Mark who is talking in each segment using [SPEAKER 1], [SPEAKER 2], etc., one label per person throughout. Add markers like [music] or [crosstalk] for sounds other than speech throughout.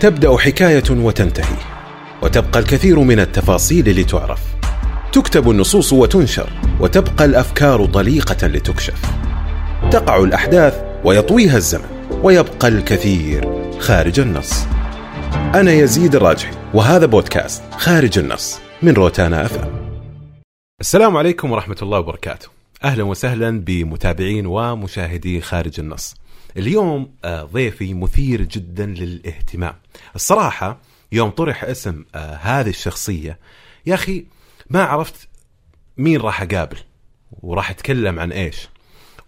[SPEAKER 1] تبدا حكايه وتنتهي وتبقى الكثير من التفاصيل لتعرف تكتب النصوص وتنشر وتبقى الافكار طليقه لتكشف تقع الاحداث ويطويها الزمن ويبقى الكثير خارج النص انا يزيد الراجحي وهذا بودكاست خارج النص من روتانا افهم السلام عليكم ورحمه الله وبركاته اهلا وسهلا بمتابعين ومشاهدي خارج النص اليوم آه، ضيفي مثير جدا للاهتمام الصراحه يوم طرح اسم آه، هذه الشخصيه يا اخي ما عرفت مين راح اقابل وراح اتكلم عن ايش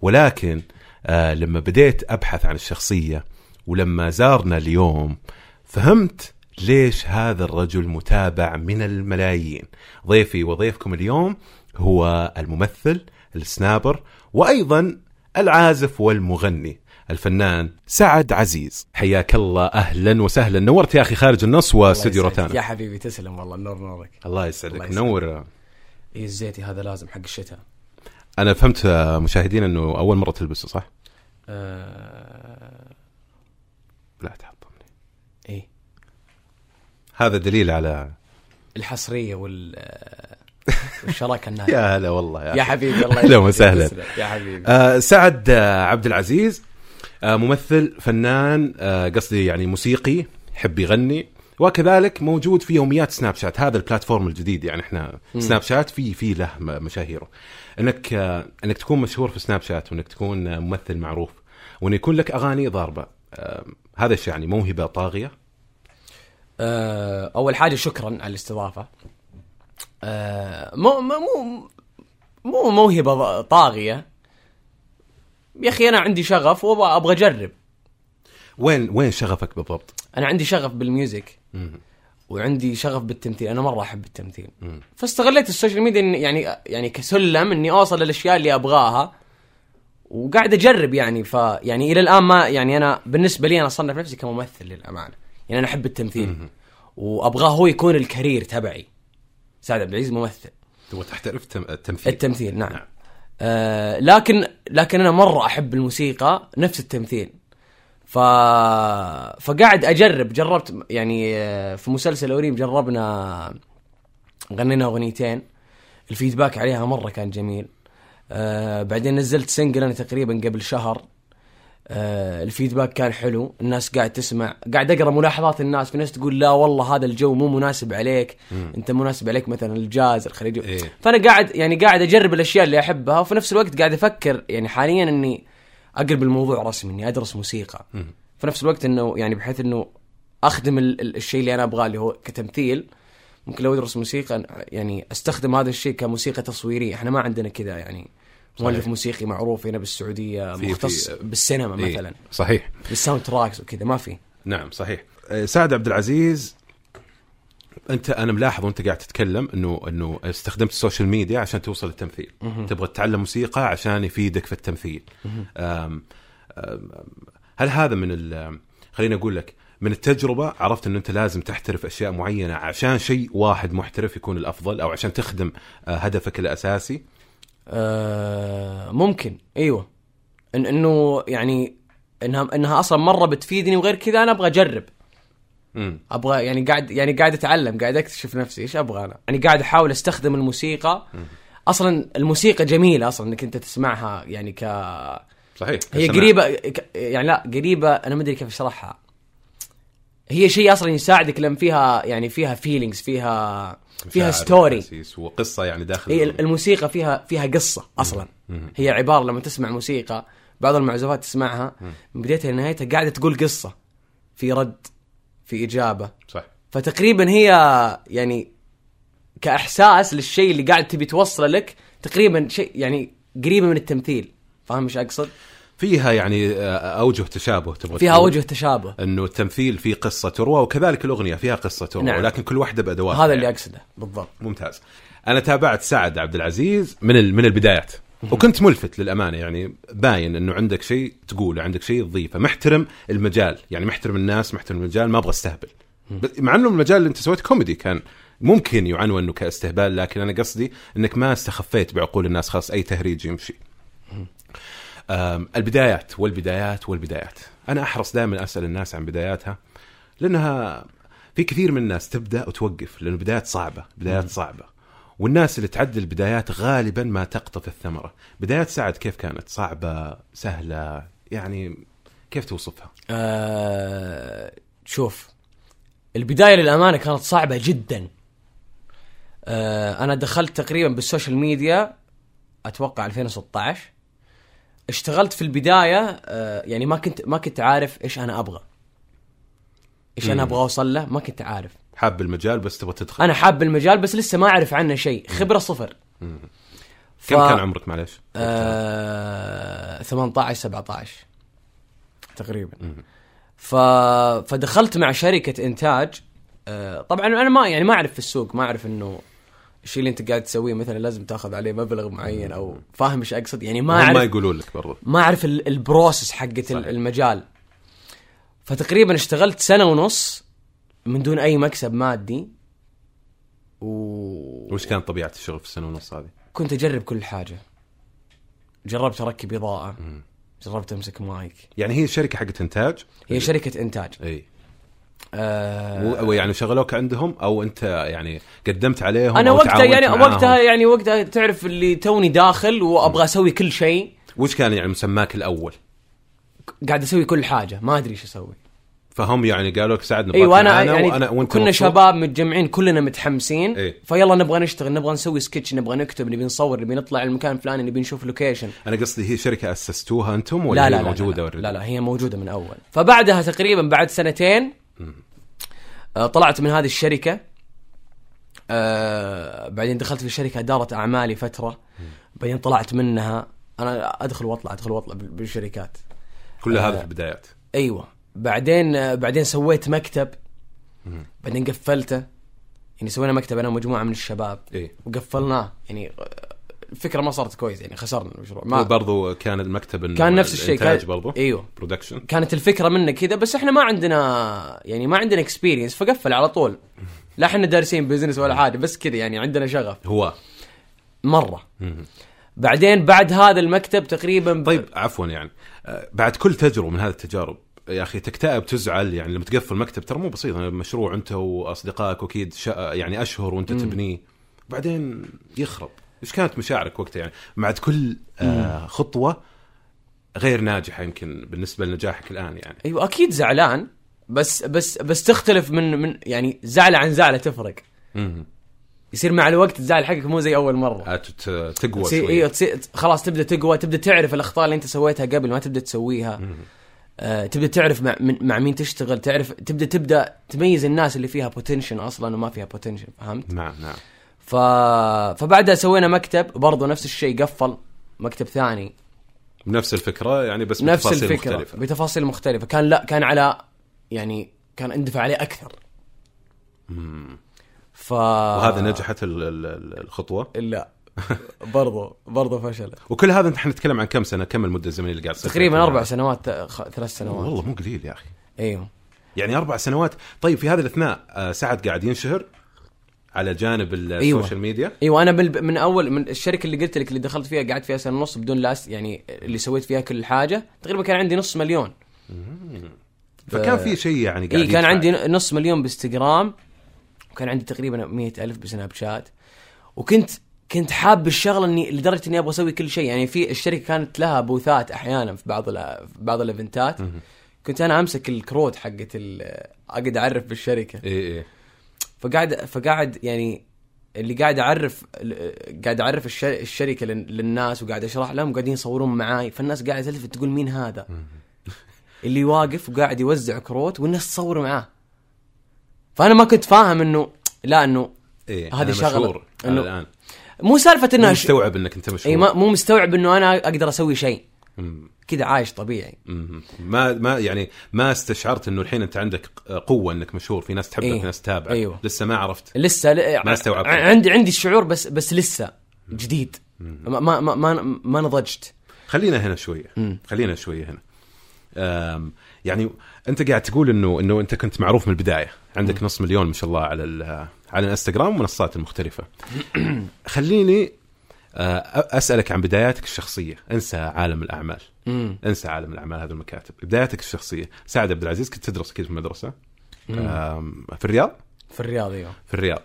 [SPEAKER 1] ولكن آه، لما بديت ابحث عن الشخصيه ولما زارنا اليوم فهمت ليش هذا الرجل متابع من الملايين ضيفي وضيفكم اليوم هو الممثل السنابر وايضا العازف والمغني الفنان سعد عزيز حياك الله اهلا وسهلا نورت يا اخي خارج النص واستديو
[SPEAKER 2] الله يسعدك.
[SPEAKER 1] روتانا
[SPEAKER 2] يا حبيبي تسلم والله النور نورك
[SPEAKER 1] الله يسعدك
[SPEAKER 2] الله يسعدك.
[SPEAKER 1] منور
[SPEAKER 2] اي الزيتي هذا لازم حق الشتاء
[SPEAKER 1] انا فهمت آه، مشاهدين انه اول مره تلبسه صح؟
[SPEAKER 2] آه... إيه،
[SPEAKER 1] لا تحطمني
[SPEAKER 2] اي
[SPEAKER 1] هذا دليل على
[SPEAKER 2] الحصريه وال آه، والشراكه الناجحه
[SPEAKER 1] يا هلا والله
[SPEAKER 2] يا حبيبي الله
[SPEAKER 1] أهلا
[SPEAKER 2] يسعدك.
[SPEAKER 1] وسهلا.
[SPEAKER 2] تسلم. يا حبيبي
[SPEAKER 1] آه، سعد آه، عبد العزيز آه، ممثل فنان آه، قصدي يعني موسيقي يحب يغني وكذلك موجود في يوميات سناب شات هذا البلاتفورم الجديد يعني احنا سناب شات في في له م- مشاهيره انك آه، انك تكون مشهور في سناب شات وانك تكون آه، ممثل معروف وان يكون لك اغاني ضاربه آه، هذا الشيء يعني موهبه طاغيه
[SPEAKER 2] آه... اول حاجه شكرا على الاستضافه آه... مو مو مو- مو موهبه طاغيه يا اخي انا عندي شغف وابغى أبغى اجرب
[SPEAKER 1] وين وين شغفك بالضبط؟
[SPEAKER 2] انا عندي شغف بالميوزك
[SPEAKER 1] مم.
[SPEAKER 2] وعندي شغف بالتمثيل انا مره احب التمثيل فاستغليت السوشيال ميديا إني- يعني يعني كسلم اني اوصل للاشياء اللي ابغاها وقاعد اجرب يعني ف يعني الى الان ما يعني انا بالنسبه لي انا اصنف نفسي كممثل للامانه يعني انا احب التمثيل وابغاه هو يكون الكارير تبعي سعد عبد العزيز ممثل
[SPEAKER 1] تبغى تحترف تم- التمثيل
[SPEAKER 2] التمثيل نعم,
[SPEAKER 1] نعم.
[SPEAKER 2] نعم. آه لكن لكن انا مره احب الموسيقى نفس التمثيل ف فقاعد اجرب جربت يعني آه، في مسلسل اوريم جربنا غنينا اغنيتين الفيدباك عليها مره كان جميل آه بعدين نزلت سنجل انا تقريبا قبل شهر آه الفيدباك كان حلو الناس قاعد تسمع قاعد اقرا ملاحظات الناس في ناس تقول لا والله هذا الجو مو مناسب عليك انت مناسب عليك مثلا الجاز الخليجي
[SPEAKER 1] إيه.
[SPEAKER 2] فانا قاعد يعني قاعد اجرب الاشياء اللي احبها وفي نفس الوقت قاعد افكر يعني حاليا اني اقلب الموضوع رسمي اني ادرس موسيقى في نفس الوقت انه يعني بحيث انه اخدم ال- ال- الشيء اللي انا ابغاه اللي هو كتمثيل ممكن لو ادرس موسيقى يعني استخدم هذا الشيء كموسيقى تصويريه احنا ما عندنا كذا يعني مؤلف موسيقي معروف هنا بالسعوديه
[SPEAKER 1] في-
[SPEAKER 2] مختص
[SPEAKER 1] في-
[SPEAKER 2] بالسينما
[SPEAKER 1] إيه،
[SPEAKER 2] مثلا
[SPEAKER 1] صحيح
[SPEAKER 2] بالساوند تراكس وكذا ما في
[SPEAKER 1] نعم صحيح آه، سعد عبد العزيز انت انا ملاحظ وانت قاعد تتكلم انه انه استخدمت السوشيال ميديا عشان توصل للتمثيل تبغى تتعلم موسيقى عشان يفيدك في التمثيل آم، آم، هل هذا من ال- خليني اقول لك من التجربه عرفت انه انت لازم تحترف اشياء معينه عشان شيء واحد محترف يكون الافضل او عشان تخدم آه، هدفك الاساسي
[SPEAKER 2] آه، ممكن ايوه إن انه يعني انها انها اصلا مره بتفيدني وغير كذا انا ابغى اجرب
[SPEAKER 1] مم.
[SPEAKER 2] ابغى يعني قاعد يعني قاعد اتعلم قاعد اكتشف نفسي ايش ابغى انا يعني قاعد احاول استخدم الموسيقى اصلا الموسيقى جميله اصلا انك انت تسمعها يعني ك
[SPEAKER 1] صحيح
[SPEAKER 2] هي
[SPEAKER 1] سمع.
[SPEAKER 2] قريبه ك- يعني لا قريبه انا ما ادري كيف اشرحها هي شيء اصلا يساعدك لما فيها يعني فيها فيلينجز فيها فيها إيه،
[SPEAKER 1] مشاعر
[SPEAKER 2] ستوري
[SPEAKER 1] وأحاسيس وقصه يعني داخل
[SPEAKER 2] هي
[SPEAKER 1] الأغنية.
[SPEAKER 2] الموسيقى فيها فيها قصه اصلا هي عباره لما تسمع موسيقى بعض المعزوفات تسمعها من بدايتها لنهايتها قاعده تقول قصه في رد في اجابه
[SPEAKER 1] صح
[SPEAKER 2] فتقريبا هي يعني كاحساس للشيء اللي قاعد تبي توصله لك تقريبا شيء يعني قريبه من التمثيل فاهم ايش اقصد؟
[SPEAKER 1] فيها يعني آه، اوجه تشابه تبغى
[SPEAKER 2] فيها
[SPEAKER 1] تقول.
[SPEAKER 2] وجه تشابه
[SPEAKER 1] انه التمثيل فيه قصه تروى وكذلك الاغنيه فيها قصه تروى نعم.
[SPEAKER 2] نعم.
[SPEAKER 1] ولكن كل واحده بادواتها
[SPEAKER 2] هذا اللي
[SPEAKER 1] يعني.
[SPEAKER 2] اقصده بالضبط
[SPEAKER 1] ممتاز انا تابعت سعد عبد العزيز من ال- من البدايات وكنت ملفت للامانه يعني باين انه عندك شيء تقوله عندك شيء تضيفه محترم المجال يعني محترم الناس محترم المجال ما ابغى استهبل بس- مع انه المجال اللي انت سويت كوميدي كان ممكن يعنون انه كاستهبال لكن انا قصدي انك ما استخفيت بعقول الناس خلاص اي تهريج يمشي أم، البدايات والبدايات والبدايات انا احرص دائما اسال الناس عن بداياتها لانها في كثير من الناس تبدا وتوقف لان البدايات صعبه بدايات صعبه والناس اللي تعدي البدايات غالبا ما تقطف الثمره بدايات سعد كيف كانت صعبه سهله يعني كيف توصفها
[SPEAKER 2] آه شوف البدايه للامانه كانت صعبه جدا آه انا دخلت تقريبا بالسوشيال ميديا اتوقع 2016 اشتغلت في البدايه آه يعني ما كنت ما كنت عارف ايش انا ابغى ايش انا
[SPEAKER 1] مم.
[SPEAKER 2] ابغى اوصل له ما كنت عارف
[SPEAKER 1] حاب المجال بس تبغى تدخل
[SPEAKER 2] انا حاب المجال بس لسه ما اعرف عنه شيء خبره صفر
[SPEAKER 1] مم.
[SPEAKER 2] ف...
[SPEAKER 1] كم كان عمرك معلش
[SPEAKER 2] آه 18 17 تقريبا
[SPEAKER 1] مم.
[SPEAKER 2] ف... فدخلت مع شركه انتاج آه طبعا انا ما يعني ما اعرف في السوق ما اعرف انه الشيء اللي انت قاعد تسويه مثلا لازم تاخذ عليه مبلغ معين او فاهم ايش اقصد يعني ما
[SPEAKER 1] هم
[SPEAKER 2] اعرف
[SPEAKER 1] ما يقولون لك برضه
[SPEAKER 2] ما اعرف ال- البروسس حقت ال-
[SPEAKER 1] صحيح.
[SPEAKER 2] المجال فتقريبا اشتغلت سنه ونص من دون اي مكسب مادي و
[SPEAKER 1] وش كانت طبيعه الشغل في السنه ونص هذه
[SPEAKER 2] كنت اجرب كل حاجه جربت اركب اضاءه
[SPEAKER 1] مم.
[SPEAKER 2] جربت امسك مايك
[SPEAKER 1] يعني هي شركه حقت انتاج
[SPEAKER 2] هي شركه انتاج
[SPEAKER 1] اي
[SPEAKER 2] آه
[SPEAKER 1] و- يعني شغلوك عندهم او انت يعني قدمت عليهم
[SPEAKER 2] انا
[SPEAKER 1] أو
[SPEAKER 2] وقتها
[SPEAKER 1] تعاونت
[SPEAKER 2] يعني
[SPEAKER 1] معاهم؟
[SPEAKER 2] وقتها يعني وقتها تعرف اللي توني داخل وابغى اسوي كل شيء
[SPEAKER 1] وش كان يعني مسماك الاول؟
[SPEAKER 2] قاعد اسوي كل حاجه ما ادري ايش اسوي
[SPEAKER 1] فهم يعني قالوا لك سعد نبغاك
[SPEAKER 2] ايوه انا
[SPEAKER 1] معانا
[SPEAKER 2] يعني
[SPEAKER 1] وأنا وأنت
[SPEAKER 2] كنا
[SPEAKER 1] مبسوط.
[SPEAKER 2] شباب متجمعين كلنا متحمسين
[SPEAKER 1] إيه.
[SPEAKER 2] فيلا نبغى نشتغل نبغى نسوي سكتش نبغى نكتب نبي نصور نبي نطلع المكان الفلاني نبي نشوف لوكيشن
[SPEAKER 1] انا قصدي هي شركه اسستوها انتم ولا
[SPEAKER 2] لا لا
[SPEAKER 1] هي
[SPEAKER 2] لا
[SPEAKER 1] موجوده
[SPEAKER 2] لا, لا,
[SPEAKER 1] already؟
[SPEAKER 2] لا لا هي موجوده من اول فبعدها تقريبا بعد سنتين آه، طلعت من هذه الشركه آه، بعدين دخلت في شركه اداره اعمالي فتره بعدين طلعت منها انا ادخل واطلع ادخل واطلع بال- بالشركات
[SPEAKER 1] كل هذا في البدايات
[SPEAKER 2] ايوه بعدين آه، بعدين سويت مكتب بعدين قفلته يعني سوينا مكتب انا ومجموعه من الشباب
[SPEAKER 1] اي
[SPEAKER 2] وقفلناه يعني آه، الفكره ما صارت كويس يعني خسرنا المشروع ما
[SPEAKER 1] وبرضو كان المكتب إنه
[SPEAKER 2] كان نفس الشيء
[SPEAKER 1] الانتاج
[SPEAKER 2] كان
[SPEAKER 1] برضو
[SPEAKER 2] ايوه
[SPEAKER 1] برودكشن
[SPEAKER 2] كانت الفكره منه كذا بس احنا ما عندنا يعني ما عندنا اكسبيرينس فقفل على طول لا احنا دارسين بزنس ولا حاجه بس كذا يعني عندنا شغف
[SPEAKER 1] هو
[SPEAKER 2] مره
[SPEAKER 1] مم.
[SPEAKER 2] بعدين بعد هذا المكتب تقريبا ب...
[SPEAKER 1] طيب عفوا يعني آه، بعد كل تجربه من هذه التجارب يا اخي تكتئب تزعل يعني لما تقفل مكتب ترى مو بسيط يعني مشروع انت واصدقائك واكيد شا- يعني اشهر وانت تبنيه بعدين يخرب ايش كانت مشاعرك وقتها يعني مع كل آه خطوه غير ناجحه يمكن بالنسبه لنجاحك الان يعني
[SPEAKER 2] ايوه اكيد زعلان بس بس بس تختلف من من يعني زعله عن زعله تفرق
[SPEAKER 1] مم.
[SPEAKER 2] يصير مع الوقت الزعل حقك مو زي اول مره
[SPEAKER 1] آه، تت- تقوى
[SPEAKER 2] تصير
[SPEAKER 1] شوي
[SPEAKER 2] ايوه تصير خلاص تبدا تقوى تبدا تعرف الاخطاء اللي انت سويتها قبل ما تبدا تسويها آه تبدا تعرف مع من مع مين تشتغل تعرف تبدا تبدا تميز الناس اللي فيها بوتنشن اصلا وما فيها بوتنشن فهمت
[SPEAKER 1] نعم نعم
[SPEAKER 2] ف... فبعدها سوينا مكتب برضو نفس الشيء قفل مكتب ثاني
[SPEAKER 1] نفس الفكره يعني بس
[SPEAKER 2] نفس
[SPEAKER 1] بتفاصيل
[SPEAKER 2] الفكره
[SPEAKER 1] مختلفه
[SPEAKER 2] بتفاصيل مختلفه كان لا كان على يعني كان اندفع عليه اكثر ف
[SPEAKER 1] وهذا
[SPEAKER 2] آه.
[SPEAKER 1] نجحت ال- ال- ال- الخطوه
[SPEAKER 2] لا برضو برضو
[SPEAKER 1] [laughs]
[SPEAKER 2] فشلت
[SPEAKER 1] وكل هذا احنا نتكلم عن كم سنه كم المده الزمنيه اللي قاعد تصير
[SPEAKER 2] تقريبا
[SPEAKER 1] فيها؟
[SPEAKER 2] اربع سنوات خ- ثلاث سنوات
[SPEAKER 1] والله مو قليل يا اخي
[SPEAKER 2] ايوه
[SPEAKER 1] يعني اربع سنوات طيب في هذا الاثناء آه، سعد قاعد ينشهر على جانب ال-
[SPEAKER 2] أيوة.
[SPEAKER 1] السوشيال ميديا
[SPEAKER 2] ايوه انا من, من اول من الشركه اللي قلت لك اللي دخلت فيها قعدت فيها سنه ونص بدون لاس يعني اللي سويت فيها كل حاجه تقريبا كان عندي نص مليون
[SPEAKER 1] فكان في شيء يعني قاعد
[SPEAKER 2] اي إيه، كان
[SPEAKER 1] يدفع.
[SPEAKER 2] عندي نص مليون باستجرام وكان عندي تقريبا مئة ألف بسناب شات وكنت كنت حاب الشغله اني لدرجه اني ابغى اسوي كل شيء يعني في الشركه كانت لها بوثات احيانا في بعض الأ- في بعض الايفنتات كنت انا امسك الكروت حقت ال- اقعد اعرف بالشركه
[SPEAKER 1] اي اي
[SPEAKER 2] فقاعد فقاعد يعني اللي قاعد اعرف قاعد اعرف الش- الشركه لل- للناس وقاعد اشرح لهم وقاعدين يصورون معاي فالناس قاعده تلتفت تقول مين هذا؟ اللي واقف وقاعد يوزع كروت والناس تصور معاه. فانا ما كنت فاهم انه لا انه
[SPEAKER 1] اي
[SPEAKER 2] هذه
[SPEAKER 1] إيه. أنا
[SPEAKER 2] شغلة.
[SPEAKER 1] مشهور
[SPEAKER 2] إنه-
[SPEAKER 1] أنا الان
[SPEAKER 2] مو سالفه
[SPEAKER 1] مو
[SPEAKER 2] انه ش-
[SPEAKER 1] مستوعب انك انت
[SPEAKER 2] اي
[SPEAKER 1] مشهور
[SPEAKER 2] ما- مو مستوعب انه انا اقدر اسوي شيء
[SPEAKER 1] مم.
[SPEAKER 2] كذا عايش طبيعي.
[SPEAKER 1] مم. ما ما يعني ما استشعرت انه الحين انت عندك قوه انك مشهور في ناس تحبك
[SPEAKER 2] إيه.
[SPEAKER 1] في ناس تتابعك
[SPEAKER 2] أيوة.
[SPEAKER 1] لسه ما عرفت
[SPEAKER 2] لسه ل...
[SPEAKER 1] ما استوعبت.
[SPEAKER 2] ع- عندي عندي الشعور بس بس لسه جديد ما ما ما, ما, ما نضجت.
[SPEAKER 1] خلينا هنا شويه
[SPEAKER 2] مم.
[SPEAKER 1] خلينا شويه هنا أم يعني انت قاعد تقول انه انه انت كنت معروف من البدايه عندك نص مليون ما شاء الله على ال- على الانستغرام والمنصات المختلفه خليني أه، اسالك عن بداياتك الشخصيه انسى عالم الاعمال
[SPEAKER 2] امم
[SPEAKER 1] انسى عالم الاعمال هذه المكاتب بداياتك الشخصيه سعد عبد العزيز كنت تدرس كيف في المدرسه آم، في الرياض
[SPEAKER 2] في الرياض ايوه
[SPEAKER 1] في الرياض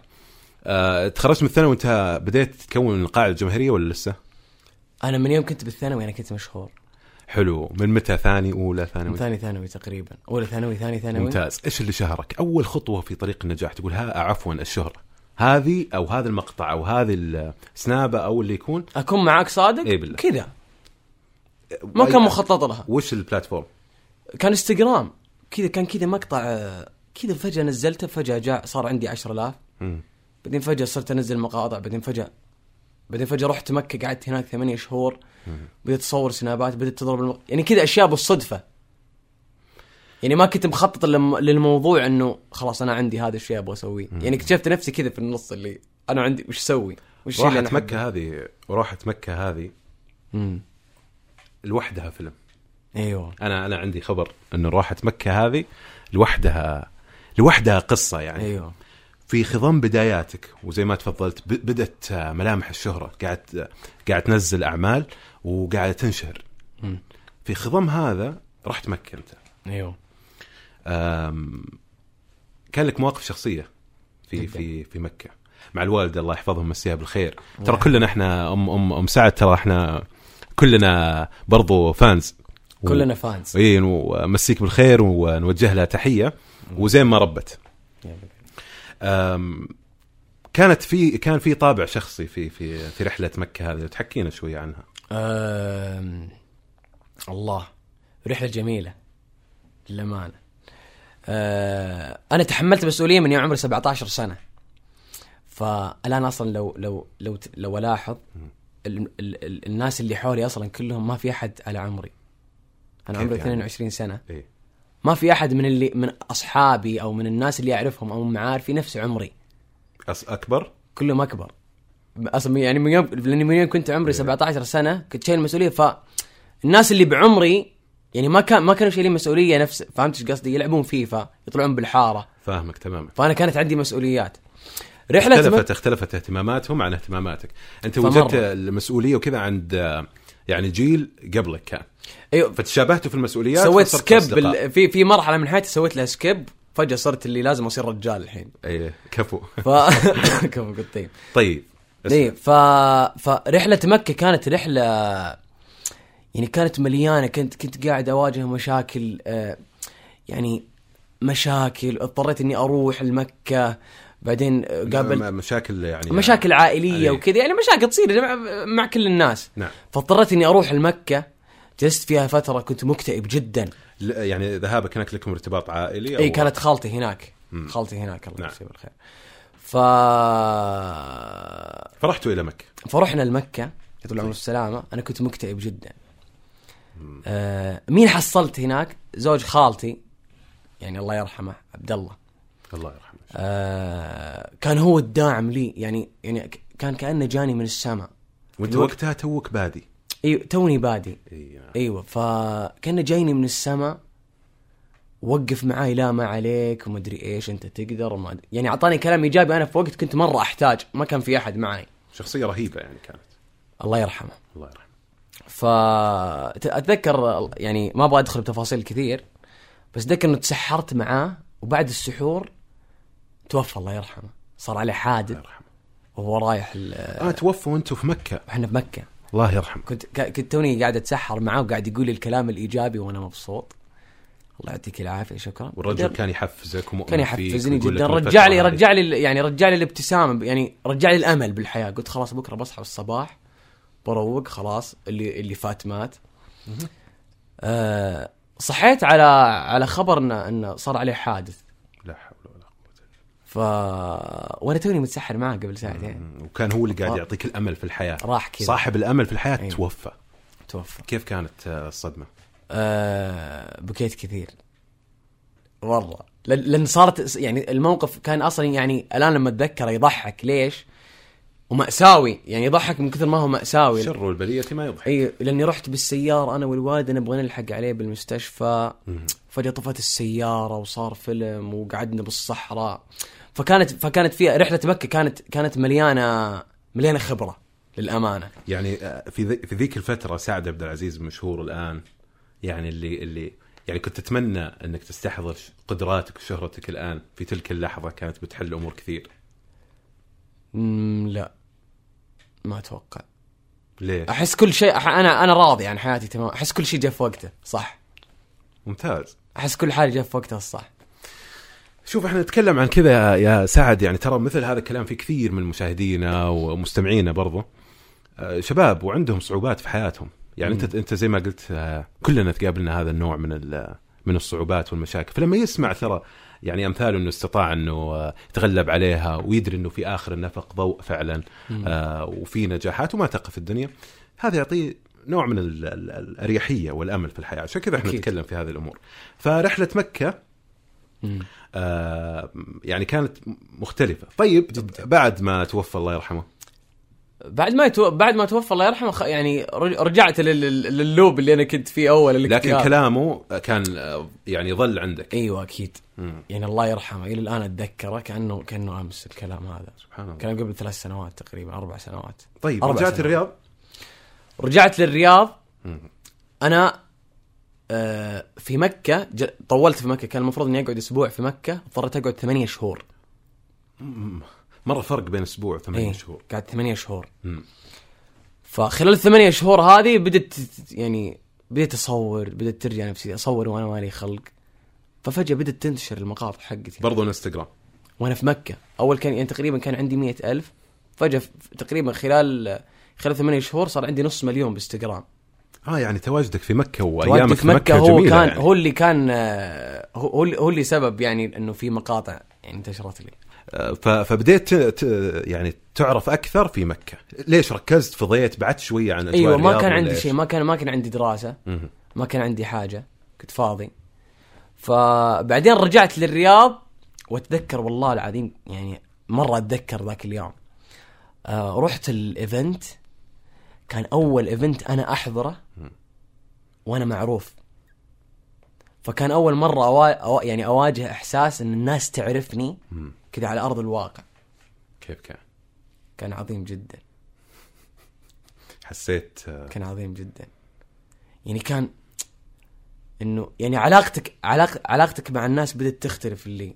[SPEAKER 1] آه، تخرجت من الثانوي وانت بديت تكون القاعده الجماهيريه ولا لسه؟
[SPEAKER 2] انا من يوم كنت بالثانوي انا كنت مشهور
[SPEAKER 1] حلو من متى ثاني اولى ثانوي
[SPEAKER 2] ثاني ثانوي تقريبا اولى ثانوي ثاني ثانوي
[SPEAKER 1] ممتاز ايش اللي شهرك اول خطوه في طريق النجاح تقول ها عفوا الشهره هذه او هذا المقطع او هذه السنابه او اللي يكون
[SPEAKER 2] اكون معاك صادق
[SPEAKER 1] إي بالله. طيب.
[SPEAKER 2] كذا ما كان مخطط لها
[SPEAKER 1] وش البلاتفورم
[SPEAKER 2] كان انستغرام كذا كان كذا مقطع آه، كذا فجاه نزلته فجاه جاء صار عندي 10000
[SPEAKER 1] مم.
[SPEAKER 2] بعدين فجاه صرت انزل مقاطع بعدين فجاه بعدين فجاه رحت مكه قعدت هناك ثمانية شهور بديت اصور سنابات بديت تضرب الم... يعني كذا اشياء بالصدفه يعني ما كنت مخطط للم... للموضوع انه خلاص انا عندي هذا الشيء ابغى اسويه يعني اكتشفت نفسي كذا في النص اللي انا عندي وش اسوي وش الشيء اللي انا
[SPEAKER 1] راحت
[SPEAKER 2] أحبه؟
[SPEAKER 1] مكه هذه راحت مكه هذه
[SPEAKER 2] مم.
[SPEAKER 1] لوحدها فيلم
[SPEAKER 2] ايوه
[SPEAKER 1] انا انا عندي خبر انه راحت مكه هذه لوحدها لوحدها قصه يعني
[SPEAKER 2] ايوه
[SPEAKER 1] في خضم بداياتك وزي ما تفضلت ب- بدت آه، ملامح الشهرة قاعد آه، قاعد تنزل أعمال وقاعد تنشهر
[SPEAKER 2] مم.
[SPEAKER 1] في خضم هذا رحت مكة أنت
[SPEAKER 2] ايوه
[SPEAKER 1] آم، كان لك مواقف شخصية في
[SPEAKER 2] جداً.
[SPEAKER 1] في في مكة مع الوالدة الله يحفظها ويمسيها بالخير ترى كلنا احنا ام ام ام سعد ترى احنا كلنا برضو فانز
[SPEAKER 2] كلنا فانز
[SPEAKER 1] اي ومسيك بالخير ونوجه لها تحيه وزين ما ربت
[SPEAKER 2] يعني.
[SPEAKER 1] أم، كانت في كان في طابع شخصي في في في رحله مكه هذه تحكينا شوي عنها
[SPEAKER 2] أم... الله رحلة جميلة للأمانة أه... أنا تحملت مسؤولية من يوم عمري 17 سنة فالآن أصلا لو لو لو ت- لو ألاحظ ال... ال... ال... الناس اللي حولي أصلا كلهم ما في أحد على عمري أنا
[SPEAKER 1] كيف
[SPEAKER 2] عمري
[SPEAKER 1] يعني؟
[SPEAKER 2] 22 سنة
[SPEAKER 1] اي
[SPEAKER 2] ما في أحد من اللي من أصحابي أو من الناس اللي أعرفهم أو معارفي نفس عمري
[SPEAKER 1] أص- اكبر
[SPEAKER 2] كلهم اكبر اصلا يعني من يوم لاني من يوم كنت عمري
[SPEAKER 1] إيه.
[SPEAKER 2] 17 سنه كنت شايل مسؤوليه فالناس اللي بعمري يعني ما كان ما كانوا شايلين مسؤوليه نفس فهمت ايش قصدي يلعبون فيفا يطلعون بالحاره
[SPEAKER 1] فاهمك تماما
[SPEAKER 2] فانا كانت عندي مسؤوليات رحله
[SPEAKER 1] اختلفت
[SPEAKER 2] مك...
[SPEAKER 1] اختلفت اهتماماتهم عن اهتماماتك انت
[SPEAKER 2] فمرة.
[SPEAKER 1] وجدت المسؤوليه وكذا عند آه، يعني جيل قبلك كان
[SPEAKER 2] ايوه
[SPEAKER 1] فتشابهتوا في المسؤوليات
[SPEAKER 2] سويت
[SPEAKER 1] فصرتوا
[SPEAKER 2] سكيب
[SPEAKER 1] أصدقاء.
[SPEAKER 2] بال... في في مرحله من حياتي سويت لها سكيب فجاه صرت اللي لازم اصير رجال الحين
[SPEAKER 1] اي إيه، كفو
[SPEAKER 2] ف [laughs] كفو قطيب
[SPEAKER 1] طيب
[SPEAKER 2] ايه ف... فرحلة مكة كانت رحلة يعني كانت مليانة كنت كنت قاعد اواجه مشاكل آه، يعني مشاكل اضطريت اني اروح لمكة بعدين آه، قابلت
[SPEAKER 1] م- مشاكل يعني
[SPEAKER 2] مشاكل عائلية
[SPEAKER 1] عليه.
[SPEAKER 2] وكذا يعني مشاكل تصير مع- مع كل الناس
[SPEAKER 1] نعم
[SPEAKER 2] فاضطريت اني اروح لمكة جلست فيها فترة كنت مكتئب جدا
[SPEAKER 1] ل- يعني ذهابك هناك لكم ارتباط عائلي
[SPEAKER 2] اي
[SPEAKER 1] أو-
[SPEAKER 2] إيه، كانت خالتي هناك خالتي هناك الله
[SPEAKER 1] نعم.
[SPEAKER 2] يمسيها بالخير ف
[SPEAKER 1] فرحتوا الى مكه
[SPEAKER 2] فرحنا لمكة يطول عمره السلامة أنا كنت مكتئب جدا آه مين حصلت هناك زوج خالتي يعني الله يرحمه عبد الله
[SPEAKER 1] الله يرحمه
[SPEAKER 2] آه كان هو الداعم لي يعني يعني ك- كان كأنه جاني من السماء
[SPEAKER 1] وانت
[SPEAKER 2] الوقت-
[SPEAKER 1] وقتها توك بادي
[SPEAKER 2] أيوة توني بادي
[SPEAKER 1] اي نعم.
[SPEAKER 2] ايوه فكان جايني من السماء وقف معاي لا ما عليك وما ادري ايش انت تقدر وما أدري- يعني اعطاني كلام ايجابي انا في وقت كنت مره احتاج ما كان في احد معي
[SPEAKER 1] شخصيه رهيبه يعني كانت
[SPEAKER 2] الله يرحمه
[SPEAKER 1] الله يرحمه
[SPEAKER 2] فأتذكر يعني ما أبغى أدخل بتفاصيل كثير بس أتذكر إنه تسحرت معاه وبعد السحور توفى الله يرحمه صار عليه
[SPEAKER 1] الله
[SPEAKER 2] حادث
[SPEAKER 1] يرحمه
[SPEAKER 2] وهو رايح ال-
[SPEAKER 1] اه توفوا وانتم في مكه
[SPEAKER 2] احنا في مكة
[SPEAKER 1] الله يرحمه
[SPEAKER 2] كنت ك- كنت توني قاعد أتسحر معاه وقاعد يقول لي الكلام الإيجابي وأنا مبسوط الله يعطيك العافية شكرا
[SPEAKER 1] والرجل كان يحفزك ومؤمن
[SPEAKER 2] كان
[SPEAKER 1] فيك
[SPEAKER 2] يحفزني
[SPEAKER 1] ويقول لك
[SPEAKER 2] جدا
[SPEAKER 1] من
[SPEAKER 2] رجع لي
[SPEAKER 1] الفترة هذه.
[SPEAKER 2] رجع لي يعني رجع لي الابتسامه يعني رجع لي الامل بالحياه قلت خلاص بكره بصحى الصباح بروق خلاص اللي اللي فات مات آه صحيت على على خبر انه انه صار عليه حادث
[SPEAKER 1] لا حول ولا قوه إلا
[SPEAKER 2] ف وانا توني متسحر معاه قبل ساعتين
[SPEAKER 1] بالله. وكان هو اللي قاعد يعطيك الامل في الحياه
[SPEAKER 2] راح كذا.
[SPEAKER 1] صاحب الامل في الحياه
[SPEAKER 2] أيوة.
[SPEAKER 1] توفى
[SPEAKER 2] توفى
[SPEAKER 1] كيف كانت آه، الصدمه
[SPEAKER 2] آه بكيت كثير والله لأن لأن صارت يعني الموقف كان اصلا يعني الان لما اتذكره يضحك ليش؟ ومأساوي يعني يضحك من كثر ما هو مأساوي
[SPEAKER 1] شر البليه ما يضحك
[SPEAKER 2] اي لاني رحت بالسياره انا والوالد انا نبغى نلحق عليه بالمستشفى فجاه طفت السياره وصار فيلم وقعدنا بالصحراء فكانت فكانت فيها رحله مكه كانت كانت مليانه مليانه خبره للامانه
[SPEAKER 1] يعني آه، في ذي- في ذيك الفتره سعد عبد العزيز مشهور الان يعني اللي اللي يعني كنت اتمنى انك تستحضر ش- قدراتك وشهرتك الان في تلك اللحظه كانت بتحل امور كثير
[SPEAKER 2] مم، لا ما اتوقع
[SPEAKER 1] ليش
[SPEAKER 2] احس كل شيء أح- انا انا راضي عن حياتي تمام احس كل شيء جاء في وقته صح
[SPEAKER 1] ممتاز
[SPEAKER 2] احس كل حاجه جاء في وقتها الصح
[SPEAKER 1] شوف احنا نتكلم عن كذا يا- يا سعد يعني ترى مثل هذا الكلام في كثير من مشاهدينا ومستمعينا برضو آه، شباب وعندهم صعوبات في حياتهم يعني انت انت زي ما قلت آه، كلنا تقابلنا هذا النوع من ال- من الصعوبات والمشاكل فلما يسمع ترى يعني امثاله انه استطاع انه آه، يتغلب عليها ويدري انه في اخر النفق ضوء فعلا آه، وفي نجاحات وما تقف الدنيا هذا يعطيه نوع من ال- ال- الاريحيه والامل في الحياه عشان كذا احنا
[SPEAKER 2] أكيد.
[SPEAKER 1] نتكلم في هذه الامور فرحله مكه
[SPEAKER 2] مم.
[SPEAKER 1] آه، يعني كانت مختلفة طيب بعد ما توفى الله يرحمه
[SPEAKER 2] بعد ما يتو... بعد ما توفى الله يرحمه خ... يعني رج- رجعت لل... لل- لللوب اللي انا كنت فيه اول
[SPEAKER 1] لكن
[SPEAKER 2] الاكتئاب.
[SPEAKER 1] كلامه كان آه، يعني ظل عندك
[SPEAKER 2] ايوه اكيد
[SPEAKER 1] مم.
[SPEAKER 2] يعني الله يرحمه الى الان اتذكره كانه كانه امس الكلام هذا
[SPEAKER 1] سبحان الله
[SPEAKER 2] كان قبل ثلاث سنوات تقريبا اربع سنوات
[SPEAKER 1] طيب
[SPEAKER 2] أربع
[SPEAKER 1] رجعت
[SPEAKER 2] سنوات.
[SPEAKER 1] الرياض
[SPEAKER 2] رجعت للرياض
[SPEAKER 1] مم.
[SPEAKER 2] انا آه، في مكه ج... طولت في مكه كان المفروض اني اقعد اسبوع في مكه اضطريت اقعد ثمانية شهور
[SPEAKER 1] مرة فرق بين اسبوع
[SPEAKER 2] إيه.
[SPEAKER 1] وثمانية شهور
[SPEAKER 2] قعدت ثمانية شهور
[SPEAKER 1] مم.
[SPEAKER 2] فخلال الثمانية شهور هذه بدت تت- يعني بديت اصور بدت ترجع نفسي اصور وانا مالي خلق ففجاه بدت تنتشر المقاطع حقتي
[SPEAKER 1] برضو انستغرام
[SPEAKER 2] وانا في مكه اول كان يعني تقريبا كان عندي مئة ألف فجاه ف- تقريبا خلال خلال ثمانية شهور صار عندي نص مليون باستغرام
[SPEAKER 1] اه يعني تواجدك طيب، في مكة
[SPEAKER 2] وقت
[SPEAKER 1] وايامك
[SPEAKER 2] في مكه هو
[SPEAKER 1] جميلة
[SPEAKER 2] كان
[SPEAKER 1] يعني.
[SPEAKER 2] هو اللي كان آه، هو هو اللي- هو اللي سبب يعني انه في مقاطع يعني انتشرت لي
[SPEAKER 1] آه، ف- فبديت ت- ت- يعني تعرف اكثر في مكة ليش ركزت فضيت بعدت شوية عن أجواء
[SPEAKER 2] ايوه ما
[SPEAKER 1] الرياض
[SPEAKER 2] كان
[SPEAKER 1] ولا
[SPEAKER 2] عندي
[SPEAKER 1] إيش؟
[SPEAKER 2] شيء ما كان ما كان عندي دراسه
[SPEAKER 1] مم.
[SPEAKER 2] ما كان عندي حاجه كنت فاضي فبعدين رجعت للرياض واتذكر والله العظيم يعني مره اتذكر ذاك اليوم آه رحت الايفنت كان اول ايفنت انا احضره وانا معروف فكان اول مره أوا... أوا... يعني اواجه احساس ان الناس تعرفني
[SPEAKER 1] مم.
[SPEAKER 2] كذا على ارض الواقع
[SPEAKER 1] كيف كان
[SPEAKER 2] كان عظيم جدا
[SPEAKER 1] حسيت آه،
[SPEAKER 2] كان عظيم جدا يعني كان انه يعني علاقتك علاق علاقتك مع الناس بدات تختلف اللي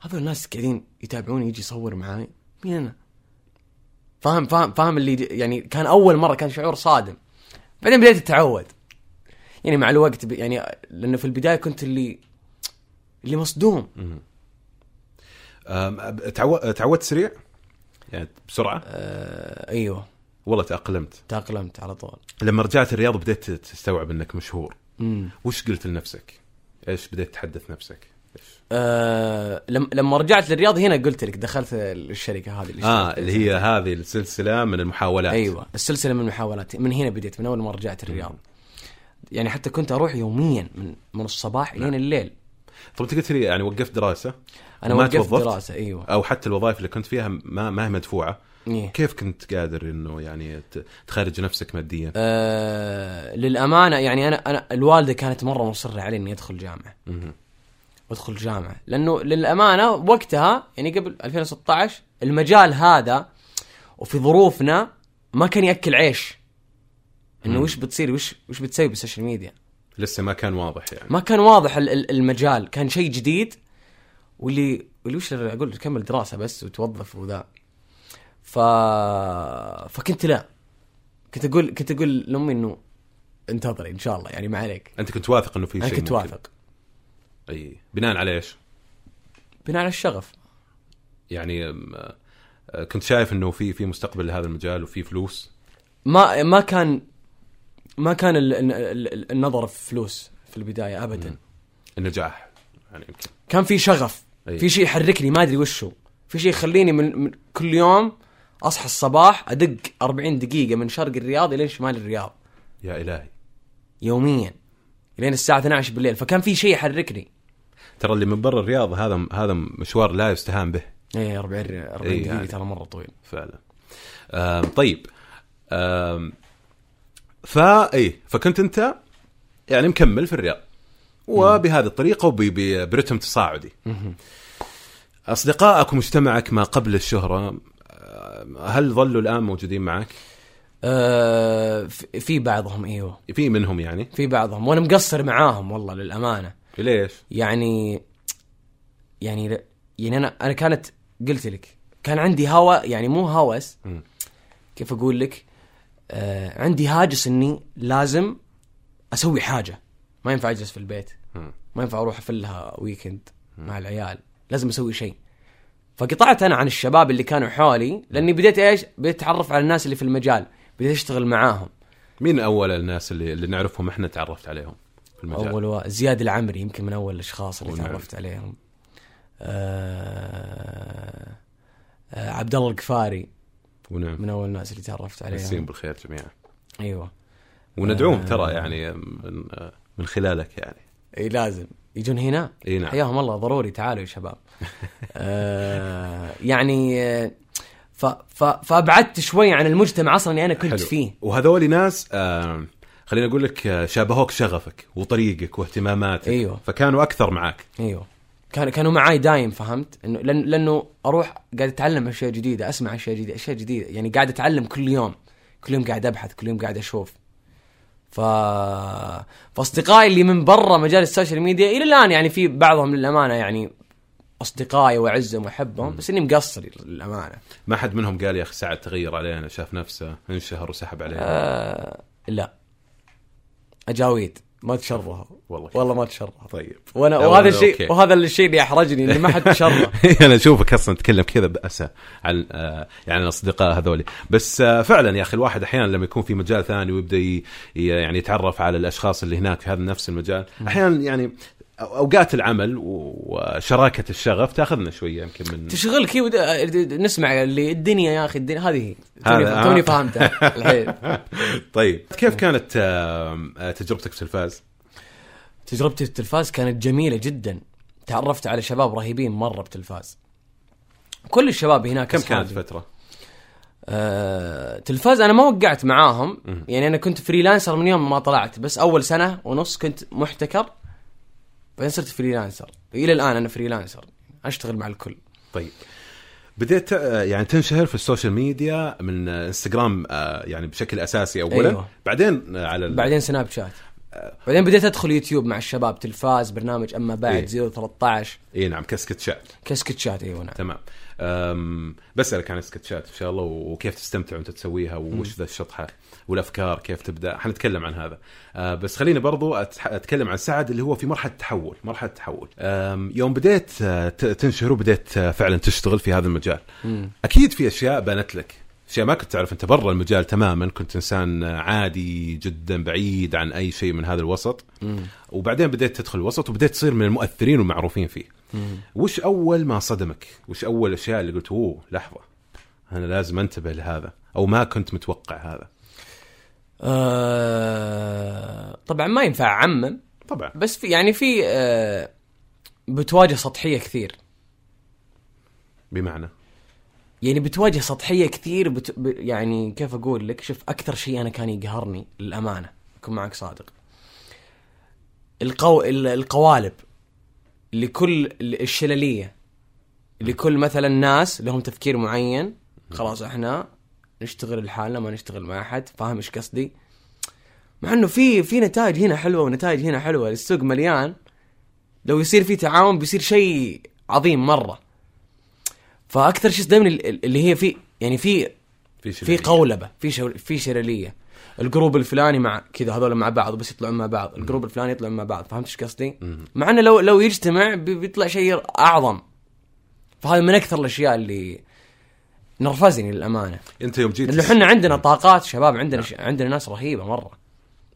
[SPEAKER 2] هذول الناس قاعدين يتابعوني يجي يصور معاي مين انا؟ فاهم فاهم فاهم اللي يعني كان اول مره كان شعور صادم بعدين بديت اتعود يعني مع الوقت ب- يعني لانه في البدايه كنت اللي اللي مصدوم
[SPEAKER 1] آم، تعو- تعودت سريع يعني بسرعة
[SPEAKER 2] آه ايوه
[SPEAKER 1] والله تأقلمت
[SPEAKER 2] تاقلمت على طول
[SPEAKER 1] لما رجعت الرياض بديت تستوعب انك مشهور
[SPEAKER 2] امم
[SPEAKER 1] وش قلت لنفسك ايش بديت تحدث نفسك ايش
[SPEAKER 2] آه لم- لما رجعت للرياض هنا قلت لك دخلت الشركه هذه اللي
[SPEAKER 1] اه
[SPEAKER 2] اشتغلت
[SPEAKER 1] اللي
[SPEAKER 2] فيها.
[SPEAKER 1] هي هذه السلسله من المحاولات
[SPEAKER 2] ايوه السلسله من المحاولات من هنا بديت من اول ما رجعت الرياض يعني حتى كنت اروح يوميا من من الصباح
[SPEAKER 1] نعم.
[SPEAKER 2] لين الليل
[SPEAKER 1] طب انت قلت لي يعني وقفت دراسه
[SPEAKER 2] انا
[SPEAKER 1] ما
[SPEAKER 2] وقفت
[SPEAKER 1] توظفت؟
[SPEAKER 2] دراسه ايوه
[SPEAKER 1] او حتى الوظائف اللي كنت فيها ما ما هي مدفوعه
[SPEAKER 2] إيه.
[SPEAKER 1] كيف كنت قادر انه يعني ت- تخرج نفسك ماديا
[SPEAKER 2] آه للامانه يعني انا انا الوالده كانت مره مصره علي اني ادخل جامعه
[SPEAKER 1] مهم.
[SPEAKER 2] وادخل جامعه لانه للامانه وقتها يعني قبل 2016 المجال هذا وفي ظروفنا ما كان ياكل عيش انه وش بتصير وش وش بتسوي بالسوشيال ميديا
[SPEAKER 1] لسه ما كان واضح يعني
[SPEAKER 2] ما كان واضح ال- ال- المجال كان شيء جديد واللي واللي وش اللي اقول كمل دراسه بس وتوظف وذا ف فكنت لا كنت اقول كنت اقول لامي انه انتظري ان شاء الله يعني ما عليك
[SPEAKER 1] انت كنت واثق انه في شيء
[SPEAKER 2] انا كنت
[SPEAKER 1] ممكن.
[SPEAKER 2] واثق
[SPEAKER 1] اي بناء على ايش
[SPEAKER 2] بناء على الشغف
[SPEAKER 1] يعني أم، آه، كنت شايف انه في في مستقبل لهذا المجال وفي فلوس
[SPEAKER 2] ما ما كان ما كان ال- ال- ال- النظر في فلوس في البدايه ابدا
[SPEAKER 1] مم. النجاح يعني يمكن
[SPEAKER 2] كان في شغف
[SPEAKER 1] أي.
[SPEAKER 2] في شيء يحركني ما ادري وش هو في شيء يخليني من, من كل يوم اصحى الصباح ادق 40 دقيقه من شرق الرياض الى شمال الرياض
[SPEAKER 1] يا الهي
[SPEAKER 2] يوميا لين الساعه 12 بالليل فكان في شيء يحركني
[SPEAKER 1] ترى اللي من برا الرياض هذا هذا مشوار لا يستهان به
[SPEAKER 2] اي 40 40
[SPEAKER 1] أي
[SPEAKER 2] دقيقه
[SPEAKER 1] يعني.
[SPEAKER 2] ترى مره طويل
[SPEAKER 1] فعلا آم طيب آم فا اي فكنت انت يعني مكمل في الرياض وبهذه الطريقه وبرتم تصاعدي اصدقائك ومجتمعك ما قبل الشهره آم، هل ظلوا الان موجودين معك؟
[SPEAKER 2] آه، في- في بعضهم ايوه
[SPEAKER 1] في منهم يعني
[SPEAKER 2] في بعضهم وانا مقصر معاهم والله للامانه
[SPEAKER 1] ليش؟
[SPEAKER 2] يعني يعني ل- يعني انا انا كانت قلت لك كان عندي هوى يعني مو هوس
[SPEAKER 1] مم.
[SPEAKER 2] كيف اقول لك آه عندي هاجس اني لازم اسوي حاجه ما ينفع اجلس في البيت
[SPEAKER 1] مم.
[SPEAKER 2] ما ينفع اروح افلها ويكند مع العيال لازم اسوي شيء فقطعت انا عن الشباب اللي كانوا حولي لاني بديت ايش بديت اتعرف على الناس اللي في المجال بديت اشتغل معاهم
[SPEAKER 1] مين اول الناس اللي, اللي نعرفهم احنا تعرفت عليهم في المجال؟
[SPEAKER 2] اول و... زياد العمري يمكن من اول الاشخاص اللي
[SPEAKER 1] ونعم.
[SPEAKER 2] تعرفت عليهم آه... آه... عبد الله القفاري
[SPEAKER 1] ونعم
[SPEAKER 2] من اول الناس اللي تعرفت
[SPEAKER 1] مسين
[SPEAKER 2] عليهم
[SPEAKER 1] بالخير جميعا
[SPEAKER 2] ايوه آه.
[SPEAKER 1] وندعوهم ترى يعني من, من خلالك يعني
[SPEAKER 2] اي لازم يجون هنا
[SPEAKER 1] اي نعم
[SPEAKER 2] حياهم الله ضروري تعالوا يا
[SPEAKER 1] [laughs]
[SPEAKER 2] شباب آه... يعني آه، ف... ف... فابعدت شوي عن المجتمع اصلا اللي انا كنت
[SPEAKER 1] حلو.
[SPEAKER 2] فيه
[SPEAKER 1] وهذول ناس آه خليني اقول لك آه، شابهوك شغفك وطريقك واهتماماتك
[SPEAKER 2] أيوه.
[SPEAKER 1] فكانوا اكثر معاك
[SPEAKER 2] ايوه كان كانوا معاي دايم فهمت انه لأن لانه اروح قاعد اتعلم اشياء جديده اسمع اشياء جديده اشياء جديده يعني قاعد اتعلم كل يوم كل يوم قاعد ابحث كل يوم قاعد اشوف ف فاصدقائي اللي من برا مجال السوشيال ميديا الى الان يعني في بعضهم للامانه يعني اصدقائي واعزهم واحبهم بس اني مقصر للامانه
[SPEAKER 1] ما حد منهم قال يا اخي سعد تغير علينا شاف نفسه انشهر وسحب علينا
[SPEAKER 2] آه لا اجاويد ما تشرهوا
[SPEAKER 1] والله كيف.
[SPEAKER 2] والله ما تشرهوا
[SPEAKER 1] طيب
[SPEAKER 2] وانا
[SPEAKER 1] لا،
[SPEAKER 2] وهذا
[SPEAKER 1] والله
[SPEAKER 2] الشيء
[SPEAKER 1] أوكي.
[SPEAKER 2] وهذا الشيء اللي احرجني اني ما
[SPEAKER 1] [laughs]
[SPEAKER 2] حد تشرهوا
[SPEAKER 1] انا اشوفك اصلا تتكلم كذا باسى عن آه، يعني الاصدقاء هذول بس آه، فعلا يا اخي الواحد احيانا لما يكون في مجال ثاني ويبدا ي- ي- يعني يتعرف على الاشخاص اللي هناك في هذا نفس المجال احيانا يعني أو- اوقات العمل وشراكه الشغف تاخذنا شويه يمكن من
[SPEAKER 2] تشغلك هي ود- د- آه، نسمع اللي الدنيا يا اخي الدنيا هذه هي
[SPEAKER 1] هذا،
[SPEAKER 2] توني,
[SPEAKER 1] آه.
[SPEAKER 2] توني
[SPEAKER 1] [laughs]
[SPEAKER 2] فهمتها الحين
[SPEAKER 1] طيب كيف كانت آه، آه، تجربتك في التلفاز؟
[SPEAKER 2] تجربتي في التلفاز كانت جميله جدا تعرفت على شباب رهيبين مره بالتلفاز كل الشباب هناك
[SPEAKER 1] كم
[SPEAKER 2] أصحابي.
[SPEAKER 1] كانت الفتره؟
[SPEAKER 2] آه، تلفاز انا ما وقعت معاهم يعني انا كنت فريلانسر من يوم ما طلعت بس اول سنه ونص كنت محتكر بعدين صرت فريلانسر الى الان انا فريلانسر اشتغل مع الكل
[SPEAKER 1] طيب بديت آه، يعني تنشهر في السوشيال ميديا من آه، انستغرام آه، يعني بشكل اساسي اولا أيوة.
[SPEAKER 2] أيوه.
[SPEAKER 1] بعدين آه، على ال-
[SPEAKER 2] بعدين سناب شات
[SPEAKER 1] آه.
[SPEAKER 2] بعدين بديت ادخل يوتيوب مع الشباب تلفاز برنامج اما
[SPEAKER 1] إيه.
[SPEAKER 2] بعد زيرو 13
[SPEAKER 1] اي نعم كسكتشات
[SPEAKER 2] كسكتشات ايوه نعم
[SPEAKER 1] تمام أم بسألك عن سكتشات ان شاء الله وكيف تستمتع وانت تسويها وش ذا الشطحه والافكار كيف تبدا حنتكلم عن هذا أه بس خليني برضو أتح- اتكلم عن سعد اللي هو في مرحله تحول مرحله تحول أم يوم بديت أه، ت- تنشهر وبديت أه، فعلا تشتغل في هذا المجال
[SPEAKER 2] مم.
[SPEAKER 1] اكيد في اشياء بانت لك اشياء ما كنت تعرف انت برا المجال تماما كنت انسان عادي جدا بعيد عن اي شيء من هذا الوسط
[SPEAKER 2] مم.
[SPEAKER 1] وبعدين بديت تدخل الوسط وبديت تصير من المؤثرين والمعروفين فيه
[SPEAKER 2] مم.
[SPEAKER 1] وش اول ما صدمك؟ وش اول الاشياء اللي قلت اوه لحظه انا لازم انتبه لهذا او ما كنت متوقع هذا
[SPEAKER 2] آه طبعا ما ينفع اعمم
[SPEAKER 1] طبعا
[SPEAKER 2] بس في يعني في آه بتواجه سطحيه كثير
[SPEAKER 1] بمعنى
[SPEAKER 2] يعني بتواجه سطحيه كثير بت... ب... يعني كيف اقول لك شوف اكثر شيء انا كان يقهرني للامانه اكون معك صادق القو... ال- القوالب لكل ال- الشلليه لكل مثلا ناس لهم تفكير معين خلاص احنا نشتغل لحالنا ما نشتغل مع احد فاهم ايش قصدي مع انه في في نتائج هنا حلوه ونتائج هنا حلوه السوق مليان لو يصير في تعاون بيصير شيء عظيم مره فاكثر شيء دائما اللي هي في يعني في
[SPEAKER 1] في
[SPEAKER 2] في
[SPEAKER 1] شيء يعني،
[SPEAKER 2] قولبه في شو- في شلليه الجروب الفلاني مع كذا هذول مع بعض بس يطلعون مع بعض الجروب الفلاني يطلع مع بعض فهمت ايش قصدي
[SPEAKER 1] مم.
[SPEAKER 2] مع انه لو لو يجتمع بي- بيطلع شيء اعظم فهذا من اكثر الاشياء اللي نرفزني للامانه
[SPEAKER 1] انت يوم جيت
[SPEAKER 2] لانه احنا عندنا طاقات شباب عندنا ش... عندنا ناس رهيبه مره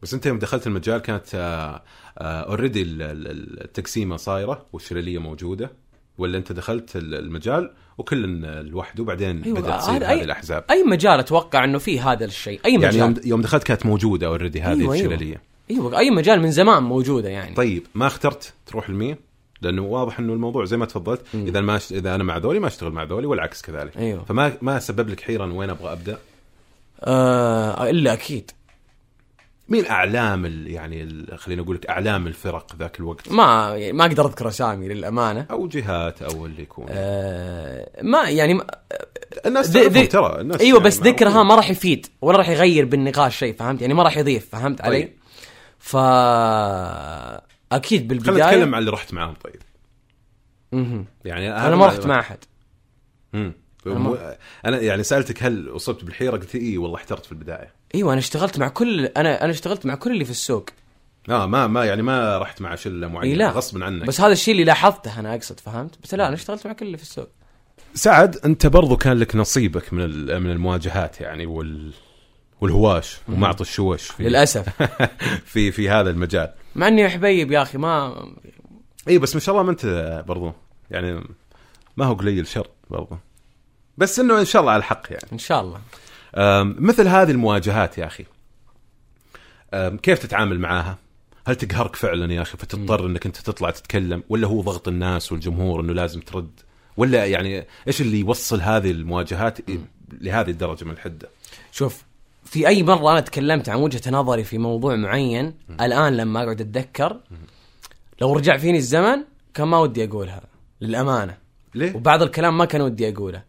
[SPEAKER 1] بس انت يوم دخلت المجال كانت آه، اوريدي التقسيمه صايره والشلاليه موجوده ولا انت دخلت ال- المجال وكل لوحده وبعدين
[SPEAKER 2] أيوة،
[SPEAKER 1] بدات تصير
[SPEAKER 2] هذا
[SPEAKER 1] هذه
[SPEAKER 2] أي-
[SPEAKER 1] الاحزاب
[SPEAKER 2] اي مجال اتوقع انه فيه هذا الشيء اي مجال
[SPEAKER 1] يعني يوم يوم دخلت كانت موجوده اوريدي هذه
[SPEAKER 2] أيوة،
[SPEAKER 1] أيوة
[SPEAKER 2] أيوة.
[SPEAKER 1] الشلاليه أيوة.
[SPEAKER 2] ايوه اي مجال من زمان موجوده يعني
[SPEAKER 1] طيب ما اخترت تروح الميم لانه واضح انه الموضوع زي ما تفضلت اذا ما ش... اذا انا مع ذولي ما اشتغل مع ذولي والعكس كذلك
[SPEAKER 2] أيوه.
[SPEAKER 1] فما ما سبب لك حيره وين ابغى ابدا
[SPEAKER 2] آه الا اكيد
[SPEAKER 1] مين اعلام ال... يعني ال... خلينا اقول لك اعلام الفرق ذاك الوقت
[SPEAKER 2] ما ما اقدر اذكر اسامي للامانه
[SPEAKER 1] او جهات او اللي يكون
[SPEAKER 2] آه ما يعني ما
[SPEAKER 1] الناس
[SPEAKER 2] ذي-
[SPEAKER 1] تعرفهم
[SPEAKER 2] ذي-
[SPEAKER 1] ترى الناس
[SPEAKER 2] ايوه
[SPEAKER 1] يعني
[SPEAKER 2] بس ذكرها
[SPEAKER 1] معروفين.
[SPEAKER 2] ما راح يفيد ولا راح يغير بالنقاش شيء فهمت يعني ما راح يضيف فهمت علي؟
[SPEAKER 1] طيب.
[SPEAKER 2] ف اكيد بالبدايه
[SPEAKER 1] خلينا نتكلم عن اللي رحت معاهم طيب
[SPEAKER 2] مهم.
[SPEAKER 1] يعني
[SPEAKER 2] انا ما رحت مع احد
[SPEAKER 1] مم.
[SPEAKER 2] أنا ما-
[SPEAKER 1] انا يعني سالتك هل اصبت بالحيره قلت اي والله احترت في البدايه
[SPEAKER 2] ايوه انا اشتغلت مع كل انا انا اشتغلت مع كل اللي في السوق
[SPEAKER 1] اه ما ما يعني ما رحت مع شله معينه
[SPEAKER 2] إي إيه، لا.
[SPEAKER 1] غصبا عنك
[SPEAKER 2] بس هذا الشيء اللي لاحظته انا اقصد فهمت؟ بس لا انا اشتغلت مع كل اللي في السوق
[SPEAKER 1] سعد انت برضو كان لك نصيبك من ال- من المواجهات يعني وال والهواش ومعط الشوش في
[SPEAKER 2] للاسف
[SPEAKER 1] في في هذا المجال
[SPEAKER 2] مع اني حبيب يا اخي ما
[SPEAKER 1] اي بس ما شاء الله ما انت برضو يعني ما هو قليل شر برضو بس انه ان شاء الله على الحق يعني
[SPEAKER 2] ان شاء الله
[SPEAKER 1] أم، مثل هذه المواجهات يا اخي أم، كيف تتعامل معاها؟ هل تقهرك فعلا يا اخي فتضطر انك انت تطلع تتكلم ولا هو ضغط الناس والجمهور انه لازم ترد ولا يعني ايش اللي يوصل هذه المواجهات إي- لهذه الدرجه من الحده؟
[SPEAKER 2] شوف في اي مره انا تكلمت عن وجهه نظري في موضوع معين الان لما اقعد اتذكر لو رجع فيني الزمن كان ما ودي اقولها للامانه
[SPEAKER 1] ليه؟
[SPEAKER 2] وبعض الكلام ما كان ودي اقوله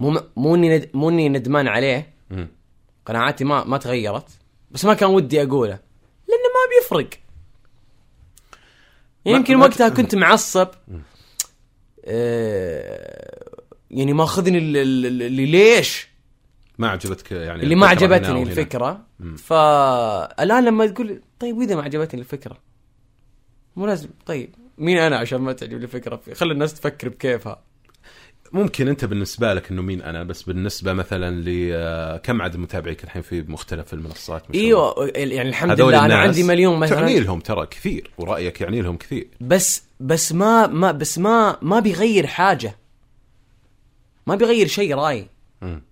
[SPEAKER 2] مو مو اني ند- مو اني ندمان عليه
[SPEAKER 1] مم.
[SPEAKER 2] قناعاتي ما ما تغيرت بس ما كان ودي اقوله لانه ما بيفرق
[SPEAKER 1] ما-
[SPEAKER 2] يمكن
[SPEAKER 1] ما-
[SPEAKER 2] وقتها كنت معصب آه، يعني ماخذني ال- ال- ال- اللي ليش
[SPEAKER 1] ما عجبتك يعني
[SPEAKER 2] اللي ما
[SPEAKER 1] الفكرة هنا
[SPEAKER 2] عجبتني
[SPEAKER 1] وهنا.
[SPEAKER 2] الفكره فالان لما تقول طيب واذا ما عجبتني الفكره مو لازم طيب مين انا عشان ما تعجبني الفكره خلي الناس تفكر بكيفها
[SPEAKER 1] ممكن انت بالنسبه لك انه مين انا بس بالنسبه مثلا لكم آه، عدد متابعيك الحين في مختلف المنصات ما شاء الله.
[SPEAKER 2] ايوه يعني الحمد
[SPEAKER 1] هذول
[SPEAKER 2] لله انا
[SPEAKER 1] الناس
[SPEAKER 2] عندي مليون
[SPEAKER 1] تعني
[SPEAKER 2] مثلا
[SPEAKER 1] لهم ترى كثير ورايك يعني لهم كثير
[SPEAKER 2] بس بس ما ما بس ما ما بيغير حاجه ما بيغير شيء رايي
[SPEAKER 1] مم.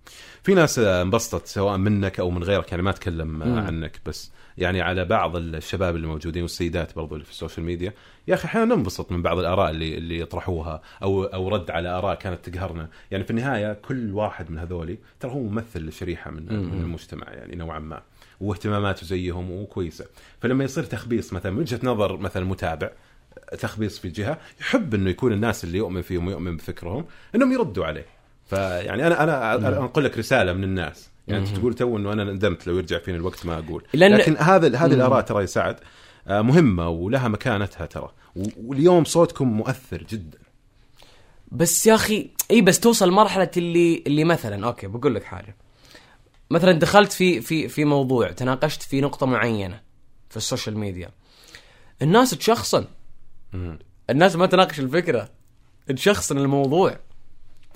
[SPEAKER 1] في ناس آه، انبسطت سواء منك او من غيرك يعني ما اتكلم آه، عنك بس يعني على بعض الشباب اللي موجودين والسيدات برضو اللي في السوشيال ميديا يا اخي احيانا ننبسط من بعض الاراء اللي اللي يطرحوها او او رد على اراء كانت تقهرنا يعني في النهايه كل واحد من هذولي ترى هو ممثل لشريحه من من المجتمع يعني نوعا ما واهتماماته زيهم وكويسه فلما يصير تخبيص مثلا من وجهه نظر مثلا متابع تخبيص في جهه يحب انه يكون الناس اللي يؤمن فيهم ويؤمن بفكرهم انهم يردوا عليه يعني فيعني انا انا
[SPEAKER 2] نعم.
[SPEAKER 1] انا انقل لك رساله من الناس يعني انت تقول تو انه انا ندمت لو يرجع فيني الوقت ما اقول
[SPEAKER 2] لأن-
[SPEAKER 1] لكن هذا هذه الاراء ترى يساعد مهمه ولها مكانتها ترى و- واليوم صوتكم مؤثر جدا
[SPEAKER 2] بس يا اخي اي بس توصل مرحله اللي اللي مثلا اوكي بقول لك حاجه مثلا دخلت في في في موضوع تناقشت في نقطه معينه في السوشيال ميديا الناس تشخصن الناس ما تناقش الفكره تشخصن الموضوع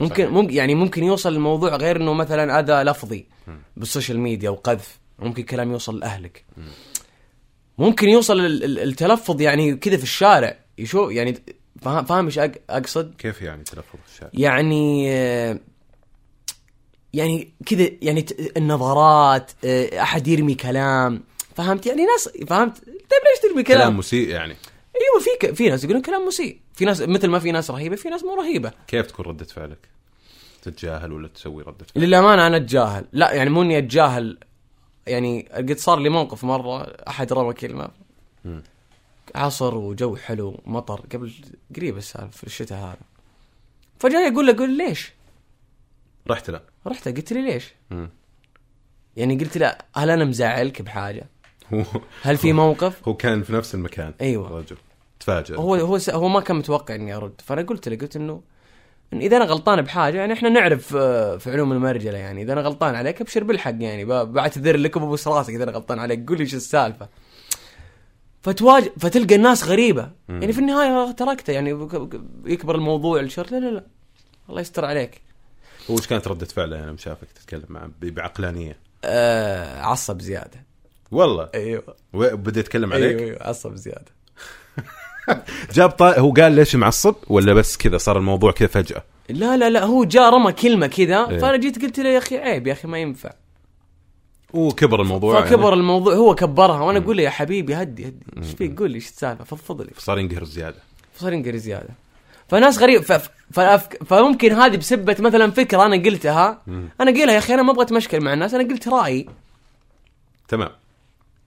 [SPEAKER 2] ممكن ممكن يعني ممكن يوصل الموضوع غير انه مثلا اذى لفظي بالسوشيال ميديا وقذف ممكن كلام يوصل لاهلك ممكن يوصل ال- ال- التلفظ يعني كذا في الشارع يشو يعني فاهم فاهم ايش أق- اقصد؟
[SPEAKER 1] كيف يعني تلفظ الشارع؟
[SPEAKER 2] يعني آه، يعني كذا يعني ت- النظرات آه، احد يرمي كلام فهمت يعني ناس فهمت طيب ليش ترمي كلام؟
[SPEAKER 1] كلام
[SPEAKER 2] كلام
[SPEAKER 1] مسيء يعني
[SPEAKER 2] ايوه في ك- في ناس يقولون كلام مسيء، في ناس مثل ما في ناس رهيبه في ناس مو رهيبه،
[SPEAKER 1] كيف تكون رده فعلك؟ تتجاهل ولا تسوي رده فعل؟
[SPEAKER 2] للامانه انا اتجاهل، لا يعني مو اني اتجاهل يعني قد صار لي موقف مره احد رمى كلمه عصر وجو حلو مطر قبل قريب السالفه في الشتاء هذا فجاه يقول له قول ليش؟
[SPEAKER 1] رحت لا
[SPEAKER 2] رحت له، قلت لي ليش؟
[SPEAKER 1] مم.
[SPEAKER 2] يعني قلت له هل انا مزعلك بحاجه؟
[SPEAKER 1] هو
[SPEAKER 2] هل في موقف؟
[SPEAKER 1] هو كان في نفس المكان
[SPEAKER 2] أيوة.
[SPEAKER 1] الرجل تفاجئ
[SPEAKER 2] هو هو س- هو ما كان متوقع اني ارد فانا قلت له قلت انه إن اذا انا غلطان بحاجه يعني احنا نعرف آه، في علوم المرجله يعني اذا انا غلطان عليك ابشر بالحق يعني ب- بعتذر لك وببوس راسك اذا انا غلطان عليك قول لي ايش السالفه فتواجه فتلقى الناس غريبه يعني في النهايه تركته يعني بك- بك- يكبر الموضوع الشر لا لا لا الله يستر عليك
[SPEAKER 1] هو ايش كانت رده فعله يعني لما شافك تتكلم معه ب- بعقلانيه
[SPEAKER 2] آه عصب زياده
[SPEAKER 1] والله
[SPEAKER 2] ايوه
[SPEAKER 1] وبدا يتكلم عليك
[SPEAKER 2] ايوه
[SPEAKER 1] أيوه.
[SPEAKER 2] ايوه عصب زياده
[SPEAKER 1] جاب طا... هو قال ليش معصب ولا بس كذا صار الموضوع كذا فجاه
[SPEAKER 2] لا لا لا هو جاء رمى كلمه كذا
[SPEAKER 1] إيه.
[SPEAKER 2] فانا جيت قلت له يا اخي عيب يا اخي ما ينفع
[SPEAKER 1] وكبر الموضوع
[SPEAKER 2] فكبر
[SPEAKER 1] يعني
[SPEAKER 2] الموضوع هو كبرها وانا اقول له يا حبيبي هدي هدي ايش فيك قول لي ايش السالفه فضفض لي
[SPEAKER 1] صار ينقهر زياده
[SPEAKER 2] فصار ينقري زياده فناس غريب ف... ف... فأف- فممكن هذه بسبه مثلا فكره انا قلتها انا قيلها يا اخي انا ما ابغى اتمشكل مع الناس انا قلت رايي
[SPEAKER 1] تمام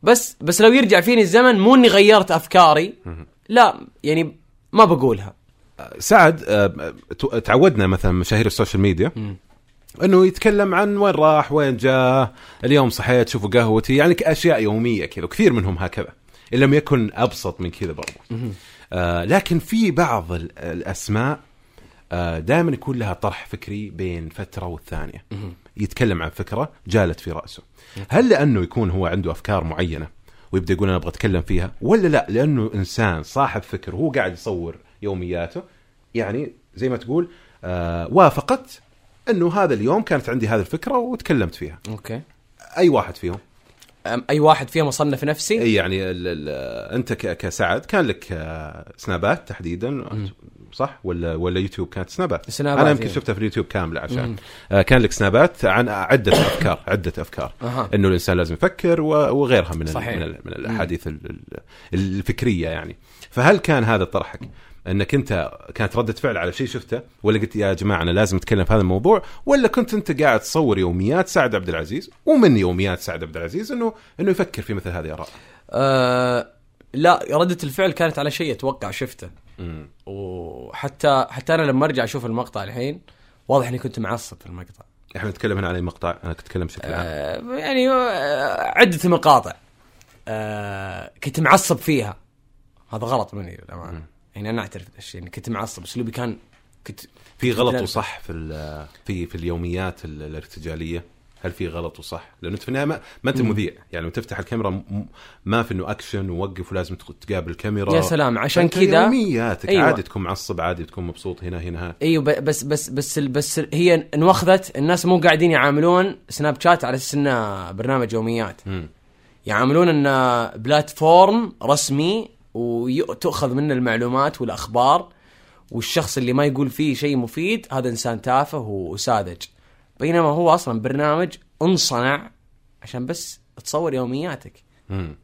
[SPEAKER 2] بس بس لو يرجع فيني الزمن مو اني غيرت افكاري لا يعني ما بقولها
[SPEAKER 1] سعد آه، ت- تعودنا مثلا مشاهير السوشيال ميديا انه يتكلم عن وين راح وين جاء اليوم صحيت شوفوا قهوتي يعني اشياء يوميه كذا وكثير منهم هكذا ان لم يكن ابسط من كذا برضو آه لكن في بعض ال- الاسماء آه دائما يكون لها طرح فكري بين فتره والثانيه يتكلم عن فكره جالت في راسه هل لانه يكون هو عنده افكار معينه ويبدا يقول انا ابغى اتكلم فيها ولا لا لانه انسان صاحب فكر وهو قاعد يصور يومياته يعني زي ما تقول آه وافقت انه هذا اليوم كانت عندي هذه الفكره وتكلمت فيها
[SPEAKER 2] اوكي
[SPEAKER 1] اي واحد فيهم
[SPEAKER 2] أم- اي واحد فيهم اصنف نفسي
[SPEAKER 1] اي يعني ال ال انت ك- كسعد كان لك آه، سنابات تحديدا صح ولا ولا يوتيوب كانت سنابات,
[SPEAKER 2] سنابات،
[SPEAKER 1] انا يمكن
[SPEAKER 2] إيه.
[SPEAKER 1] شفتها في اليوتيوب كامله عشان آه، كان لك سنابات عن عده
[SPEAKER 2] [coughs]
[SPEAKER 1] افكار عده افكار
[SPEAKER 2] أها.
[SPEAKER 1] انه الانسان لازم يفكر و- وغيرها من ال-
[SPEAKER 2] صحيح.
[SPEAKER 1] من, ال- من الاحاديث ال- ال- الفكريه يعني فهل كان هذا طرحك انك انت كانت رده فعل على شيء شفته ولا قلت يا جماعه انا لازم اتكلم في هذا الموضوع ولا كنت انت قاعد تصور يوميات سعد عبد العزيز ومن يوميات سعد عبد العزيز انه انه يفكر في مثل هذه الاراء
[SPEAKER 2] آه لا ردة الفعل كانت على شيء اتوقع شفته وحتى حتى انا لما ارجع اشوف المقطع الحين واضح اني كنت معصب في المقطع
[SPEAKER 1] احنا نتكلم هنا عن اي مقطع انا كنت اتكلم بشكل عام
[SPEAKER 2] آه، يعني آه، عدة مقاطع آه، كنت معصب فيها هذا غلط مني للامانه يعني انا اعترف بهذا الشيء اني كنت معصب اسلوبي كان كنت
[SPEAKER 1] في
[SPEAKER 2] كنت-
[SPEAKER 1] غلط وصح في ال- في في اليوميات ال- الارتجاليه هل في غلط وصح؟ لانه أنت في النهايه ما, ما انت مذيع يعني لما تفتح الكاميرا م- ما في انه اكشن ووقف ولازم تق- تقابل الكاميرا
[SPEAKER 2] يا سلام عشان
[SPEAKER 1] فأنت
[SPEAKER 2] كذا
[SPEAKER 1] يومياتك
[SPEAKER 2] أيوة.
[SPEAKER 1] أيوة. عادي تكون معصب عادي تكون مبسوط هنا هنا ها.
[SPEAKER 2] ايوه ب- بس بس بس ال- بس ال- هي انوخذت الناس مو قاعدين يعاملون سناب شات على اساس انه برنامج يوميات
[SPEAKER 1] مم.
[SPEAKER 2] يعاملون انه بلاتفورم رسمي وتؤخذ منه المعلومات والاخبار والشخص اللي ما يقول فيه شيء مفيد هذا انسان تافه وساذج بينما هو اصلا برنامج انصنع عشان بس تصور يومياتك
[SPEAKER 1] مم.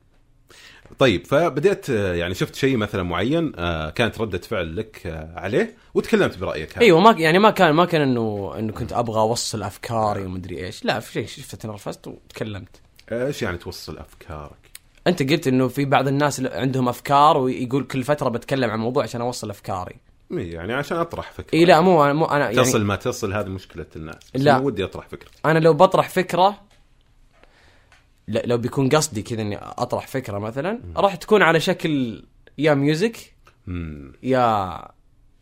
[SPEAKER 1] طيب فبدات آه، يعني شفت شيء مثلا معين آه، كانت رده فعل لك آه، عليه وتكلمت برايك هذا.
[SPEAKER 2] ايوه ما يعني ما كان ما كان انه انه كنت ابغى اوصل افكاري ومدري ايش لا في شيء شفت تنرفزت وتكلمت
[SPEAKER 1] آه، ايش يعني توصل افكارك؟
[SPEAKER 2] انت قلت انه في بعض الناس ل- عندهم افكار ويقول كل فتره بتكلم عن موضوع عشان اوصل افكاري
[SPEAKER 1] يعني عشان اطرح فكره
[SPEAKER 2] اي إيه، لا مو انا مو انا يعني
[SPEAKER 1] تصل ما تصل هذه مشكله الناس بس
[SPEAKER 2] لا.
[SPEAKER 1] لا ودي اطرح فكره
[SPEAKER 2] انا لو بطرح فكره ل- لو بيكون قصدي كذا اني اطرح فكره مثلا راح تكون على شكل يا ميوزك
[SPEAKER 1] مم.
[SPEAKER 2] يا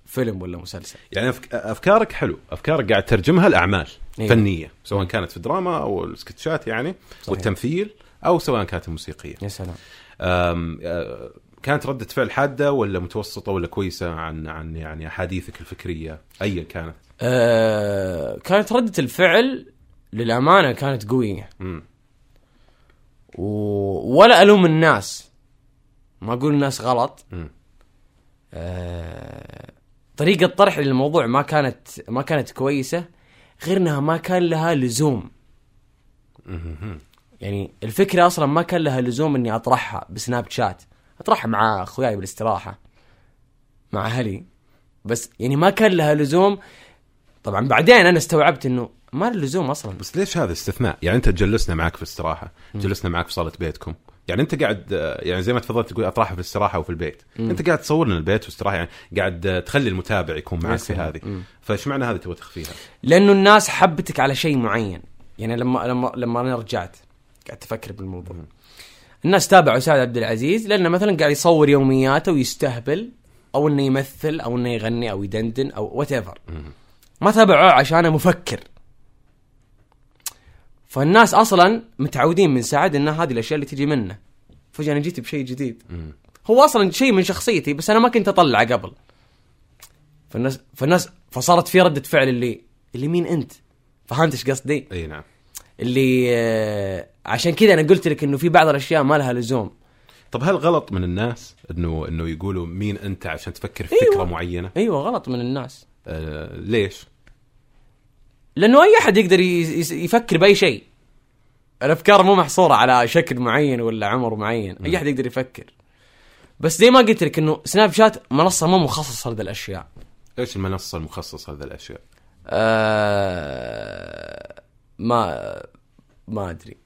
[SPEAKER 2] فيلم ولا مسلسل
[SPEAKER 1] يعني أفك... افكارك حلو افكارك قاعد تترجمها لاعمال
[SPEAKER 2] أيوة.
[SPEAKER 1] أيوة. فنيه سواء كانت في الدراما او السكتشات يعني
[SPEAKER 2] صحيح.
[SPEAKER 1] صحيح. والتمثيل او سواء كانت الموسيقيه
[SPEAKER 2] يا سلام
[SPEAKER 1] أم... أه، كانت ردة فعل حادة ولا متوسطة ولا كويسة عن عن يعني أحاديثك الفكرية أيا كانت
[SPEAKER 2] أه كانت ردة الفعل للأمانة كانت قوية
[SPEAKER 1] مم.
[SPEAKER 2] و... ولا ألوم الناس ما أقول الناس غلط
[SPEAKER 1] مم.
[SPEAKER 2] أه... طريقة طرحي للموضوع ما كانت ما كانت كويسة غير أنها ما كان لها لزوم يعني الفكرة أصلا ما كان لها لزوم إني أطرحها بسناب شات أطرحها مع أخوياي بالاستراحة مع أهلي بس يعني ما كان لها لزوم طبعا بعدين أنا استوعبت إنه ما له لزوم أصلا
[SPEAKER 1] بس ليش هذا استثناء؟ يعني أنت جلسنا معك في الاستراحة جلسنا معك في صالة بيتكم يعني أنت قاعد أه، يعني زي ما تفضلت تقول أطرحها في الاستراحة وفي البيت أنت قاعد تصور لنا البيت واستراحة يعني قاعد أه، تخلي المتابع يكون معك في
[SPEAKER 2] سلام.
[SPEAKER 1] هذه فايش معنى هذه تبغى تخفيها؟
[SPEAKER 2] لانه الناس حبتك على شيء معين يعني لما لما لما انا رجعت قعدت افكر بالموضوع الناس تابعوا سعد عبد العزيز لانه مثلا قاعد يصور يومياته ويستهبل او انه يمثل او انه يغني او يدندن او وات ايفر ما تابعوه عشانه مفكر فالناس اصلا متعودين من سعد ان هذه الاشياء اللي تجي منه فجاه انا جيت بشيء جديد هو اصلا شيء من شخصيتي بس انا ما كنت اطلعه قبل فالناس فالناس فصارت في رده فعل اللي اللي مين انت؟ فهمت ايش قصدي؟
[SPEAKER 1] اي نعم
[SPEAKER 2] اللي آه، عشان كذا انا قلت لك انه في بعض الاشياء ما لها لزوم
[SPEAKER 1] طب هل غلط من الناس انه انه يقولوا مين انت عشان تفكر في
[SPEAKER 2] أيوة.
[SPEAKER 1] فكره معينه؟
[SPEAKER 2] ايوه غلط من الناس
[SPEAKER 1] آه ليش؟
[SPEAKER 2] لانه اي احد يقدر ي- يس- يفكر باي شيء الافكار مو محصوره على شكل معين ولا عمر معين اي احد يقدر يفكر بس زي ما قلت لك انه سناب شات منصه مو مخصصه لذا الاشياء
[SPEAKER 1] ايش المنصه المخصصه لهذه الاشياء؟
[SPEAKER 2] آه ما ما ادري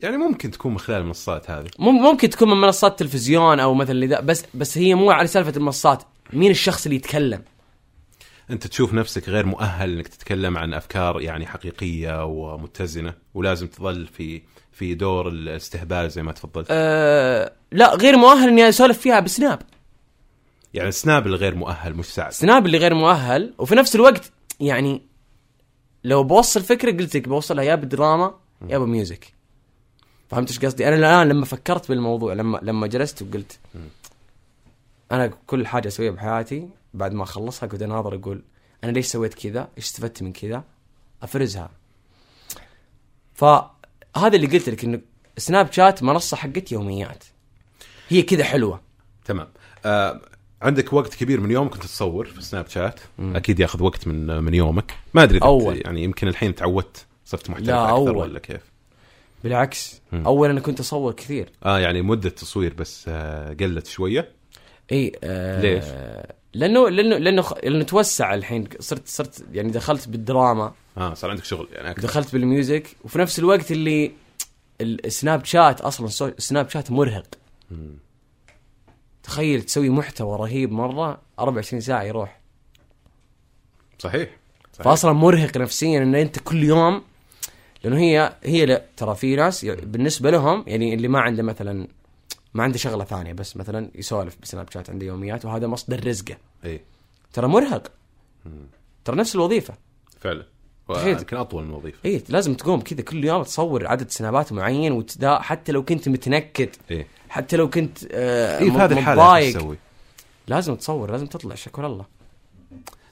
[SPEAKER 1] يعني ممكن تكون من خلال المنصات هذه
[SPEAKER 2] مم- ممكن تكون من منصات تلفزيون او مثلا لذا بس بس هي مو على سالفه المنصات مين الشخص اللي يتكلم
[SPEAKER 1] انت تشوف نفسك غير مؤهل انك تتكلم عن افكار يعني حقيقيه ومتزنه ولازم تظل في في دور الاستهبال زي ما تفضلت
[SPEAKER 2] أه لا غير مؤهل اني اسولف فيها بسناب
[SPEAKER 1] يعني سناب الغير مؤهل مش سعد
[SPEAKER 2] سناب اللي غير مؤهل وفي نفس الوقت يعني لو بوصل فكره قلت لك بوصلها يا بدراما يا بميوزك فهمت ايش قصدي؟ انا الان لما فكرت بالموضوع لما لما جلست وقلت انا كل حاجه اسويها بحياتي بعد ما اخلصها كنت اناظر اقول انا ليش سويت كذا؟ ايش استفدت من كذا؟ افرزها. فهذا اللي قلت لك انه سناب شات منصه حقت يوميات. هي كذا حلوه.
[SPEAKER 1] تمام آه عندك وقت كبير من يومك كنت تصور في سناب شات
[SPEAKER 2] مم.
[SPEAKER 1] اكيد ياخذ وقت من من يومك ما ادري إذا أنت
[SPEAKER 2] أول.
[SPEAKER 1] يعني يمكن الحين تعودت صرت محترف
[SPEAKER 2] لا،
[SPEAKER 1] اكثر
[SPEAKER 2] أول.
[SPEAKER 1] ولا كيف
[SPEAKER 2] بالعكس
[SPEAKER 1] مم.
[SPEAKER 2] اول انا كنت اصور كثير.
[SPEAKER 1] اه يعني مده تصوير بس آه قلت شويه
[SPEAKER 2] اي آه
[SPEAKER 1] ليش؟
[SPEAKER 2] لانه لانه لانه خ- لانه توسع الحين صرت صرت يعني دخلت بالدراما
[SPEAKER 1] اه صار عندك شغل يعني اكثر
[SPEAKER 2] دخلت بالميوزك وفي نفس الوقت اللي السناب شات اصلا سو- سناب شات مرهق
[SPEAKER 1] مم.
[SPEAKER 2] تخيل تسوي محتوى رهيب مره 24 ساعه يروح
[SPEAKER 1] صحيح صحيح.
[SPEAKER 2] فاصلا مرهق نفسيا ان انت كل يوم لانه هي هي لا ترى في ناس ي- بالنسبه لهم يعني اللي ما عنده مثلا ما عنده شغله ثانيه بس مثلا يسولف بسناب شات عنده يوميات وهذا مصدر رزقه
[SPEAKER 1] اي
[SPEAKER 2] ترى مرهق ترى نفس الوظيفه
[SPEAKER 1] فعلا
[SPEAKER 2] تخيل.
[SPEAKER 1] يمكن اطول من وظيفه
[SPEAKER 2] اي لازم تقوم كذا كل يوم تصور عدد سنابات معين وتدا حتى لو كنت متنكد
[SPEAKER 1] ايه
[SPEAKER 2] حتى لو كنت آه
[SPEAKER 1] ايه في
[SPEAKER 2] م-
[SPEAKER 1] هذه الحاله ايش
[SPEAKER 2] متضايق
[SPEAKER 1] تسوي؟
[SPEAKER 2] لازم تصور لازم تطلع شكر الله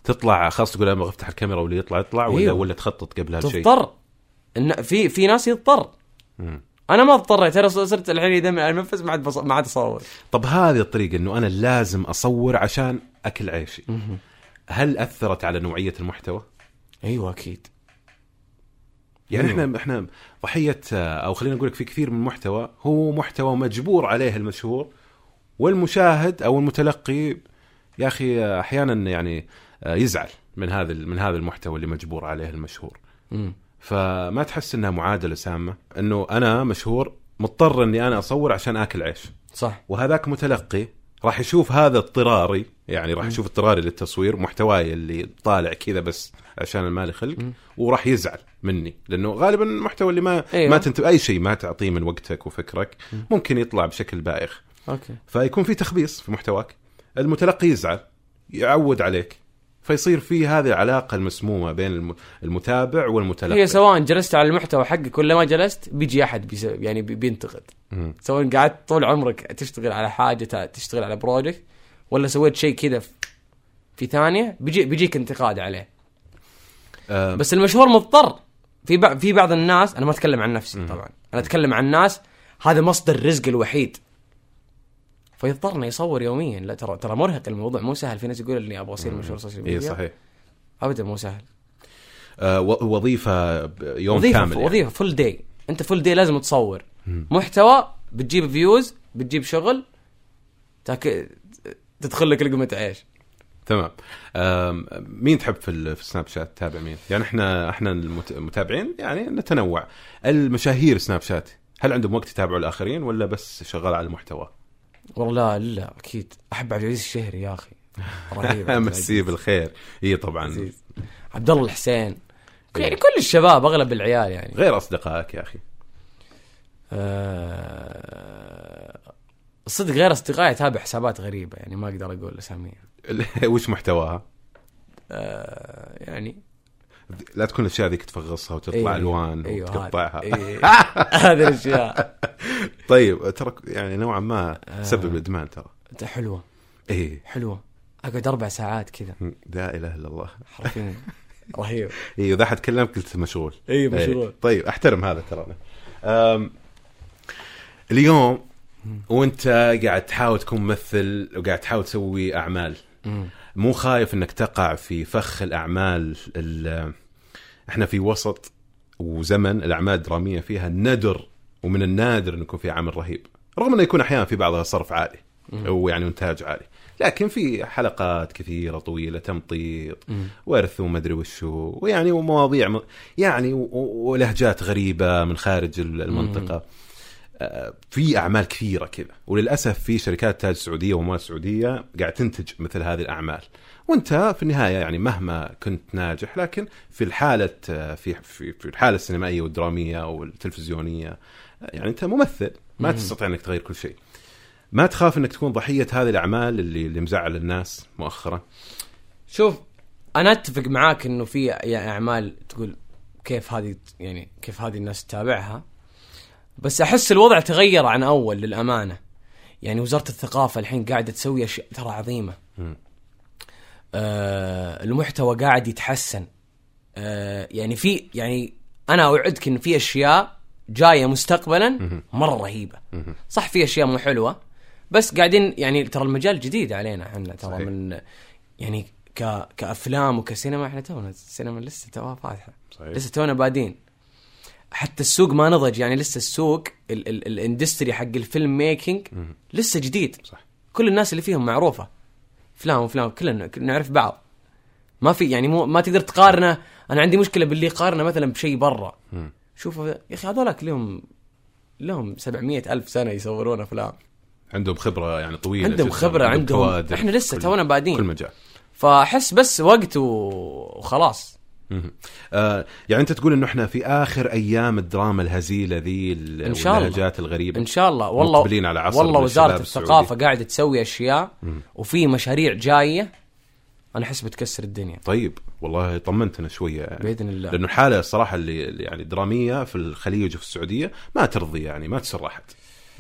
[SPEAKER 1] تطلع خلاص تقول انا بفتح الكاميرا واللي يطلع يطلع ولا
[SPEAKER 2] أيوه.
[SPEAKER 1] ولا تخطط قبل هالشيء
[SPEAKER 2] تضطر ان في في ناس يضطر
[SPEAKER 1] مم.
[SPEAKER 2] انا ما اضطريت انا صرت الحين يدمع على المنفذ ما عاد بص- ما عاد اصور
[SPEAKER 1] طب هذه الطريقه انه انا لازم اصور عشان اكل عيشي هل اثرت على نوعيه المحتوى؟
[SPEAKER 2] ايوه اكيد
[SPEAKER 1] يعني
[SPEAKER 2] أيوه.
[SPEAKER 1] احنا احنا ضحيه آه، او خلينا نقول لك في كثير من المحتوى هو محتوى مجبور عليه المشهور والمشاهد او المتلقي يا اخي آه، احيانا يعني آه، يزعل من هذا من هذا المحتوى اللي مجبور عليه المشهور
[SPEAKER 2] مم.
[SPEAKER 1] فما تحس انها معادله سامه انه انا مشهور مضطر اني انا اصور عشان اكل عيش
[SPEAKER 2] صح
[SPEAKER 1] وهذاك متلقي راح يشوف هذا اضطراري يعني راح يشوف اضطراري للتصوير محتواي اللي طالع كذا بس عشان أنا مالي خلق
[SPEAKER 2] مم.
[SPEAKER 1] وراح يزعل مني لانه غالبا المحتوى اللي ما
[SPEAKER 2] أيوة.
[SPEAKER 1] أيوة. ما تنت اي شيء ما تعطيه من وقتك وفكرك
[SPEAKER 2] مم.
[SPEAKER 1] ممكن يطلع بشكل بايخ
[SPEAKER 2] اوكي
[SPEAKER 1] فيكون في تخبيص في محتواك المتلقي يزعل يعود عليك فيصير في هذه العلاقه المسمومه بين الم- المتابع والمتلقي
[SPEAKER 2] هي سواء جلست على المحتوى حقك ولا ما جلست بيجي احد بيس- يعني بي- بينتقد
[SPEAKER 1] مم.
[SPEAKER 2] سواء قعدت طول عمرك تشتغل على حاجه ت- تشتغل على بروجكت ولا سويت شيء كذا في- في ثانيه بيجي بيجيك انتقاد عليه
[SPEAKER 1] آه،
[SPEAKER 2] بس المشهور مضطر في بع- في بعض الناس انا ما اتكلم عن نفسي طبعا انا اتكلم عن الناس هذا مصدر رزق الوحيد فيضطر انه يصور يوميا لا ترى ترى مرهق الموضوع مو سهل في ناس يقول اني ابغى اصير مشهور سوشيال
[SPEAKER 1] اي
[SPEAKER 2] ميديا
[SPEAKER 1] إيه، صحيح
[SPEAKER 2] ابدا مو سهل
[SPEAKER 1] آه، و- وظيفه ب- يوم
[SPEAKER 2] وظيفه
[SPEAKER 1] كامل يعني.
[SPEAKER 2] وظيفه فول داي انت فول داي لازم تصور محتوى بتجيب فيوز بتجيب شغل تاك... تدخل لك لقمه عيش
[SPEAKER 1] تمام أم، مين تحب في ال- في السناب شات تتابع مين؟ يعني احنا احنا المت- المتابعين يعني نتنوع المشاهير سناب شات هل عندهم وقت يتابعوا الاخرين ولا بس شغال على المحتوى؟
[SPEAKER 2] والله لا لا اكيد احب عبد العزيز الشهري
[SPEAKER 1] [laughs]
[SPEAKER 2] يا اخي رهيب عبد العزيز.
[SPEAKER 1] مسيه بالخير اي طبعا
[SPEAKER 2] أيوة، عزيز عبد الله الحسين كل- يعني كل الشباب اغلب العيال يعني
[SPEAKER 1] غير اصدقائك يا اخي
[SPEAKER 2] آه، صدق غير اصدقائي اتابع حسابات غريبه يعني ما اقدر اقول اساميها
[SPEAKER 1] [laughs] وش محتواها؟
[SPEAKER 2] آه، يعني
[SPEAKER 1] لا تكون الاشياء ذيك تفغصها وتطلع
[SPEAKER 2] أيوه،
[SPEAKER 1] الوان
[SPEAKER 2] أيوه، هذا-
[SPEAKER 1] وتقطعها
[SPEAKER 2] [laughs] أيوه، هذه الاشياء
[SPEAKER 1] طيب ترى يعني نوعا ما تسبب ادمان ترى
[SPEAKER 2] حلوه
[SPEAKER 1] اي
[SPEAKER 2] حلوه اقعد اربع ساعات كذا
[SPEAKER 1] لا اله الا الله
[SPEAKER 2] [laughs]
[SPEAKER 1] إيه،
[SPEAKER 2] حرفيا رهيب
[SPEAKER 1] اي اذا احد كلمك قلت مشغول
[SPEAKER 2] اي مشروع
[SPEAKER 1] إيه. طيب احترم هذا ترى أنا. أم، اليوم وانت قاعد تحاول تكون ممثل وقاعد تحاول تسوي اعمال
[SPEAKER 2] مم.
[SPEAKER 1] مو خايف انك تقع في فخ الاعمال ال- احنا في وسط وزمن الاعمال الدراميه فيها ندر ومن النادر انه يكون في عمل رهيب رغم انه يكون احيانا في بعضها صرف عالي ويعني انتاج عالي لكن في حلقات كثيره طويله تمطيط
[SPEAKER 2] مم.
[SPEAKER 1] ورث وما ادري وشو ويعني ومواضيع م... يعني و... و- ولهجات غريبه من خارج ال- المنطقه آه، في اعمال كثيره كذا وللاسف في شركات تاج سعوديه وما سعوديه قاعد تنتج مثل هذه الاعمال وانت في النهايه يعني مهما كنت ناجح لكن في الحاله آه، في في, في الحاله السينمائيه والدراميه والتلفزيونيه آه، يعني انت ممثل ما تستطيع انك تغير كل شيء ما تخاف انك تكون ضحيه هذه الاعمال اللي اللي مزعل الناس مؤخرا
[SPEAKER 2] شوف انا اتفق معاك انه في يا اعمال تقول كيف هذه يعني كيف هذه الناس تتابعها بس احس الوضع تغير عن اول للامانه يعني وزاره الثقافه الحين قاعده تسوي اشياء ترى عظيمه
[SPEAKER 1] مم.
[SPEAKER 2] آه المحتوى قاعد يتحسن آه يعني في يعني انا اوعدك ان في اشياء جايه مستقبلا مره رهيبه صح في اشياء مو حلوه بس قاعدين يعني ترى المجال جديد علينا احنا ترى
[SPEAKER 1] صحيح.
[SPEAKER 2] من يعني ك كافلام وكسينما احنا تونا السينما لسه توها فاتحه
[SPEAKER 1] صحيح.
[SPEAKER 2] إيه. لسه تونا بادين حتى السوق ما نضج يعني لسه السوق ال- ال- الاندستري حق الفيلم ميكينج لسه جديد
[SPEAKER 1] صح.
[SPEAKER 2] كل الناس اللي فيهم معروفه فلان وفلان كلنا كلنا نعرف بعض ما في يعني مو ما تقدر تقارنه انا عندي مشكله باللي يقارنه مثلا بشيء برا شوف يا اخي هذولك لهم لهم 700 الف سنه يصورون افلام
[SPEAKER 1] عندهم خبره يعني طويله
[SPEAKER 2] عندهم
[SPEAKER 1] جداً،
[SPEAKER 2] خبرة، عندهم-
[SPEAKER 1] كوادر،
[SPEAKER 2] إحنا لسه
[SPEAKER 1] كل-
[SPEAKER 2] تونا بادين.
[SPEAKER 1] كل مجال
[SPEAKER 2] فاحس بس وقت و... وخلاص
[SPEAKER 1] مهم. آه يعني انت تقول انه احنا في اخر ايام الدراما الهزيله ذي ال-
[SPEAKER 2] إن شاء الله.
[SPEAKER 1] واللهجات الغريبه
[SPEAKER 2] ان شاء الله والله
[SPEAKER 1] مقبلين على عصر
[SPEAKER 2] والله
[SPEAKER 1] من
[SPEAKER 2] وزاره
[SPEAKER 1] الشباب
[SPEAKER 2] الثقافه
[SPEAKER 1] السعودي.
[SPEAKER 2] قاعده تسوي اشياء وفي مشاريع جايه انا احس بتكسر الدنيا
[SPEAKER 1] طيب والله طمنتنا شويه يعني.
[SPEAKER 2] باذن الله
[SPEAKER 1] لانه الحاله الصراحه اللي اللي يعني الدراميه في الخليج وفي السعوديه ما ترضي يعني ما تسر احد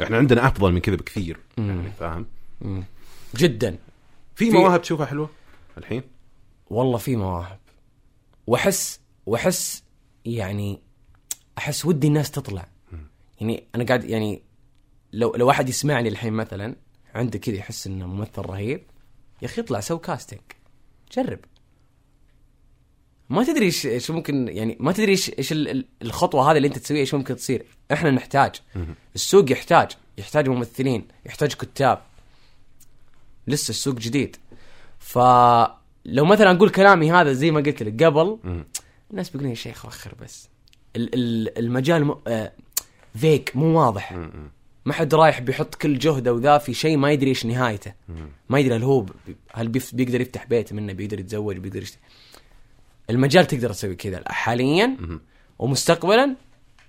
[SPEAKER 1] احنا عندنا افضل من كذا بكثير يعني فاهم
[SPEAKER 2] جدا
[SPEAKER 1] في
[SPEAKER 2] في-
[SPEAKER 1] مواهب تشوفها حلوه الحين
[SPEAKER 2] والله في مواهب واحس واحس يعني احس ودي الناس تطلع يعني انا قاعد يعني لو لو احد يسمعني الحين مثلا عنده كذا يحس انه ممثل رهيب يا اخي اطلع سو كاستنج جرب ما تدري ايش ايش ممكن يعني ما تدري ايش ايش ال- ال- الخطوه هذه اللي انت تسويها ايش ممكن تصير احنا نحتاج السوق يحتاج يحتاج ممثلين يحتاج كتاب لسه السوق جديد فلو مثلا اقول كلامي هذا زي ما قلت لك قبل الناس بيقولون يا شيخ وخر بس ال- ال- المجال م... آه، فيك مو واضح ما حد رايح بيحط كل جهده وذا في شيء ما يدري ايش نهايته ما يدري هل هو ب- هل بيف- بيقدر يفتح بيت منه بيقدر يتزوج بيقدر يشت... المجال تقدر تسوي كذا حاليا ومستقبلا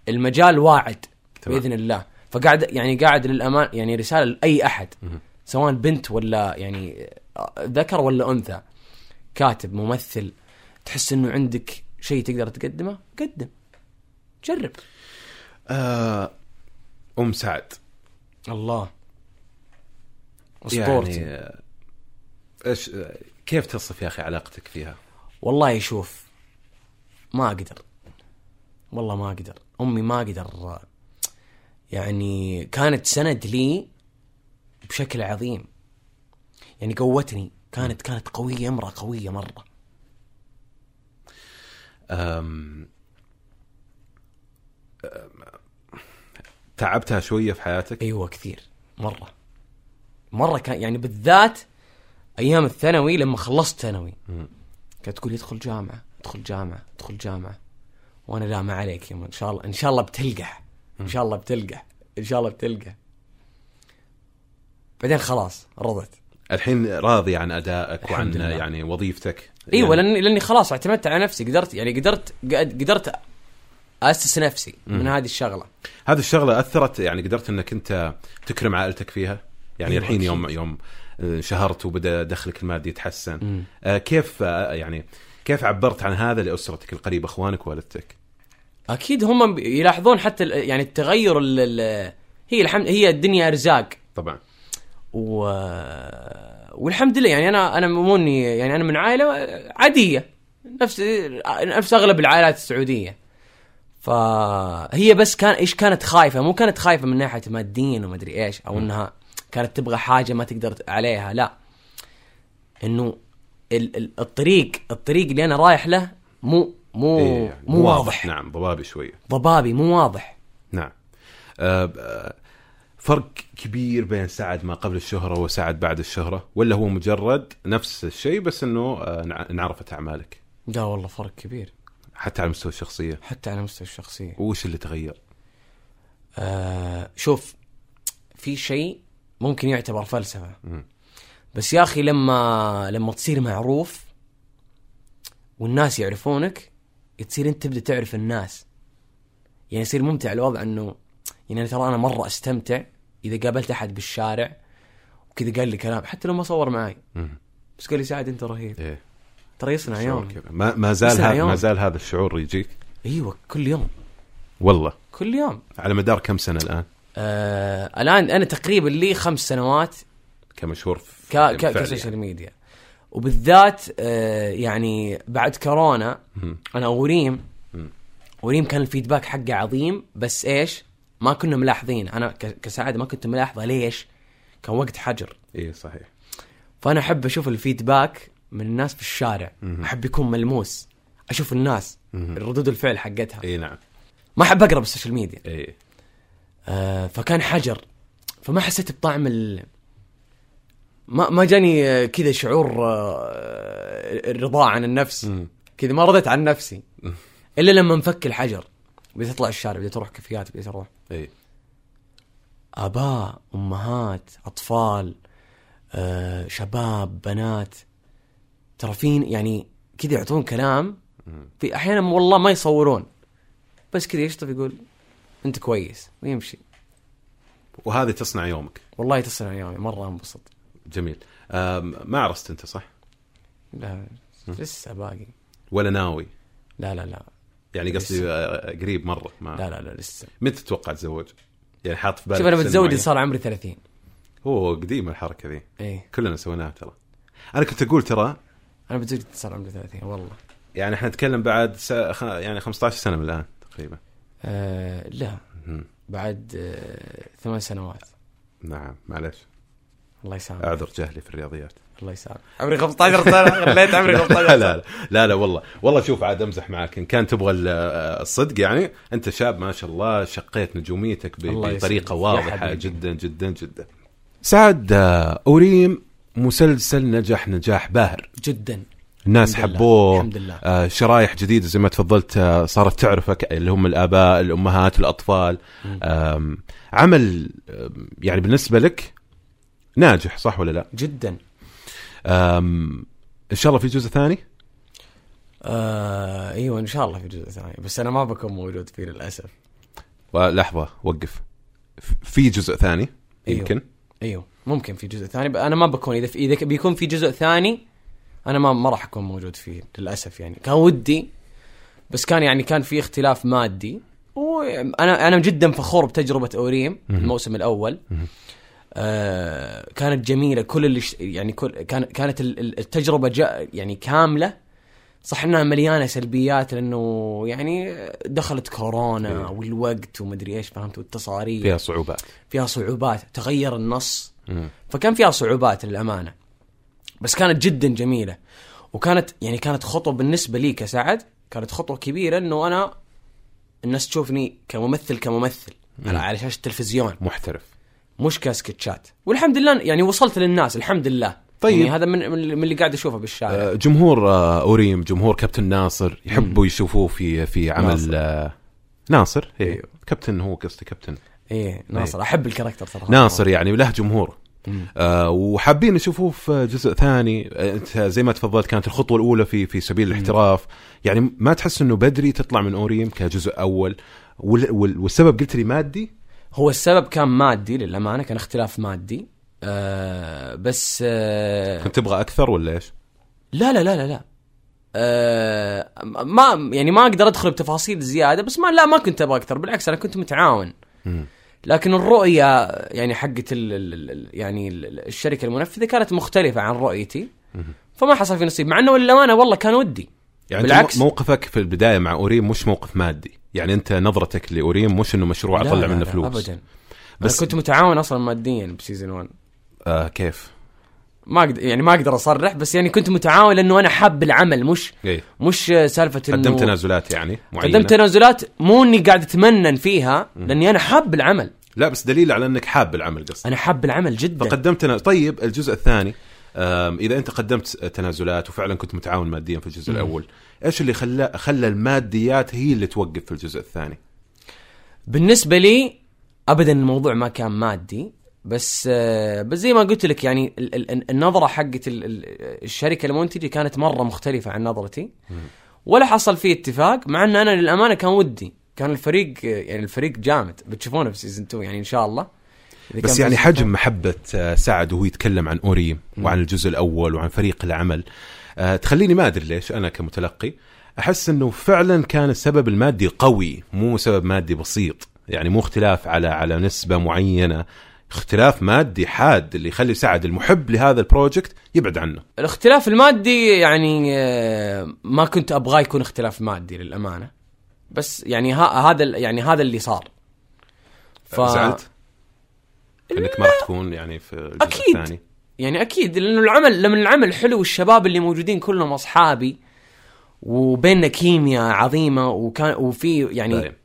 [SPEAKER 2] المجال واعد
[SPEAKER 1] تمام.
[SPEAKER 2] باذن الله فقاعد يعني قاعد للامان يعني رساله لاي احد سواء بنت ولا يعني آه، ذكر ولا انثى كاتب ممثل تحس انه عندك شيء تقدر تقدمه قدم جرب
[SPEAKER 1] آه ام سعد
[SPEAKER 2] الله اسطورتي
[SPEAKER 1] يعني آه، ايش آه، كيف تصف يا اخي علاقتك فيها؟
[SPEAKER 2] والله يشوف ما اقدر والله ما اقدر امي ما اقدر يعني كانت سند لي بشكل عظيم يعني قوتني كانت كانت قويه امراه قويه مره
[SPEAKER 1] أم... أم، تعبتها شويه في حياتك
[SPEAKER 2] ايوه كثير مره مره كان يعني بالذات ايام الثانوي لما خلصت ثانوي كانت تقول ادخل جامعه ادخل جامعه ادخل جامعه وانا لا ما عليك يا أم، ان شاء الله ان شاء الله بتلقح ان شاء الله بتلقح ان شاء الله بتلقح بعدين خلاص رضت
[SPEAKER 1] الحين راضي عن ادائك وعن
[SPEAKER 2] الحمد لله.
[SPEAKER 1] يعني وظيفتك
[SPEAKER 2] ايوه
[SPEAKER 1] يعني
[SPEAKER 2] لاني لاني خلاص اعتمدت على نفسي قدرت يعني قدرت قد- قدرت اسس نفسي من هذه الشغله
[SPEAKER 1] هذه الشغله اثرت يعني قدرت انك انت تكرم عائلتك فيها يعني
[SPEAKER 2] أيوة،
[SPEAKER 1] الحين
[SPEAKER 2] أكيد.
[SPEAKER 1] يوم يوم انشهرت وبدا دخلك المادي يتحسن آه كيف آه يعني كيف عبرت عن هذا لاسرتك القريبه اخوانك والدتك
[SPEAKER 2] اكيد هم بي- يلاحظون حتى ال- يعني التغير ال ال- هي الحمد هي الدنيا ارزاق
[SPEAKER 1] طبعا
[SPEAKER 2] و... والحمد لله يعني انا انا مو اني يعني انا من عائله عاديه نفس نفس اغلب العائلات السعوديه فهي بس كان ايش كانت خايفه مو كانت خايفه من ناحيه ماديا وما ادري ايش او انها كانت تبغى حاجه ما تقدر عليها لا انه ال- ال- الطريق الطريق اللي انا رايح له مو مو
[SPEAKER 1] إيه، يعني
[SPEAKER 2] مو واضح
[SPEAKER 1] نعم ضبابي شويه
[SPEAKER 2] ضبابي مو واضح
[SPEAKER 1] نعم آه، آه، فرق كبير بين سعد ما قبل الشهرة وسعد بعد الشهرة ولا هو مجرد نفس الشيء بس انه آه، انع- انعرفت اعمالك
[SPEAKER 2] لا والله فرق كبير
[SPEAKER 1] حتى على مستوى الشخصية
[SPEAKER 2] حتى على مستوى الشخصيه
[SPEAKER 1] وش اللي تغير؟
[SPEAKER 2] آه شوف في شيء ممكن يعتبر فلسفه بس يا اخي لما لما تصير معروف والناس يعرفونك تصير انت تبدا تعرف الناس يعني يصير ممتع الوضع انه يعني أنا ترى انا مره استمتع اذا قابلت احد بالشارع وكذا قال لي كلام حتى لو ما صور معي
[SPEAKER 1] مم.
[SPEAKER 2] بس قال لي سعد انت رهيب
[SPEAKER 1] ايه
[SPEAKER 2] ترى يصنع
[SPEAKER 1] شعور
[SPEAKER 2] يوم
[SPEAKER 1] كبير. ما ما زال
[SPEAKER 2] لسه
[SPEAKER 1] هذا
[SPEAKER 2] اليوم.
[SPEAKER 1] ما زال هذا الشعور يجيك
[SPEAKER 2] ايوه كل يوم
[SPEAKER 1] والله
[SPEAKER 2] كل يوم
[SPEAKER 1] على مدار كم سنه الان
[SPEAKER 2] آه الان انا تقريبا لي خمس سنوات
[SPEAKER 1] كمشهور في-
[SPEAKER 2] ك- ك-
[SPEAKER 1] بالفعل يعني.
[SPEAKER 2] كسوشيال ميديا وبالذات آه يعني بعد كورونا
[SPEAKER 1] مم.
[SPEAKER 2] انا وريم وريم كان الفيدباك حقه عظيم بس ايش؟ ما كنا ملاحظين انا ك- كسعاده ما كنت ملاحظه ليش؟ كان وقت حجر
[SPEAKER 1] ايه صحيح
[SPEAKER 2] فانا احب اشوف الفيدباك من الناس في الشارع احب يكون ملموس اشوف الناس ردود الفعل حقتها
[SPEAKER 1] اي نعم إيه.
[SPEAKER 2] ما احب اقرا بالسوشيال ميديا
[SPEAKER 1] اي
[SPEAKER 2] آه، فكان حجر فما حسيت بطعم ال ما ما جاني آه، كذا شعور آه، الرضا عن النفس كذا ما رضيت عن نفسي الا لما انفك الحجر بديت اطلع الشارع بديت اروح كافيات بديت اروح
[SPEAKER 1] اي
[SPEAKER 2] اباء امهات اطفال آه، شباب بنات ترى فين يعني كذا يعطون كلام في احيانا والله ما يصورون بس كذا يشطف يقول انت كويس ويمشي
[SPEAKER 1] وهذه تصنع يومك
[SPEAKER 2] والله تصنع يومي مره انبسط
[SPEAKER 1] جميل أم، ما عرست انت صح
[SPEAKER 2] لا لسه باقي
[SPEAKER 1] ولا ناوي
[SPEAKER 2] لا لا لا
[SPEAKER 1] يعني قصدي أه، قريب مره
[SPEAKER 2] لا
[SPEAKER 1] ما
[SPEAKER 2] لا لا لسه
[SPEAKER 1] متى تتوقع تتزوج؟ يعني حاط في بالك
[SPEAKER 2] نعم. شوف انا
[SPEAKER 1] سن
[SPEAKER 2] بتزوج
[SPEAKER 1] معين؟
[SPEAKER 2] إذا صار عمري 30
[SPEAKER 1] هو قديم الحركه ذي
[SPEAKER 2] ايه
[SPEAKER 1] كلنا سويناها ترى انا كنت اقول ترى
[SPEAKER 2] انا بتزوج إذا صار عمري 30 والله
[SPEAKER 1] يعني احنا نتكلم بعد س... خ... يعني 15 سنه من الان تقريبا
[SPEAKER 2] آه لا
[SPEAKER 1] مم.
[SPEAKER 2] بعد آه ثمان سنوات
[SPEAKER 1] نعم معلش
[SPEAKER 2] الله يسامحك
[SPEAKER 1] اعذر جهلي في
[SPEAKER 2] [laughs]
[SPEAKER 1] الرياضيات
[SPEAKER 2] الله يسامحك عمري 15
[SPEAKER 1] [laughs]
[SPEAKER 2] سنه خليت عمري 15
[SPEAKER 1] لا لا لا لا والله والله شوف عاد امزح معك ان كان تبغى ال- الصدق يعني انت شاب ما شاء الله شقيت نجوميتك ب-
[SPEAKER 2] الله
[SPEAKER 1] بطريقه
[SPEAKER 2] يسلمك. يا
[SPEAKER 1] واضحه
[SPEAKER 2] حبيبي.
[SPEAKER 1] جدا جدا جدا سعد آه، اوريم مسلسل نجح نجاح باهر
[SPEAKER 2] جدا
[SPEAKER 1] الناس
[SPEAKER 2] الحمد لله.
[SPEAKER 1] حبوه
[SPEAKER 2] الحمد لله.
[SPEAKER 1] آه، شرايح جديده زي ما تفضلت آه، صارت تعرفك اللي هم الاباء الامهات الاطفال آم، عمل آم، يعني بالنسبه لك ناجح صح ولا لا؟
[SPEAKER 2] جدا
[SPEAKER 1] آم، ان شاء الله في جزء ثاني
[SPEAKER 2] آه ايوه ان شاء الله في جزء ثاني بس انا ما بكون موجود فيه للاسف
[SPEAKER 1] لحظه وقف ف- في جزء ثاني
[SPEAKER 2] أيوه.
[SPEAKER 1] يمكن
[SPEAKER 2] ايوه ممكن في جزء ثاني بقى انا ما بكون اذا في اذا بيكون في جزء ثاني انا ما ما راح اكون موجود فيه للاسف يعني كان ودي بس كان يعني كان في اختلاف مادي وانا انا جدا فخور بتجربه اوريم الموسم الاول آه كانت جميله كل اللي ش- يعني كل كان كانت ال- ال- التجربه جا يعني كامله صح انها مليانه سلبيات لانه يعني دخلت كورونا
[SPEAKER 1] إيه.
[SPEAKER 2] والوقت ومدري ايش فهمت والتصاريح
[SPEAKER 1] فيها صعوبات
[SPEAKER 2] فيها صعوبات تغير النص
[SPEAKER 1] مم.
[SPEAKER 2] فكان فيها صعوبات للامانه بس كانت جدا جميله وكانت يعني كانت خطوه بالنسبه لي كسعد كانت خطوه كبيره انه انا الناس تشوفني كممثل كممثل على على شاشه التلفزيون
[SPEAKER 1] محترف
[SPEAKER 2] مش كسكتشات والحمد لله يعني وصلت للناس الحمد لله
[SPEAKER 1] طيب.
[SPEAKER 2] يعني هذا من من من اللي قاعد اشوفه بالشارع
[SPEAKER 1] آه، جمهور آه، اوريم جمهور كابتن ناصر يحبوا يشوفوه في في عمل
[SPEAKER 2] ناصر.
[SPEAKER 1] ناصر, ناصر. هي.
[SPEAKER 2] أيوه.
[SPEAKER 1] كابتن هو قصدي كابتن
[SPEAKER 2] ايه ناصر احب الكاركتر صراحه
[SPEAKER 1] طيب. ناصر يعني له جمهور آه وحابين يشوفوه في جزء ثاني آه، انت زي ما تفضلت كانت الخطوه الاولى في في سبيل الاحتراف يعني ما تحس انه بدري تطلع من اوريم كجزء اول وال- وال- والسبب قلت لي مادي
[SPEAKER 2] هو السبب كان مادي للامانه كان اختلاف مادي آه بس آه
[SPEAKER 1] كنت تبغى اكثر ولا ايش؟
[SPEAKER 2] لا لا لا لا لا أه ما يعني ما اقدر ادخل بتفاصيل زياده بس ما لا ما كنت ابغى اكثر بالعكس انا كنت متعاون لكن الرؤيه يعني حقت ال ال ال يعني ال- ال- الشركه المنفذه كانت مختلفه عن رؤيتي فما حصل في نصيب مع انه للامانه والله كان ودي
[SPEAKER 1] يعني
[SPEAKER 2] بالعكس.
[SPEAKER 1] بالعكس موقفك في البدايه مع اوريم مش موقف مادي يعني انت نظرتك لاوريم مش انه مشروع
[SPEAKER 2] لا،
[SPEAKER 1] اطلع
[SPEAKER 2] لا،
[SPEAKER 1] منه
[SPEAKER 2] لا،
[SPEAKER 1] فلوس
[SPEAKER 2] ابدا بس
[SPEAKER 1] بس-
[SPEAKER 2] كنت متعاون اصلا ماديا بسيزون 1
[SPEAKER 1] آه كيف؟
[SPEAKER 2] ما اقدر يعني ما اقدر اصرح بس يعني كنت متعاون لانه انا حاب العمل مش
[SPEAKER 1] ايه
[SPEAKER 2] مش سالفه انه
[SPEAKER 1] قدمت تنازلات يعني معينه
[SPEAKER 2] قدمت تنازلات مو اني قاعد اتمنن فيها لاني انا حاب العمل
[SPEAKER 1] لا بس دليل على انك حاب العمل قصدي
[SPEAKER 2] انا حاب العمل جدا
[SPEAKER 1] فقدمت تنازل طيب الجزء الثاني آم، اذا انت قدمت تنازلات وفعلا كنت متعاون ماديا في الجزء الاول ايش اللي خلى خلى الماديات هي اللي توقف في الجزء الثاني
[SPEAKER 2] بالنسبه لي ابدا الموضوع ما كان مادي بس آه، بس زي ما قلت لك يعني ال- ال- النظره حقت ال- ال- الشركه المنتجه كانت مره مختلفه عن نظرتي ولا حصل فيه اتفاق مع ان انا للامانه كان ودي كان الفريق آه، يعني الفريق جامد بتشوفونه في سيزون 2 يعني ان شاء الله إذا كان
[SPEAKER 1] بس
[SPEAKER 2] في
[SPEAKER 1] يعني
[SPEAKER 2] season
[SPEAKER 1] حجم محبة آه، سعد وهو يتكلم عن أوريم وعن الجزء الأول وعن فريق العمل آه، تخليني ما أدري ليش أنا كمتلقي أحس أنه فعلا كان السبب المادي قوي مو سبب مادي بسيط يعني مو اختلاف على على نسبة معينة اختلاف مادي حاد اللي يخلي سعد المحب لهذا البروجكت يبعد عنه
[SPEAKER 2] الاختلاف المادي يعني آه، ما كنت ابغاه يكون اختلاف مادي للامانه بس يعني ها هذا ال- يعني هذا اللي صار ف...
[SPEAKER 1] زعلت انك ما راح تكون يعني في الجزء
[SPEAKER 2] أكيد.
[SPEAKER 1] الثاني
[SPEAKER 2] يعني اكيد لانه العمل لما العمل حلو والشباب اللي موجودين كلهم اصحابي وبيننا كيمياء عظيمه وكان وفي يعني
[SPEAKER 1] طيب.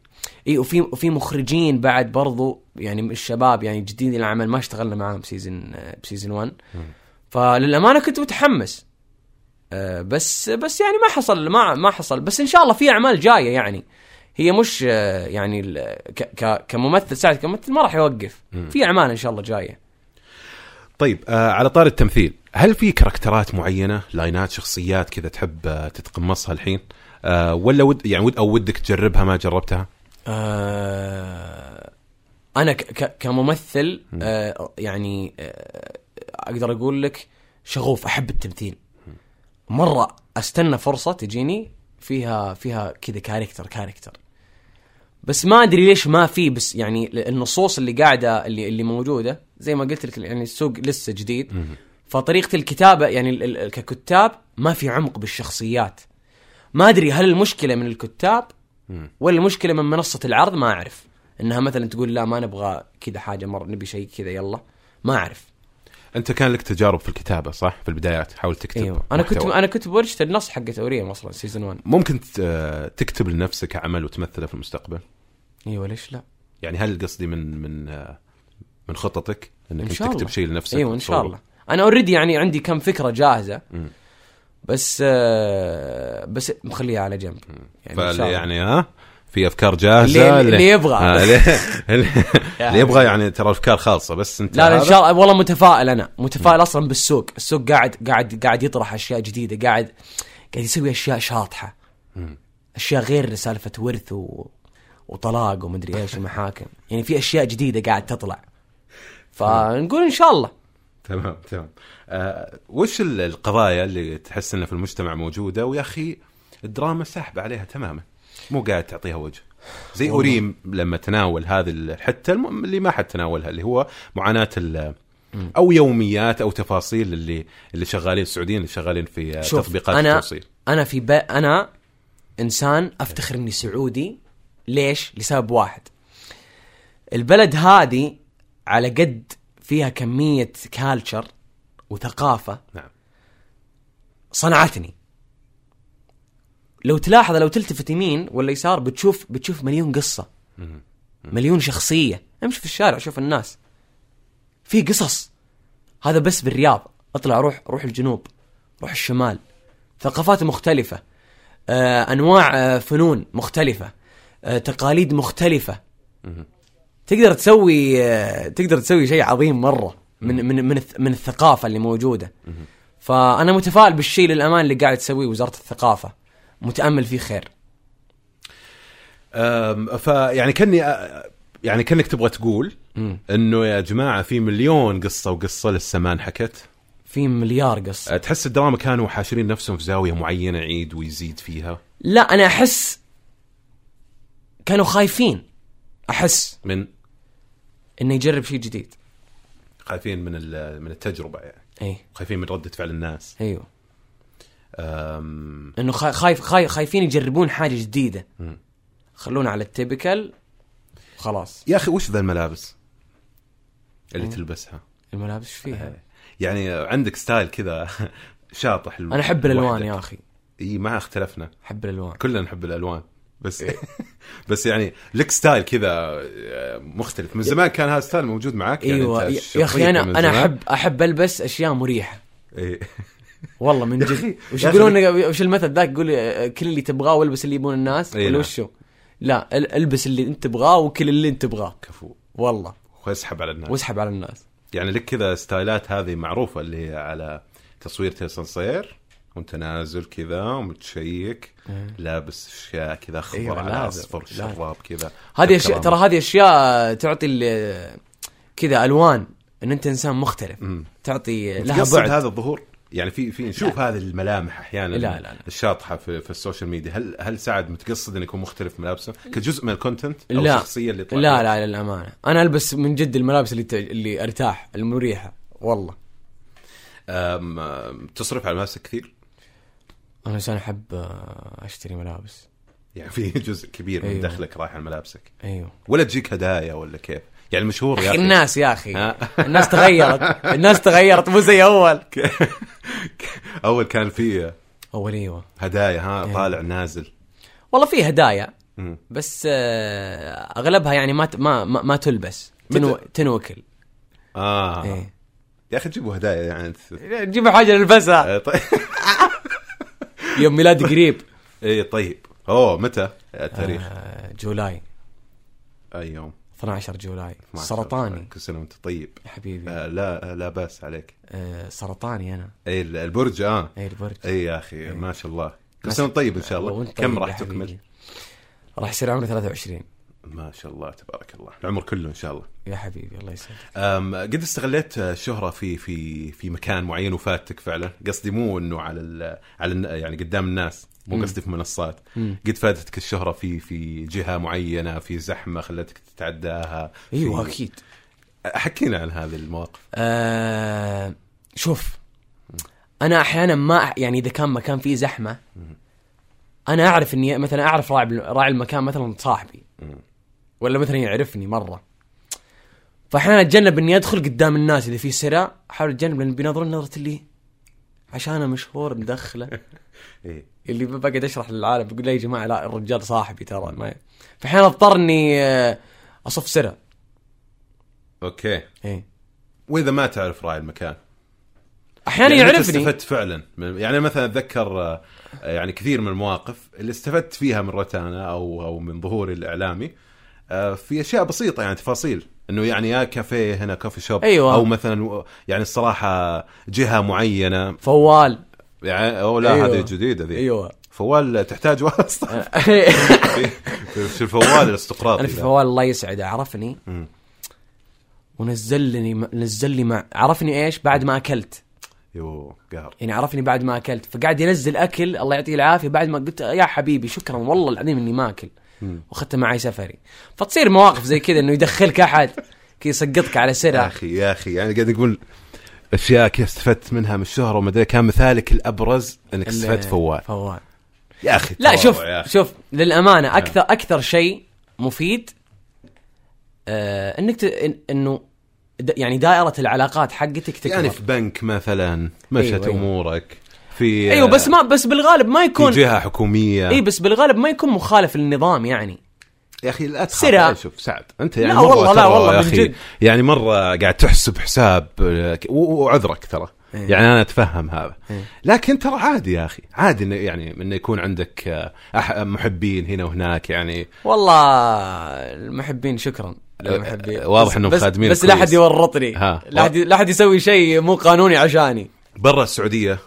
[SPEAKER 2] اي وفي وفي مخرجين بعد برضو يعني من الشباب يعني جديد العمل ما اشتغلنا معاهم آه، بسيزن بسيزن 1 فللامانه كنت متحمس آه، بس بس يعني ما حصل ما ما حصل بس ان شاء الله في اعمال جايه يعني هي مش آه، يعني ال- ك- ك- كممثل سعد كممثل ما راح يوقف في اعمال ان شاء الله جايه
[SPEAKER 1] طيب آه على طار التمثيل هل في كاركترات معينه لاينات شخصيات كذا تحب آه تتقمصها الحين آه ولا ود يعني ود او ودك تجربها ما جربتها
[SPEAKER 2] آه، انا ك- ك- كممثل آه، يعني آه، اقدر اقول لك شغوف احب التمثيل مره استنى فرصه تجيني فيها فيها كذا كاركتر كاركتر بس ما ادري ليش ما في بس يعني ل- النصوص اللي قاعده اللي اللي موجوده زي ما قلت لك يعني السوق لسه جديد فطريقه الكتابه يعني ال- ال- ككتاب ما في عمق بالشخصيات ما ادري هل المشكله من الكتاب ولا المشكله من منصه العرض ما اعرف انها مثلا تقول لا ما نبغى كذا حاجه مره نبي شيء كذا يلا ما اعرف
[SPEAKER 1] انت كان لك تجارب في الكتابه صح في البدايات حاولت تكتب
[SPEAKER 2] ايوه انا كنت
[SPEAKER 1] محتوى.
[SPEAKER 2] انا كنت بورشة النص حقت اوريم اصلا سيزون 1
[SPEAKER 1] ممكن ت- آه، تكتب لنفسك عمل وتمثله في المستقبل
[SPEAKER 2] ايوه ليش لا
[SPEAKER 1] يعني هل قصدي من من آه من خططك انك
[SPEAKER 2] إن
[SPEAKER 1] أنت
[SPEAKER 2] شاء
[SPEAKER 1] تكتب
[SPEAKER 2] الله.
[SPEAKER 1] شيء لنفسك
[SPEAKER 2] ايوه ان شاء
[SPEAKER 1] وتصوره؟
[SPEAKER 2] الله انا اوريدي يعني عندي كم فكره جاهزه
[SPEAKER 1] مم.
[SPEAKER 2] بس آه بس مخليها على جنب يعني ان شاء
[SPEAKER 1] فاللي
[SPEAKER 2] الله
[SPEAKER 1] يعني ها في افكار جاهزه
[SPEAKER 2] اللي- اللي يبغى. [laughs]
[SPEAKER 1] آه، اللي- اللي يبغى يعني ترى الافكار خالصه بس انت
[SPEAKER 2] لا لا ان
[SPEAKER 1] هذا-
[SPEAKER 2] شاء الله والله متفائل انا متفائل اصلا بالسوق السوق قاعد قاعد قاعد يطرح اشياء جديده قاعد قاعد يسوي اشياء شاطحه اشياء غير سالفه ورث و... وطلاق ومدري ايش ومحاكم يعني في اشياء جديده قاعد تطلع فنقول ان شاء الله
[SPEAKER 1] تمام تمام آه وش ال- القضايا اللي تحس انها في المجتمع موجوده ويا اخي الدراما ساحبه عليها تماما مو قاعد تعطيها وجه زي اوريم لما تناول هذه الحته الم- اللي ما حد تناولها اللي هو معاناه ال- او يوميات او تفاصيل اللي اللي شغالين السعوديين اللي شغالين في آه،
[SPEAKER 2] شوف
[SPEAKER 1] تطبيقات
[SPEAKER 2] انا
[SPEAKER 1] التوصيل
[SPEAKER 2] انا في با... انا انسان افتخر اني سعودي ليش؟ لسبب واحد البلد هذه على قد فيها كميه كالتشر وثقافه
[SPEAKER 1] نعم
[SPEAKER 2] صنعتني لو تلاحظ لو تلتفت يمين ولا يسار بتشوف بتشوف مليون قصه مليون شخصيه امشي في الشارع شوف الناس في قصص هذا بس بالرياض اطلع روح روح الجنوب روح الشمال ثقافات مختلفه آه انواع آه فنون مختلفه آه تقاليد مختلفه تقدر تسوي آه تقدر تسوي شيء عظيم مره من من من, الث- من الثقافه اللي موجوده فانا متفائل بالشيء للامان اللي قاعد تسويه وزاره الثقافه متامل فيه خير
[SPEAKER 1] أم، فيعني كاني أ- يعني كانك تبغى تقول انه يا جماعه في مليون قصه وقصه لسه ما انحكت
[SPEAKER 2] في مليار قصه
[SPEAKER 1] تحس الدراما كانوا حاشرين نفسهم في زاويه معينه يعيد ويزيد فيها
[SPEAKER 2] لا انا احس كانوا خايفين احس
[SPEAKER 1] من
[SPEAKER 2] انه يجرب شيء جديد
[SPEAKER 1] خايفين من ال- من التجربه يعني
[SPEAKER 2] اي
[SPEAKER 1] خايفين من رده فعل الناس
[SPEAKER 2] ايوه
[SPEAKER 1] أم،
[SPEAKER 2] انه خا- خايف خايف خايفين يجربون حاجه جديده
[SPEAKER 1] مم.
[SPEAKER 2] خلونا على التيبكال خلاص
[SPEAKER 1] يا اخي وش ذا الملابس اللي تلبسها
[SPEAKER 2] الملابس إيش فيها
[SPEAKER 1] يعني عندك ستايل كذا [laughs] شاطح
[SPEAKER 2] انا احب الالوان يا اخي
[SPEAKER 1] اي ما اختلفنا
[SPEAKER 2] احب الالوان
[SPEAKER 1] كلنا نحب الالوان بس [laughs] بس يعني لك ستايل كذا آه، مختلف من زمان كان هذا الستايل موجود معاك يعني
[SPEAKER 2] ايوه
[SPEAKER 1] أنت
[SPEAKER 2] يا- يا
[SPEAKER 1] شخصيتك
[SPEAKER 2] اخي انا
[SPEAKER 1] من
[SPEAKER 2] انا
[SPEAKER 1] زمان.
[SPEAKER 2] احب احب البس اشياء مريحه
[SPEAKER 1] إيه. [laughs]
[SPEAKER 2] والله من
[SPEAKER 1] يا أخي-
[SPEAKER 2] جد وش
[SPEAKER 1] يا
[SPEAKER 2] يقولون وش المثل ذاك يقول آه، كل اللي تبغاه والبس اللي يبون الناس
[SPEAKER 1] إي
[SPEAKER 2] ولا
[SPEAKER 1] نعم.
[SPEAKER 2] وشو؟ لا ال- البس اللي انت تبغاه وكل اللي انت تبغاه
[SPEAKER 1] كفو
[SPEAKER 2] والله
[SPEAKER 1] واسحب على الناس
[SPEAKER 2] واسحب على الناس
[SPEAKER 1] يعني لك كذا ستايلات هذه معروفه اللي هي على تصوير تصنصير وانت نازل كذا ومتشيك لابس اشياء كذا اخضر
[SPEAKER 2] إيه. أيوة،
[SPEAKER 1] على
[SPEAKER 2] لازم،
[SPEAKER 1] اصفر
[SPEAKER 2] لازم.
[SPEAKER 1] شراب كذا
[SPEAKER 2] هذه اشياء
[SPEAKER 1] كرامة.
[SPEAKER 2] ترى هذه اشياء تعطي ال- كذا الوان ان انت انسان مختلف
[SPEAKER 1] مم.
[SPEAKER 2] تعطي لها
[SPEAKER 1] تقصد
[SPEAKER 2] بعد
[SPEAKER 1] هذا الظهور يعني في في نشوف هذه الملامح احيانا
[SPEAKER 2] لا، لا، لا.
[SPEAKER 1] الشاطحه في, في السوشيال ميديا هل هل سعد متقصد انه يكون مختلف ملابسه كجزء من الكونتنت او
[SPEAKER 2] لا.
[SPEAKER 1] الشخصيه اللي طلعت
[SPEAKER 2] لا لا للامانه انا البس من جد الملابس اللي تع... اللي ارتاح المريحه والله
[SPEAKER 1] أم- أم، تصرف على ملابسك كثير
[SPEAKER 2] انا انسان احب آه، اشتري ملابس
[SPEAKER 1] يعني في [laughs] جزء كبير من
[SPEAKER 2] أيوة.
[SPEAKER 1] دخلك رايح على ملابسك
[SPEAKER 2] ايوه
[SPEAKER 1] ولا تجيك هدايا ولا كيف يعني مشهور يا
[SPEAKER 2] اخي
[SPEAKER 1] اخي
[SPEAKER 2] الناس يا اخي
[SPEAKER 1] ها؟
[SPEAKER 2] الناس تغيرت الناس تغيرت مو زي اول
[SPEAKER 1] اول كان في
[SPEAKER 2] اول ايوه
[SPEAKER 1] هدايا ها طالع نازل
[SPEAKER 2] والله في هدايا
[SPEAKER 1] مم.
[SPEAKER 2] بس آه، اغلبها يعني ما ت- ما ما, ما تلبس تنو... تنوكل
[SPEAKER 1] اه
[SPEAKER 2] إيه.
[SPEAKER 1] يا اخي جيبوا هدايا يعني ت-
[SPEAKER 2] جيب حاجه نلبسها
[SPEAKER 1] آه، طيب
[SPEAKER 2] [laughs]
[SPEAKER 1] [laughs]
[SPEAKER 2] يوم ميلادي قريب
[SPEAKER 1] اي طيب اوه متى التاريخ
[SPEAKER 2] آه، جولاي
[SPEAKER 1] اي يوم
[SPEAKER 2] 12 جولاي
[SPEAKER 1] 12.
[SPEAKER 2] آه. سرطاني
[SPEAKER 1] كل سنه وانت طيب
[SPEAKER 2] يا حبيبي
[SPEAKER 1] آه، لا لا باس عليك
[SPEAKER 2] آه، سرطاني انا
[SPEAKER 1] اي ال- البرج اه
[SPEAKER 2] اي البرج
[SPEAKER 1] اي يا اخي
[SPEAKER 2] إيه.
[SPEAKER 1] ما شاء الله كل
[SPEAKER 2] بس-
[SPEAKER 1] سنه طيب ان شاء الله
[SPEAKER 2] وأنت
[SPEAKER 1] كم
[SPEAKER 2] طيب
[SPEAKER 1] راح
[SPEAKER 2] يا
[SPEAKER 1] تكمل
[SPEAKER 2] حبيبي. راح يصير عمري 23
[SPEAKER 1] ما شاء الله تبارك الله العمر كله ان شاء الله
[SPEAKER 2] يا حبيبي الله يسعدك
[SPEAKER 1] أم، قد استغليت الشهره في في في مكان معين وفاتك فعلا قصدي مو انه على ال على ال يعني قدام الناس مو قصدي في منصات قد فاتتك الشهره في في جهه معينه في زحمه خلتك تتعداها في-
[SPEAKER 2] ايوه اكيد
[SPEAKER 1] حكينا عن هذه المواقف
[SPEAKER 2] آه شوف انا احيانا ما أح- يعني اذا كان مكان فيه زحمه انا اعرف اني مثلا اعرف راعي بال- راعي المكان مثلا صاحبي ولا مثلا يعرفني مره فاحيانا اتجنب اني ادخل قدام الناس اذا في سرع احاول اتجنب لان بينظرون نظره لي عشان انا مشهور مدخله
[SPEAKER 1] [laughs] ايه
[SPEAKER 2] اللي بقعد اشرح للعالم بقول لا يا جماعه لا الرجال صاحبي ترى ما فاحيانا اضطر اني آه، اصف سرع
[SPEAKER 1] اوكي
[SPEAKER 2] ايه
[SPEAKER 1] واذا ما تعرف راعي المكان
[SPEAKER 2] احيانا
[SPEAKER 1] يعني متى
[SPEAKER 2] يعرفني
[SPEAKER 1] استفدت فعلا من- يعني مثلا اتذكر آه، يعني كثير من المواقف اللي استفدت فيها من روتانا او او من ظهوري الاعلامي آه، في اشياء بسيطه يعني تفاصيل انه يعني يا كافيه هنا كوفي شوب
[SPEAKER 2] أيوة.
[SPEAKER 1] او مثلا و- يعني الصراحه جهه معينه
[SPEAKER 2] فوال
[SPEAKER 1] يعني او لا
[SPEAKER 2] أيوة.
[SPEAKER 1] أيوة. هذه جديده ذي [laughs]
[SPEAKER 2] ايوه
[SPEAKER 1] فوال تحتاج واسطه
[SPEAKER 2] انا
[SPEAKER 1] في- [laughs] في في الفوال الاستقراطي
[SPEAKER 2] في
[SPEAKER 1] ذا.
[SPEAKER 2] فوال الله يسعده عرفني
[SPEAKER 1] مم.
[SPEAKER 2] ونزل لي نزل لي مع عرفني ايش بعد ما اكلت
[SPEAKER 1] يو قهر
[SPEAKER 2] يعني عرفني بعد ما اكلت فقاعد ينزل اكل الله يعطيه العافيه بعد ما قلت يا حبيبي شكرا والله العظيم اني ما اكل واخذته معي سفري فتصير مواقف زي كذا انه يدخلك احد كي يسقطك على
[SPEAKER 1] يا
[SPEAKER 2] سرعه
[SPEAKER 1] اخي يا اخي يعني قاعد نقول اشياء كيف استفدت منها من الشهره وما ادري كان مثالك الابرز انك استفدت فوال
[SPEAKER 2] فوال
[SPEAKER 1] يا اخي
[SPEAKER 2] لا
[SPEAKER 1] تواضع
[SPEAKER 2] شوف
[SPEAKER 1] يا أخي. نعم.
[SPEAKER 2] شوف للامانه اكثر اكثر شيء مفيد آه انك ت... إن- انه د... يعني دائره العلاقات حقتك تكبر
[SPEAKER 1] يعني في بنك مثلا مشت
[SPEAKER 2] أيوة،
[SPEAKER 1] أيوة
[SPEAKER 2] أيوة.
[SPEAKER 1] امورك في
[SPEAKER 2] ايوه بس ما بس بالغالب ما
[SPEAKER 1] في
[SPEAKER 2] يكون
[SPEAKER 1] جهه حكوميه
[SPEAKER 2] اي بس بالغالب ما يكون مخالف للنظام يعني
[SPEAKER 1] يا اخي لا تخاف
[SPEAKER 2] سرعة.
[SPEAKER 1] لا شوف سعد انت يعني
[SPEAKER 2] لا
[SPEAKER 1] مرة
[SPEAKER 2] والله، لا
[SPEAKER 1] ترى
[SPEAKER 2] والله،
[SPEAKER 1] يا
[SPEAKER 2] من
[SPEAKER 1] أخي،
[SPEAKER 2] جد.
[SPEAKER 1] يعني مره قاعد تحسب حساب آه، ك- و- وعذرك ترى
[SPEAKER 2] إيه.
[SPEAKER 1] يعني انا اتفهم هذا
[SPEAKER 2] إيه.
[SPEAKER 1] لكن ترى عادي يا اخي عادي انه يعني انه يكون عندك آه، أح- محبين هنا وهناك يعني
[SPEAKER 2] والله المحبين شكرا للمحبين
[SPEAKER 1] أه، واضح
[SPEAKER 2] بس-
[SPEAKER 1] إنهم
[SPEAKER 2] بس-
[SPEAKER 1] خادمين
[SPEAKER 2] بس لا
[SPEAKER 1] كويس.
[SPEAKER 2] احد يورطني
[SPEAKER 1] ها.
[SPEAKER 2] لا احد لا احد يسوي شيء مو قانوني عشاني
[SPEAKER 1] برا السعوديه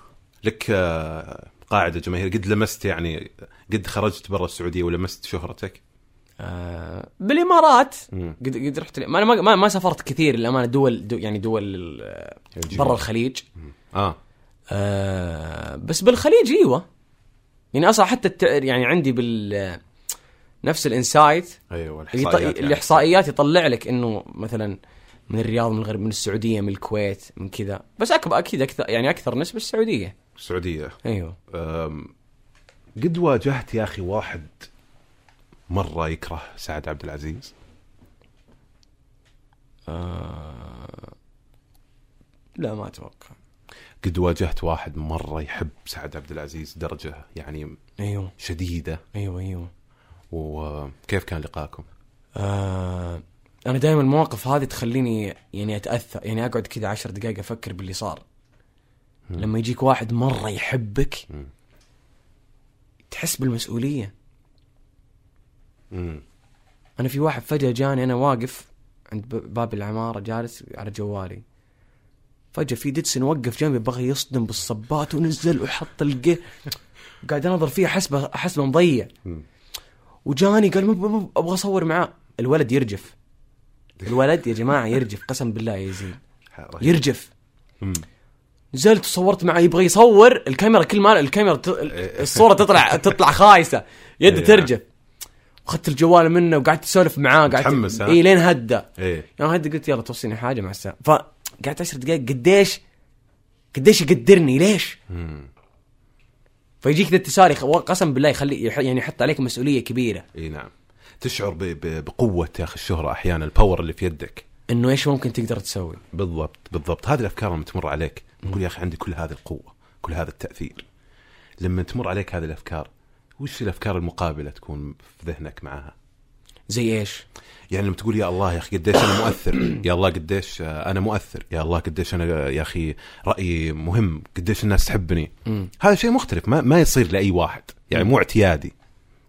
[SPEAKER 1] لك آه، قاعده جماهير قد لمست يعني قد خرجت برا السعوديه ولمست شهرتك
[SPEAKER 2] آه، بالامارات
[SPEAKER 1] مم.
[SPEAKER 2] قد قد رحت ما انا ما- ما, ما سافرت كثير للامانه دول دو يعني دول ال-
[SPEAKER 1] الجنوب.
[SPEAKER 2] برا الخليج
[SPEAKER 1] اه
[SPEAKER 2] آه، بس بالخليج ايوه يعني اصلا حتى الت... يعني عندي بال نفس الانسايت
[SPEAKER 1] ايوه
[SPEAKER 2] اللي ط-
[SPEAKER 1] يعني.
[SPEAKER 2] الاحصائيات يطلع لك انه مثلا من الرياض من الغرب من السعوديه من الكويت من كذا بس اكبر اكيد اكثر يعني اكثر نسبه السعوديه
[SPEAKER 1] السعوديه
[SPEAKER 2] ايوه
[SPEAKER 1] أم، قد واجهت يا اخي واحد مره يكره سعد عبد العزيز
[SPEAKER 2] آه، لا ما اتوقع
[SPEAKER 1] قد واجهت واحد مره يحب سعد عبد العزيز درجه يعني
[SPEAKER 2] ايوه
[SPEAKER 1] شديده
[SPEAKER 2] ايوه ايوه
[SPEAKER 1] وكيف كان لقاكم
[SPEAKER 2] آه انا دائما المواقف هذه تخليني يعني اتاثر يعني اقعد كذا عشر دقائق افكر باللي صار لما يجيك واحد مره يحبك
[SPEAKER 1] مم.
[SPEAKER 2] تحس بالمسؤوليه
[SPEAKER 1] امم
[SPEAKER 2] انا في واحد فجاه جاني انا واقف عند ب- باب العماره جالس على جوالي فجاه في ديدسن وقف جنبي بغى يصدم بالصبات ونزل وحط القه قاعد انظر فيه حسبه حسبه مضيع وجاني قال مب- مب- ابغى اصور معاه الولد يرجف الولد يا جماعه يرجف قسم بالله يا زين يرجف
[SPEAKER 1] مم.
[SPEAKER 2] نزلت وصورت معاه يبغى يصور الكاميرا كل ما الكاميرا ت...
[SPEAKER 1] [laughs]
[SPEAKER 2] الصوره تطلع تطلع خايسه يده
[SPEAKER 1] إيه.
[SPEAKER 2] ترجف اخذت الجوال منه وقعدت اسولف معاه قعدت
[SPEAKER 1] متحمس، ها؟
[SPEAKER 2] اي لين هدى
[SPEAKER 1] ايه
[SPEAKER 2] يوم هدى قلت يلا توصيني حاجه مع السلامه فقعدت عشر دقائق قديش قديش يقدرني ليش؟ فيجيك ذا التساري خ- قسم بالله يخلي يح- يعني يحط عليك مسؤوليه كبيره
[SPEAKER 1] اي نعم تشعر ب... ب... بقوه يا اخي الشهره احيانا الباور اللي في يدك
[SPEAKER 2] انه ايش ممكن تقدر تسوي؟
[SPEAKER 1] بالضبط بالضبط هذه الافكار لما تمر عليك تقول يا اخي عندي كل هذه القوه كل هذا التاثير لما تمر عليك هذه الافكار وش الافكار المقابله تكون في ذهنك معها
[SPEAKER 2] زي ايش؟
[SPEAKER 1] يعني لما تقول يا الله يا اخي قديش انا مؤثر يا الله قديش آه، انا مؤثر يا الله قديش انا آه، يا اخي رايي مهم قديش الناس تحبني
[SPEAKER 2] مم.
[SPEAKER 1] هذا شيء مختلف ما, ما يصير لاي واحد يعني مو اعتيادي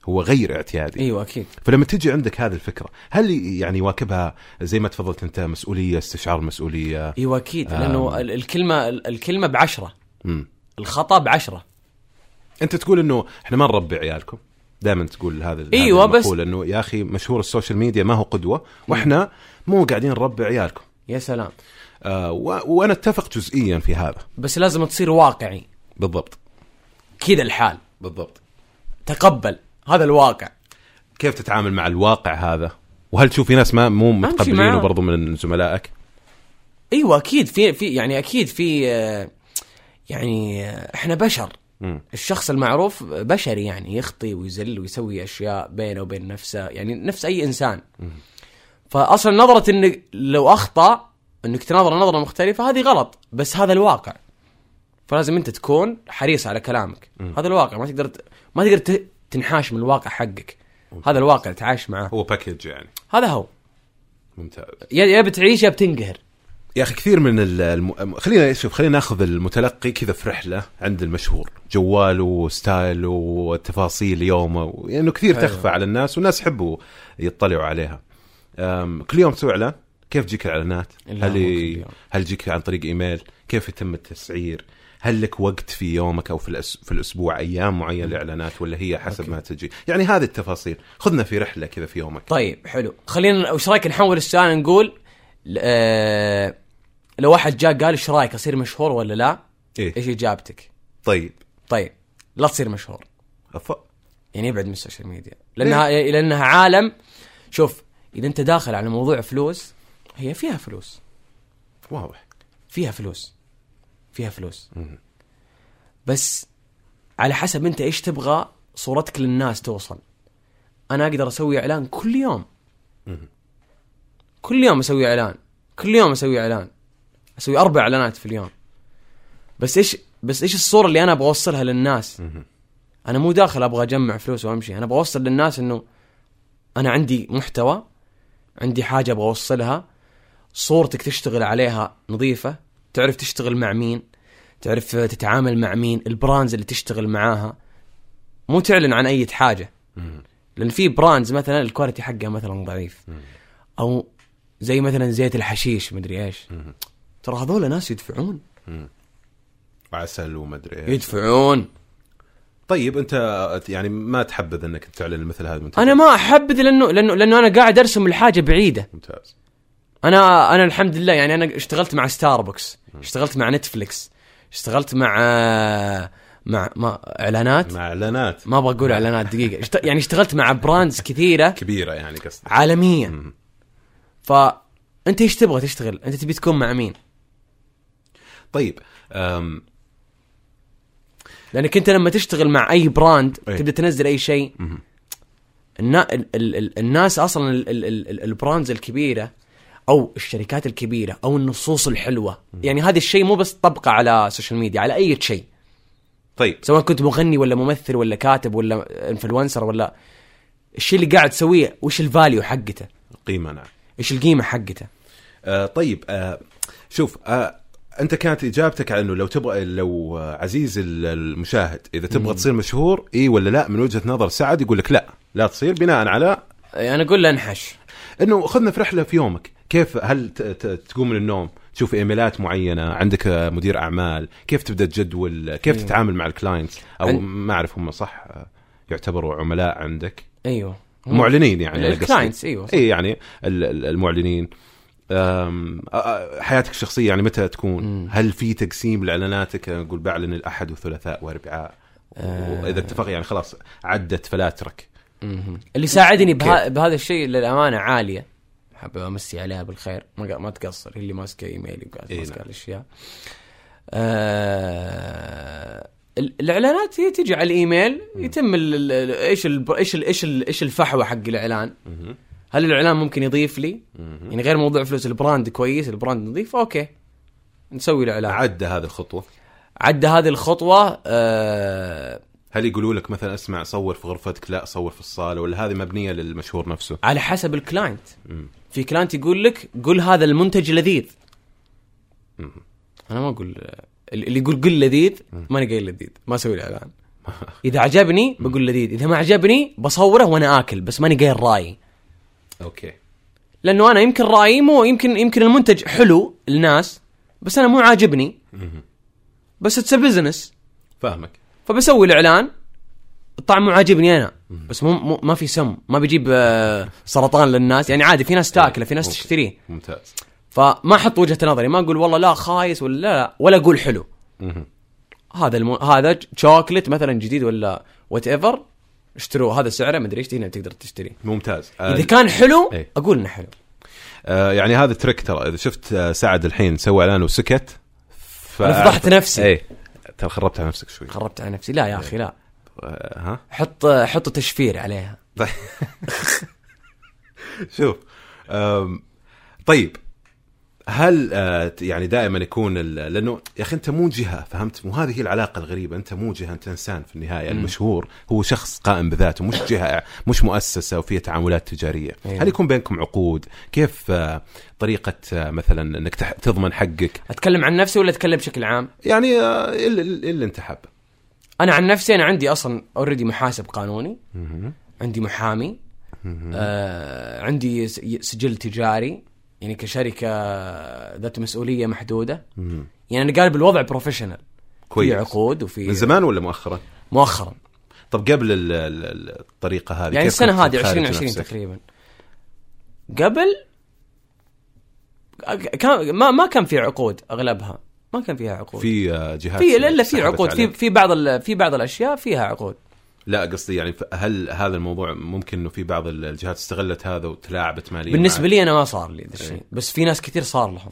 [SPEAKER 1] هو غير اعتيادي
[SPEAKER 2] ايوه اكيد
[SPEAKER 1] فلما تجي عندك هذه الفكره هل يعني يواكبها زي ما تفضلت انت مسؤوليه استشعار مسؤوليه
[SPEAKER 2] ايوه اكيد لانه ال- الكلمه ال- الكلمه بعشره
[SPEAKER 1] آه. مم.
[SPEAKER 2] الخطا بعشرة
[SPEAKER 1] انت تقول انه احنا ما نربي عيالكم دائما تقول هذا هذه
[SPEAKER 2] ايوه، بس-
[SPEAKER 1] المقولة انه يا اخي مشهور السوشيال ميديا ما هو قدوه واحنا مو قاعدين نربي عيالكم
[SPEAKER 2] يا سلام
[SPEAKER 1] آه و... وانا اتفق جزئيا في هذا
[SPEAKER 2] بس لازم تصير واقعي
[SPEAKER 1] بالضبط
[SPEAKER 2] كذا الحال
[SPEAKER 1] بالضبط
[SPEAKER 2] تقبل هذا الواقع
[SPEAKER 1] كيف تتعامل مع الواقع هذا وهل تشوف في ناس ما مو متقبلينه
[SPEAKER 2] معاه.
[SPEAKER 1] برضو من زملائك
[SPEAKER 2] ايوه اكيد في في يعني اكيد في آه، يعني آه، احنا بشر
[SPEAKER 1] مم.
[SPEAKER 2] الشخص المعروف بشري يعني يخطي ويزل ويسوي اشياء بينه وبين نفسه يعني نفس اي انسان فاصلا نظره انك لو اخطا انك تناظر نظره مختلفه هذه غلط بس هذا الواقع فلازم انت تكون حريص على كلامك هذا الواقع ما تقدر ت... ما تقدر ت... تنحاش من الواقع حقك هذا الواقع تعايش معاه
[SPEAKER 1] هو باكج يعني
[SPEAKER 2] هذا هو
[SPEAKER 1] ممتاز
[SPEAKER 2] يا يا بتعيش يا بتنقهر
[SPEAKER 1] يا اخي كثير من ال- الم... خلينا شوف خلينا ناخذ المتلقي كذا في رحله عند المشهور جواله وستايله وتفاصيل يومه لانه يعني كثير
[SPEAKER 2] أيوة.
[SPEAKER 1] تخفى على الناس والناس يحبوا يطلعوا عليها أم... كل يوم تسوي اعلان كيف تجيك الاعلانات؟
[SPEAKER 2] لا،
[SPEAKER 1] هل
[SPEAKER 2] مو كل يوم.
[SPEAKER 1] هل تجيك عن طريق ايميل؟ كيف يتم التسعير؟ هل لك وقت في يومك او في, الأس... في الاسبوع ايام معينه الاعلانات ولا هي حسب
[SPEAKER 2] أوكي.
[SPEAKER 1] ما تجي؟ يعني هذه التفاصيل، خذنا في رحله كذا في يومك.
[SPEAKER 2] طيب حلو خلينا وش رايك نحول السؤال نقول ل- آه... لو واحد جاء قال ايش رايك اصير مشهور ولا لا؟
[SPEAKER 1] ايه
[SPEAKER 2] ايش اجابتك؟
[SPEAKER 1] طيب
[SPEAKER 2] طيب لا تصير مشهور
[SPEAKER 1] أف-
[SPEAKER 2] يعني ابعد من السوشيال ميديا لانها لانها عالم شوف اذا انت داخل على موضوع فلوس هي فيها فلوس
[SPEAKER 1] واضح
[SPEAKER 2] فيها فلوس فيها فلوس بس على حسب انت ايش تبغى صورتك للناس توصل انا اقدر اسوي اعلان كل يوم كل يوم اسوي اعلان كل يوم اسوي اعلان اسوي اربع اعلانات في اليوم بس ايش بس ايش الصوره اللي انا ابغى اوصلها للناس انا مو داخل ابغى اجمع فلوس وامشي انا ابغى اوصل للناس انه انا عندي محتوى عندي حاجه ابغى اوصلها صورتك تشتغل عليها نظيفه تعرف تشتغل مع مين تعرف تتعامل مع مين البراندز اللي تشتغل معاها مو تعلن عن اي حاجه لان في براندز مثلا الكواليتي حقها مثلا ضعيف او زي مثلا زيت الحشيش مدري ايش ترى هذول ناس يدفعون
[SPEAKER 1] وعسل ومدري ايه
[SPEAKER 2] يدفعون
[SPEAKER 1] طيب انت يعني ما تحبذ انك تعلن مثل هذا المنتج
[SPEAKER 2] انا ما احبذ لانه لانه لانه انا قاعد ارسم الحاجه بعيده
[SPEAKER 1] ممتاز
[SPEAKER 2] انا انا الحمد لله يعني انا اشتغلت مع ستاربكس اشتغلت مع نتفليكس اشتغلت مع آه، مع ما اعلانات
[SPEAKER 1] مع اعلانات
[SPEAKER 2] ما ابغى اقول اعلانات دقيقه اشت... يعني اشتغلت مع براندز كثيره
[SPEAKER 1] كبيره يعني قصدك
[SPEAKER 2] عالميا فانت ايش تبغى تشتغل انت تبي تكون مع مين
[SPEAKER 1] طيب أم
[SPEAKER 2] لانك انت لما تشتغل مع اي براند
[SPEAKER 1] إيه.
[SPEAKER 2] تبدا تنزل اي شيء النا... ال... ال... ال... الناس اصلا ال... ال... ال... ال- البراندز الكبيره او الشركات الكبيره او النصوص الحلوه يعني هذا الشيء مو بس طبقه على السوشيال ميديا على اي شيء
[SPEAKER 1] طيب
[SPEAKER 2] سواء كنت مغني ولا ممثل ولا كاتب ولا انفلونسر ولا الشيء اللي قاعد تسويه وش الفاليو حقته
[SPEAKER 1] قيمه نعم
[SPEAKER 2] ايش القيمه حقته
[SPEAKER 1] أه طيب أه شوف أه انت كانت اجابتك على انه لو تبغى لو آه، عزيز ال- المشاهد اذا تبغى تصير مشهور اي ولا لا من وجهه نظر سعد يقول لك لا لا تصير بناء على
[SPEAKER 2] انا اقول إيه، له انحش
[SPEAKER 1] انه خذنا في رحله في يومك كيف هل ت- ت- تقوم من النوم تشوف ايميلات معينه عندك آه، مدير اعمال كيف تبدا تجدول كيف
[SPEAKER 2] إيه.
[SPEAKER 1] تتعامل مع الكلاينتس او
[SPEAKER 2] عن-
[SPEAKER 1] ما اعرف هم صح آه، يعتبروا عملاء عندك
[SPEAKER 2] ايوه
[SPEAKER 1] معلنين يعني أنا قصدي.
[SPEAKER 2] الكلاينتس ايوه
[SPEAKER 1] اي يعني ال- ال- المعلنين أم، أ- أ- حياتك الشخصيه يعني متى تكون؟
[SPEAKER 2] مم.
[SPEAKER 1] هل في تقسيم لاعلاناتك؟ اقول بعلن الاحد وثلاثاء واربعاء
[SPEAKER 2] آه.
[SPEAKER 1] واذا اتفق يعني خلاص عدت فلا اترك
[SPEAKER 2] مهم. اللي ساعدني بها بهذا الشيء للامانه عاليه حابب امسي عليها بالخير ما قا- ما تقصر هي اللي ماسكه ايميلي وقاعد
[SPEAKER 1] إي
[SPEAKER 2] ماسكه
[SPEAKER 1] نعم.
[SPEAKER 2] الاشياء آه... ال- الاعلانات هي تجي على الايميل يتم ال... ال- ال- ايش ال... ايش ال... ايش ال... ايش الفحوى حق الاعلان
[SPEAKER 1] مهم.
[SPEAKER 2] هل الاعلان ممكن يضيف لي
[SPEAKER 1] مهم.
[SPEAKER 2] يعني غير موضوع فلوس البراند كويس البراند نظيف اوكي نسوي الاعلان
[SPEAKER 1] عدى هذه الخطوه
[SPEAKER 2] عدى هذه الخطوه آه...
[SPEAKER 1] هل يقولوا لك مثلا اسمع صور في غرفتك لا صور في الصاله ولا هذه مبنيه للمشهور نفسه؟
[SPEAKER 2] على حسب الكلاينت
[SPEAKER 1] مم.
[SPEAKER 2] في كلاينت يقول لك قل هذا المنتج لذيذ
[SPEAKER 1] مم.
[SPEAKER 2] انا ما اقول اللي يقول قل لذيذ ماني قايل لذيذ ما اسوي له
[SPEAKER 1] [laughs]
[SPEAKER 2] اعلان اذا عجبني بقول لذيذ اذا ما عجبني بصوره وانا اكل بس ماني قايل رايي
[SPEAKER 1] اوكي
[SPEAKER 2] لانه انا يمكن رايي مو يمكن يمكن المنتج حلو للناس بس انا مو عاجبني
[SPEAKER 1] مهم.
[SPEAKER 2] بس اتس بزنس
[SPEAKER 1] فاهمك
[SPEAKER 2] فبسوي الاعلان الطعم مو عاجبني انا بس مو, مو ما في سم ما بيجيب آه، سرطان للناس يعني عادي في ناس تاكله في ناس
[SPEAKER 1] ممكن.
[SPEAKER 2] تشتريه
[SPEAKER 1] ممتاز
[SPEAKER 2] فما احط وجهه نظري ما اقول والله لا خايس ولا لا, لا ولا اقول حلو
[SPEAKER 1] مهم.
[SPEAKER 2] هذا الم... هذا شوكلت مثلا جديد ولا وات ايفر اشتروه هذا سعره مدري ايش هنا تقدر تشتريه
[SPEAKER 1] ممتاز آه،
[SPEAKER 2] اذا كان حلو
[SPEAKER 1] إيه.
[SPEAKER 2] اقول انه حلو
[SPEAKER 1] آه، يعني هذا تريك ترى اذا شفت آه، سعد الحين سوى اعلان وسكت ف-
[SPEAKER 2] أنا فضحت نفسي.
[SPEAKER 1] اي ترى خربت على نفسك شوي
[SPEAKER 2] خربت على نفسي
[SPEAKER 1] إيه.
[SPEAKER 2] لا يا اخي لا
[SPEAKER 1] آه، ها
[SPEAKER 2] حط حط تشفير عليها
[SPEAKER 1] طيب [laughs] شوف أم، طيب هل آه، يعني دائما يكون ال- لانه يا اخي انت مو جهه فهمت مو هذه هي العلاقه الغريبه انت مو جهه انت انسان في النهايه المشهور هو شخص قائم بذاته مش جهه مش مؤسسه وفيها تعاملات تجاريه
[SPEAKER 2] أيوة.
[SPEAKER 1] هل يكون بينكم عقود كيف آه، طريقه آه، مثلا انك تح- تضمن حقك
[SPEAKER 2] اتكلم عن نفسي ولا اتكلم بشكل عام
[SPEAKER 1] يعني آه، اللي, اللي انت حابه
[SPEAKER 2] انا عن نفسي انا عندي اصلا اوريدي محاسب قانوني
[SPEAKER 1] مهم.
[SPEAKER 2] عندي محامي آه عندي س- ي- سجل تجاري يعني كشركه ذات مسؤوليه محدوده
[SPEAKER 1] مهم.
[SPEAKER 2] يعني انا قالب الوضع بروفيشنال في
[SPEAKER 1] كويس
[SPEAKER 2] عقود وفي
[SPEAKER 1] من زمان ولا مؤخرا
[SPEAKER 2] مؤخرا
[SPEAKER 1] طب قبل ال- ال- الطريقه هذه
[SPEAKER 2] يعني
[SPEAKER 1] كيف كنت
[SPEAKER 2] السنه هذه
[SPEAKER 1] تخارج
[SPEAKER 2] 2020
[SPEAKER 1] نفسك؟
[SPEAKER 2] تقريبا قبل أك- كان ما ما كان في عقود اغلبها ما كان فيها عقود في
[SPEAKER 1] في آه، جهات
[SPEAKER 2] في الا في
[SPEAKER 1] سحبت
[SPEAKER 2] عقود في
[SPEAKER 1] عليك.
[SPEAKER 2] في بعض ال- في بعض الاشياء فيها عقود
[SPEAKER 1] لا قصدي يعني ف- هل هذا الموضوع ممكن انه في بعض ال- الجهات استغلت هذا وتلاعبت ماليا
[SPEAKER 2] بالنسبه
[SPEAKER 1] معك؟ إيه.
[SPEAKER 2] لي انا ما صار لي ذا الشيء بس في ناس كثير صار لهم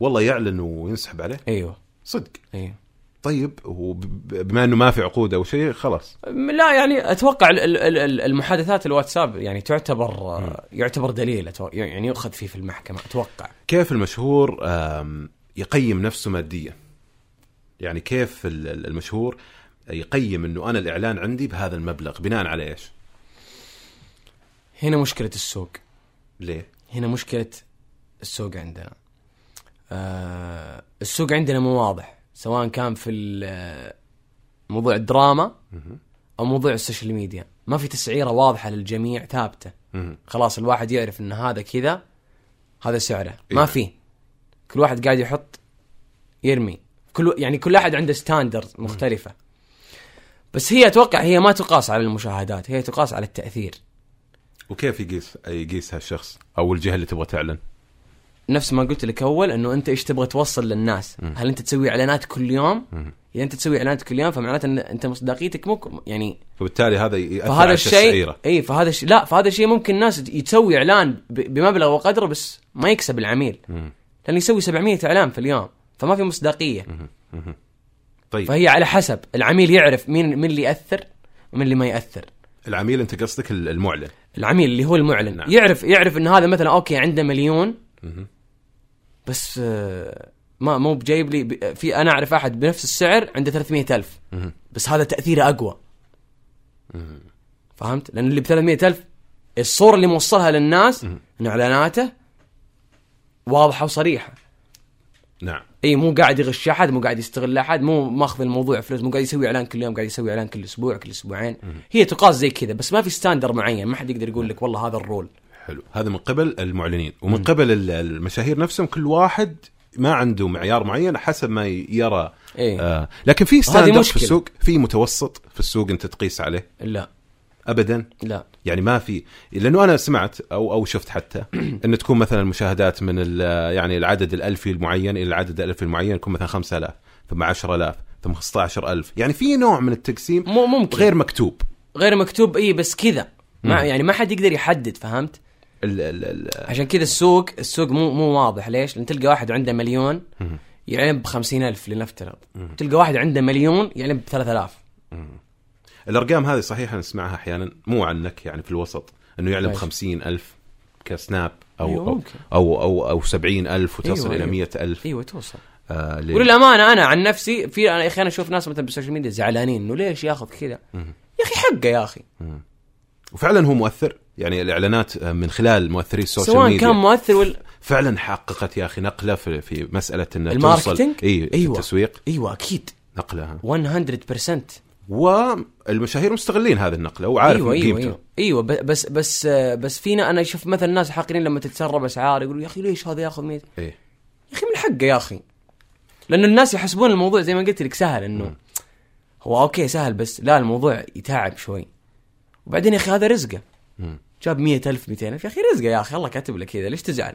[SPEAKER 1] والله يعلن وينسحب عليه
[SPEAKER 2] ايوه
[SPEAKER 1] صدق
[SPEAKER 2] ايوه
[SPEAKER 1] طيب وبما انه ما في عقود او شيء خلاص
[SPEAKER 2] م- لا يعني اتوقع ال- ال- ال- ال- المحادثات الواتساب يعني تعتبر
[SPEAKER 1] إيه.
[SPEAKER 2] يعتبر دليل أتوقع يعني يؤخذ فيه في المحكمه اتوقع
[SPEAKER 1] كيف المشهور آم، يقيم نفسه ماديا يعني كيف ال- ال- المشهور يقيم انه انا الاعلان عندي بهذا المبلغ بناء على ايش
[SPEAKER 2] هنا مشكله السوق
[SPEAKER 1] ليه
[SPEAKER 2] هنا مشكلة السوق عندنا آه السوق عندنا مو واضح سواء كان في ال- آه، موضوع الدراما
[SPEAKER 1] مهم.
[SPEAKER 2] أو موضوع السوشيال ميديا ما في تسعيرة واضحة للجميع ثابتة
[SPEAKER 1] مهم.
[SPEAKER 2] خلاص الواحد يعرف أن هذا كذا هذا سعره ما
[SPEAKER 1] إيه.
[SPEAKER 2] في كل واحد قاعد يحط يرمي كل يعني كل أحد عنده ستاندرد مختلفة بس هي أتوقع هي ما تقاس على المشاهدات هي تقاس على التأثير
[SPEAKER 1] وكيف يقيس يقيس هالشخص او الجهه اللي تبغى تعلن
[SPEAKER 2] نفس ما قلت لك اول انه انت ايش تبغى توصل للناس؟
[SPEAKER 1] مم.
[SPEAKER 2] هل انت تسوي اعلانات كل يوم؟
[SPEAKER 1] مم.
[SPEAKER 2] اذا انت تسوي اعلانات كل يوم فمعناته ان انت مصداقيتك مو ك- يعني
[SPEAKER 1] فبالتالي هذا يأثر على
[SPEAKER 2] فهذا الشيء
[SPEAKER 1] التسعيرة.
[SPEAKER 2] اي فهذا الشيء لا فهذا الشيء ممكن ناس تسوي اعلان ب- بمبلغ وقدره بس ما يكسب العميل
[SPEAKER 1] مم.
[SPEAKER 2] لانه يسوي 700 اعلان في اليوم فما في مصداقيه
[SPEAKER 1] طيب
[SPEAKER 2] فهي على حسب العميل يعرف مين مين اللي ياثر ومين اللي ما ياثر
[SPEAKER 1] العميل انت قصدك ال- المعلن
[SPEAKER 2] العميل اللي هو المعلن
[SPEAKER 1] نعم.
[SPEAKER 2] نعم. يعرف يعرف ان هذا مثلا اوكي عنده مليون بس آه، ما مو بجايب لي ب- في انا اعرف احد بنفس السعر عنده 300 الف بس هذا تاثيره اقوى فهمت لان اللي ب 300 الف الصوره اللي موصلها للناس ان اعلاناته واضحه وصريحه
[SPEAKER 1] نعم
[SPEAKER 2] اي مو قاعد يغش احد مو قاعد يستغل احد مو ماخذ الموضوع فلوس مو قاعد يسوي اعلان كل يوم قاعد يسوي اعلان كل اسبوع كل اسبوعين هي تقاس زي كذا بس ما في ستاندر معين ما حد يقدر يقول لك والله هذا الرول
[SPEAKER 1] حلو هذا من قبل المعلنين ومن قبل ال- المشاهير نفسهم كل واحد ما عنده معيار معين حسب ما ي- يرى
[SPEAKER 2] ايه
[SPEAKER 1] آه لكن في ستاند اب في
[SPEAKER 2] مشكلة.
[SPEAKER 1] السوق في متوسط في السوق انت تقيس عليه
[SPEAKER 2] لا
[SPEAKER 1] ابدا
[SPEAKER 2] لا
[SPEAKER 1] يعني ما في لانه انا سمعت او او شفت
[SPEAKER 2] [clears throat]
[SPEAKER 1] حتى ان تكون مثلا المشاهدات من ال- يعني العدد الالفي المعين الى العدد الالفي المعين يكون مثلا 5000 ثم 10000 ثم 15000 يعني في نوع من التقسيم
[SPEAKER 2] مو ممكن غير,
[SPEAKER 1] غير مكتوب
[SPEAKER 2] غير مكتوب اي بس كذا ما يعني ما حد يقدر يحدد فهمت
[SPEAKER 1] ال ال ال
[SPEAKER 2] عشان كذا السوق السوق مو مو واضح ليش لان تلقى واحد عنده مليون يعلم ب ألف لنفترض تلقى واحد عنده مليون يعلم ب 3000
[SPEAKER 1] الارقام هذه صحيح نسمعها احيانا مو عنك يعني في الوسط انه يعلم
[SPEAKER 2] ماشي.
[SPEAKER 1] 50000 كسناب او
[SPEAKER 2] طيب. أيوة،
[SPEAKER 1] أو,
[SPEAKER 2] ممكن.
[SPEAKER 1] او او او 70000 وتصل
[SPEAKER 2] أيوة،
[SPEAKER 1] الى
[SPEAKER 2] أيوة.
[SPEAKER 1] 100000
[SPEAKER 2] ايوه توصل إيه.
[SPEAKER 1] آه ليه؟
[SPEAKER 2] وللامانه انا عن نفسي في انا يا اخي انا اشوف ناس مثلا بالسوشيال ميديا زعلانين انه ليش ياخذ كذا يا اخي حقه يا اخي
[SPEAKER 1] وفعلا هو مؤثر يعني الاعلانات آه، من خلال مؤثري السوشيال
[SPEAKER 2] سواء
[SPEAKER 1] ميديا
[SPEAKER 2] كان مؤثر ولا
[SPEAKER 1] فعلا حققت يا اخي نقله في, في مساله ان
[SPEAKER 2] الماركتينج؟
[SPEAKER 1] اي أيوة.
[SPEAKER 2] أيوة.
[SPEAKER 1] التسويق
[SPEAKER 2] ايوه اكيد
[SPEAKER 1] نقله ها.
[SPEAKER 2] 100%
[SPEAKER 1] والمشاهير مستغلين هذه النقله وعارف
[SPEAKER 2] ايوه
[SPEAKER 1] من
[SPEAKER 2] ايوه
[SPEAKER 1] قيمته
[SPEAKER 2] ايوه ايوه ب- بس بس آه، بس فينا انا اشوف مثلا ناس حاقرين لما تتسرب اسعار يقولوا يا اخي ليش هذا ياخذ 100
[SPEAKER 1] إيه.
[SPEAKER 2] يا اخي من حقه يا اخي لانه الناس يحسبون الموضوع زي ما قلت لك سهل انه هو اوكي سهل بس لا الموضوع يتعب شوي وبعدين يا اخي هذا رزقه
[SPEAKER 1] مم.
[SPEAKER 2] جاب 100000 200000 يا اخي رزقه يا اخي الله كاتب لك كذا ليش تزعل؟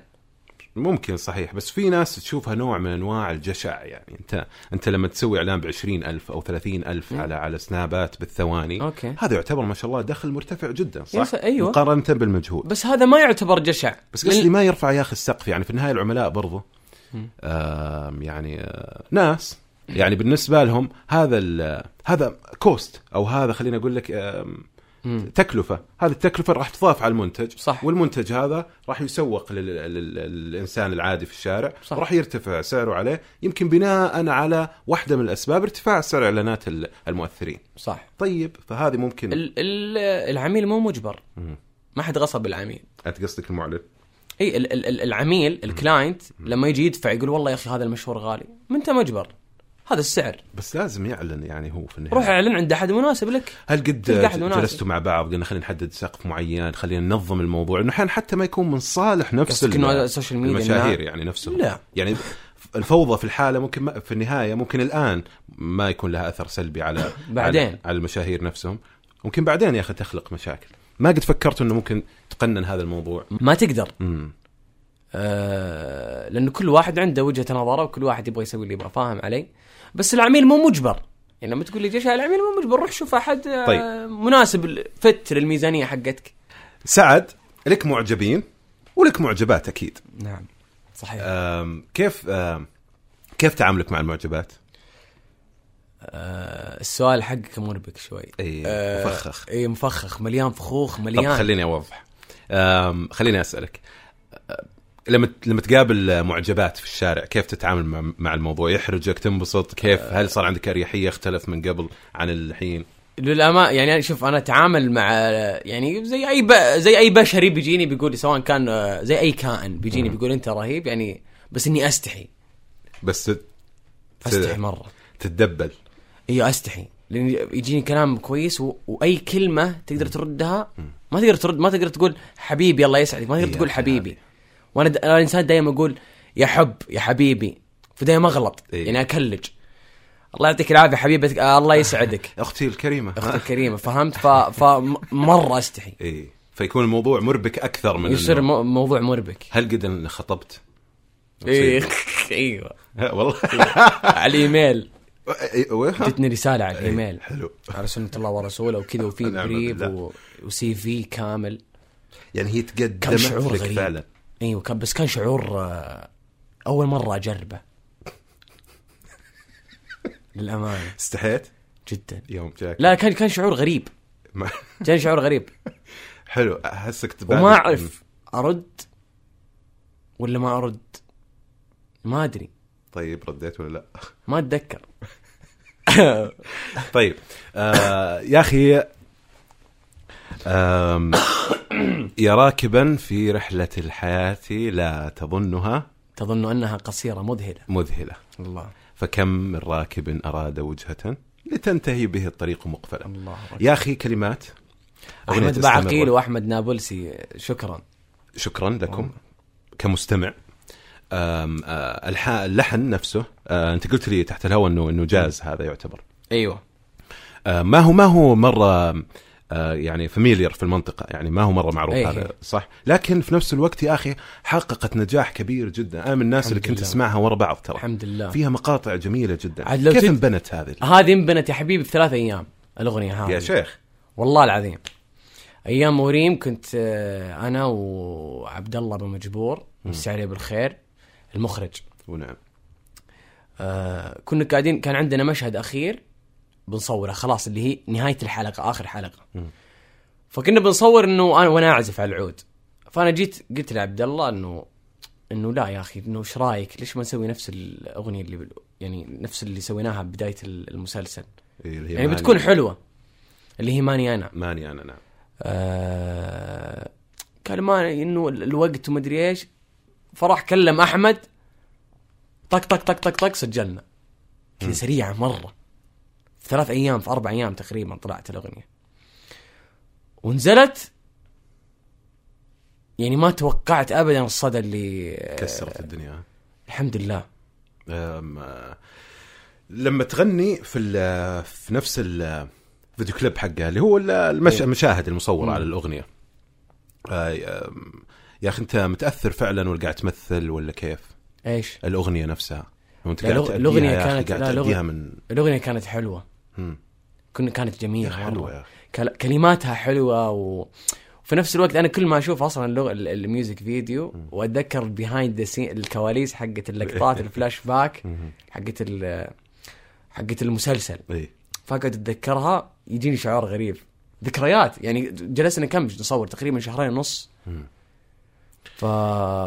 [SPEAKER 1] ممكن صحيح بس في ناس تشوفها نوع من انواع الجشع يعني انت انت لما تسوي اعلان ب ألف او 30000 ألف على على سنابات بالثواني
[SPEAKER 2] أوكي.
[SPEAKER 1] هذا يعتبر ما شاء الله دخل مرتفع جدا
[SPEAKER 2] يس-
[SPEAKER 1] صح
[SPEAKER 2] أيوة.
[SPEAKER 1] مقارنه بالمجهود
[SPEAKER 2] بس هذا ما يعتبر جشع
[SPEAKER 1] بس
[SPEAKER 2] لأن-
[SPEAKER 1] قصدي ما يرفع يا اخي السقف يعني في النهايه العملاء برضو آم يعني آه ناس يعني بالنسبه لهم هذا ال- هذا كوست او هذا خليني اقول لك آم،
[SPEAKER 2] مم.
[SPEAKER 1] تكلفه هذه التكلفه راح تضاف على المنتج
[SPEAKER 2] صح.
[SPEAKER 1] والمنتج هذا راح يسوق لل... لل... للانسان العادي في الشارع
[SPEAKER 2] صح.
[SPEAKER 1] راح يرتفع سعره عليه يمكن بناء على واحده من الاسباب ارتفاع سعر اعلانات ال- المؤثرين
[SPEAKER 2] صح
[SPEAKER 1] طيب فهذه ممكن ال...
[SPEAKER 2] ال- ال- العميل مو مجبر ما حد غصب العميل
[SPEAKER 1] انت قصدك المعلن
[SPEAKER 2] اي ال- ال- ال- العميل الكلاينت لما يجي يدفع يقول والله يا اخي هذا المشهور غالي ما انت مجبر هذا السعر
[SPEAKER 1] بس لازم يعلن يعني هو في النهايه
[SPEAKER 2] روح اعلن عند احد مناسب لك
[SPEAKER 1] هل قد
[SPEAKER 2] تلقى أحد مناسب.
[SPEAKER 1] جلستوا مع بعض قلنا خلينا نحدد سقف معين خلينا ننظم الموضوع انه احيانا حتى ما يكون من صالح نفس
[SPEAKER 2] قصدك انه
[SPEAKER 1] ال-
[SPEAKER 2] هذا السوشيال ميديا
[SPEAKER 1] المشاهير
[SPEAKER 2] إنه-
[SPEAKER 1] يعني نفسهم
[SPEAKER 2] لا.
[SPEAKER 1] يعني الفوضى في الحاله ممكن ما في النهايه ممكن الان ما يكون لها اثر سلبي
[SPEAKER 2] [laughs]
[SPEAKER 1] على
[SPEAKER 2] بعدين.
[SPEAKER 1] على, على المشاهير نفسهم ممكن بعدين يا اخي تخلق مشاكل ما قد فكرت انه ممكن تقنن هذا الموضوع
[SPEAKER 2] ما تقدر
[SPEAKER 1] امم
[SPEAKER 2] آه لانه كل واحد عنده وجهه نظره وكل واحد يبغى يسوي اللي يبغى فاهم علي بس العميل مو مجبر يعني لما تقول لي جيش العميل مو مجبر روح شوف احد آه
[SPEAKER 1] طيب.
[SPEAKER 2] مناسب فت للميزانيه حقتك
[SPEAKER 1] سعد لك معجبين ولك معجبات اكيد
[SPEAKER 2] نعم صحيح
[SPEAKER 1] أم كيف أم كيف تعاملك مع المعجبات؟
[SPEAKER 2] آه، السؤال حقك مربك شوي
[SPEAKER 1] إيه، مفخخ.
[SPEAKER 2] اي مفخخ مليان فخوخ
[SPEAKER 1] طب
[SPEAKER 2] مليان
[SPEAKER 1] خليني اوضح أم، خليني اسالك أم، لما ت- لما تقابل معجبات في الشارع كيف تتعامل مع- مع الموضوع يحرجك تنبسط كيف هل صار عندك اريحيه اختلف من قبل عن الحين
[SPEAKER 2] للأما يعني أنا- شوف انا اتعامل مع يعني زي اي ب... زي اي بشري بيجيني بيقول لي سواء كان آه، زي اي كائن بيجيني بيقول انت رهيب يعني بس اني استحي
[SPEAKER 1] بس تت-
[SPEAKER 2] استحي مره
[SPEAKER 1] تتدبل
[SPEAKER 2] ايوه استحي لان يجيني كلام كويس و... واي كلمه تقدر تردها ما تقدر ترد ما تقدر تقول حبيبي الله يسعدك ما تقدر
[SPEAKER 1] إيه،
[SPEAKER 2] تقول
[SPEAKER 1] أخي
[SPEAKER 2] حبيبي وانا د... انا انسان دائما اقول يا حب يا حبيبي فدائما اغلط
[SPEAKER 1] إيه.
[SPEAKER 2] يعني اكلج الله يعطيك العافيه حبيبتك آه الله يسعدك
[SPEAKER 1] اختي الكريمه [laughs]
[SPEAKER 2] اختي الكريمه فهمت ف... فمره استحي
[SPEAKER 1] اي إيه. فيكون الموضوع مربك اكثر من
[SPEAKER 2] يصير
[SPEAKER 1] إنه-
[SPEAKER 2] مو... موضوع مربك
[SPEAKER 1] هل قد إن خطبت؟
[SPEAKER 2] [laughs] إيه، ايوه
[SPEAKER 1] [laughs] ها،
[SPEAKER 2] [laughs]
[SPEAKER 1] والله
[SPEAKER 2] على [laughs] الايميل
[SPEAKER 1] إيه، وها؟
[SPEAKER 2] جتني رساله على الايميل
[SPEAKER 1] حلو
[SPEAKER 2] على سنه الله ورسوله وكذا وفي
[SPEAKER 1] نعم
[SPEAKER 2] بريف
[SPEAKER 1] بالله.
[SPEAKER 2] و... وسي في كامل
[SPEAKER 1] يعني هي
[SPEAKER 2] كان شعور
[SPEAKER 1] تقدمت لك
[SPEAKER 2] غريب
[SPEAKER 1] فعلا
[SPEAKER 2] ايوه كان بس كان شعور آه، اول مره [laughs] اجربه للامانه
[SPEAKER 1] استحيت
[SPEAKER 2] جدا
[SPEAKER 1] يوم جاك
[SPEAKER 2] لا كان كان شعور غريب
[SPEAKER 1] ما-
[SPEAKER 2] كان شعور [laughs] غريب
[SPEAKER 1] [laughs] حلو احسك تبادل.
[SPEAKER 2] وما اعرف ارد ولا ما ارد ما ادري
[SPEAKER 1] طيب رديت ولا لا؟ [laughs]
[SPEAKER 2] ما اتذكر
[SPEAKER 1] طيب آه يا اخي آم، يا راكبا في رحلة الحياة لا تظنها
[SPEAKER 2] تظن انها قصيره مذهله
[SPEAKER 1] مذهلة
[SPEAKER 2] الله
[SPEAKER 1] فكم من راكب أراد وجهة لتنتهي به الطريق مقفلا
[SPEAKER 2] الله أكبر.
[SPEAKER 1] يا أخي كلمات أغنية
[SPEAKER 2] احمد
[SPEAKER 1] استمر
[SPEAKER 2] بعقيل واحمد نابلسي شكرا
[SPEAKER 1] شكرا لكم كمستمع آم، آه، الح- اللحن نفسه آه، انت قلت لي تحت الهوى انه انه جاز هذا يعتبر أيوه.
[SPEAKER 2] ايوه
[SPEAKER 1] آه، ما هو ما هو مره آه، يعني فاميليار في المنطقه يعني ما هو مره معروف
[SPEAKER 2] أي.
[SPEAKER 1] هذا صح لكن في نفس الوقت يا اخي حققت نجاح كبير جدا انا من الناس
[SPEAKER 2] الحمد
[SPEAKER 1] اللي كنت
[SPEAKER 2] لله.
[SPEAKER 1] اسمعها ورا بعض ترى
[SPEAKER 2] الحمد لله
[SPEAKER 1] فيها مقاطع جميله جدا
[SPEAKER 2] عاد لو
[SPEAKER 1] كيف
[SPEAKER 2] تد-
[SPEAKER 1] انبنت هذه
[SPEAKER 2] هذه انبنت يا حبيبي في ثلاث ايام الاغنيه هذه
[SPEAKER 1] يا شيخ
[SPEAKER 2] والله العظيم ايام وريم كنت آه، انا وعبد الله ابو مجبور مسي عليه بالخير المخرج
[SPEAKER 1] ونعم
[SPEAKER 2] آه، كنا قاعدين كان عندنا مشهد اخير بنصوره خلاص اللي هي نهايه الحلقه اخر حلقه
[SPEAKER 1] مم.
[SPEAKER 2] فكنا بنصور انه انا وانا اعزف على العود فانا جيت قلت لعبد الله انه انه لا يا اخي انه ايش رايك ليش ما نسوي نفس الاغنيه اللي بال- يعني نفس اللي سويناها بدايه المسلسل
[SPEAKER 1] إيه، اللي هي
[SPEAKER 2] يعني
[SPEAKER 1] ماني-
[SPEAKER 2] بتكون حلوه اللي هي ماني انا
[SPEAKER 1] ماني انا نعم
[SPEAKER 2] آه، قال ما انه ال- الوقت ومدري ايش فراح كلم احمد طق طق طق طق طق سجلنا كذا سريعه مره في ثلاث ايام في اربع ايام تقريبا طلعت الاغنيه ونزلت يعني ما توقعت ابدا الصدى اللي آه.
[SPEAKER 1] كسرت الدنيا ها؟
[SPEAKER 2] الحمد لله
[SPEAKER 1] أم، آه، لما تغني في ال- في نفس الفيديو كليب حقها اللي هو ال- المش...
[SPEAKER 2] إيه.
[SPEAKER 1] المشاهد المصوره
[SPEAKER 2] مم.
[SPEAKER 1] على الاغنيه آه، أم، يا اخي انت متاثر فعلا ولا قاعد تمثل ولا كيف
[SPEAKER 2] ايش
[SPEAKER 1] الاغنيه نفسها لو انت
[SPEAKER 2] لا،
[SPEAKER 1] قاعد
[SPEAKER 2] الأغ-
[SPEAKER 1] تأديها
[SPEAKER 2] الأغنية
[SPEAKER 1] يا أخي،
[SPEAKER 2] كانت-
[SPEAKER 1] قاعد
[SPEAKER 2] لا، الأغ-
[SPEAKER 1] تأديها من
[SPEAKER 2] الاغنيه كانت حلوه
[SPEAKER 1] مم.
[SPEAKER 2] كنا كانت
[SPEAKER 1] يا
[SPEAKER 2] جميله
[SPEAKER 1] أخي
[SPEAKER 2] مرة.
[SPEAKER 1] حلوه يا اخي
[SPEAKER 2] كل- كلماتها حلوه و... وفي نفس الوقت انا كل ما اشوف اصلا اللغ... ال- الميوزك فيديو واتذكر بيهايند ذا سين الكواليس
[SPEAKER 1] [laughs]
[SPEAKER 2] حقت اللقطات الفلاش باك
[SPEAKER 1] مم.
[SPEAKER 2] حقت ال... حقت المسلسل
[SPEAKER 1] اي
[SPEAKER 2] فقط اتذكرها يجيني شعور غريب ذكريات يعني جلسنا كم نصور تقريبا شهرين ونص
[SPEAKER 1] مم.
[SPEAKER 2] ف...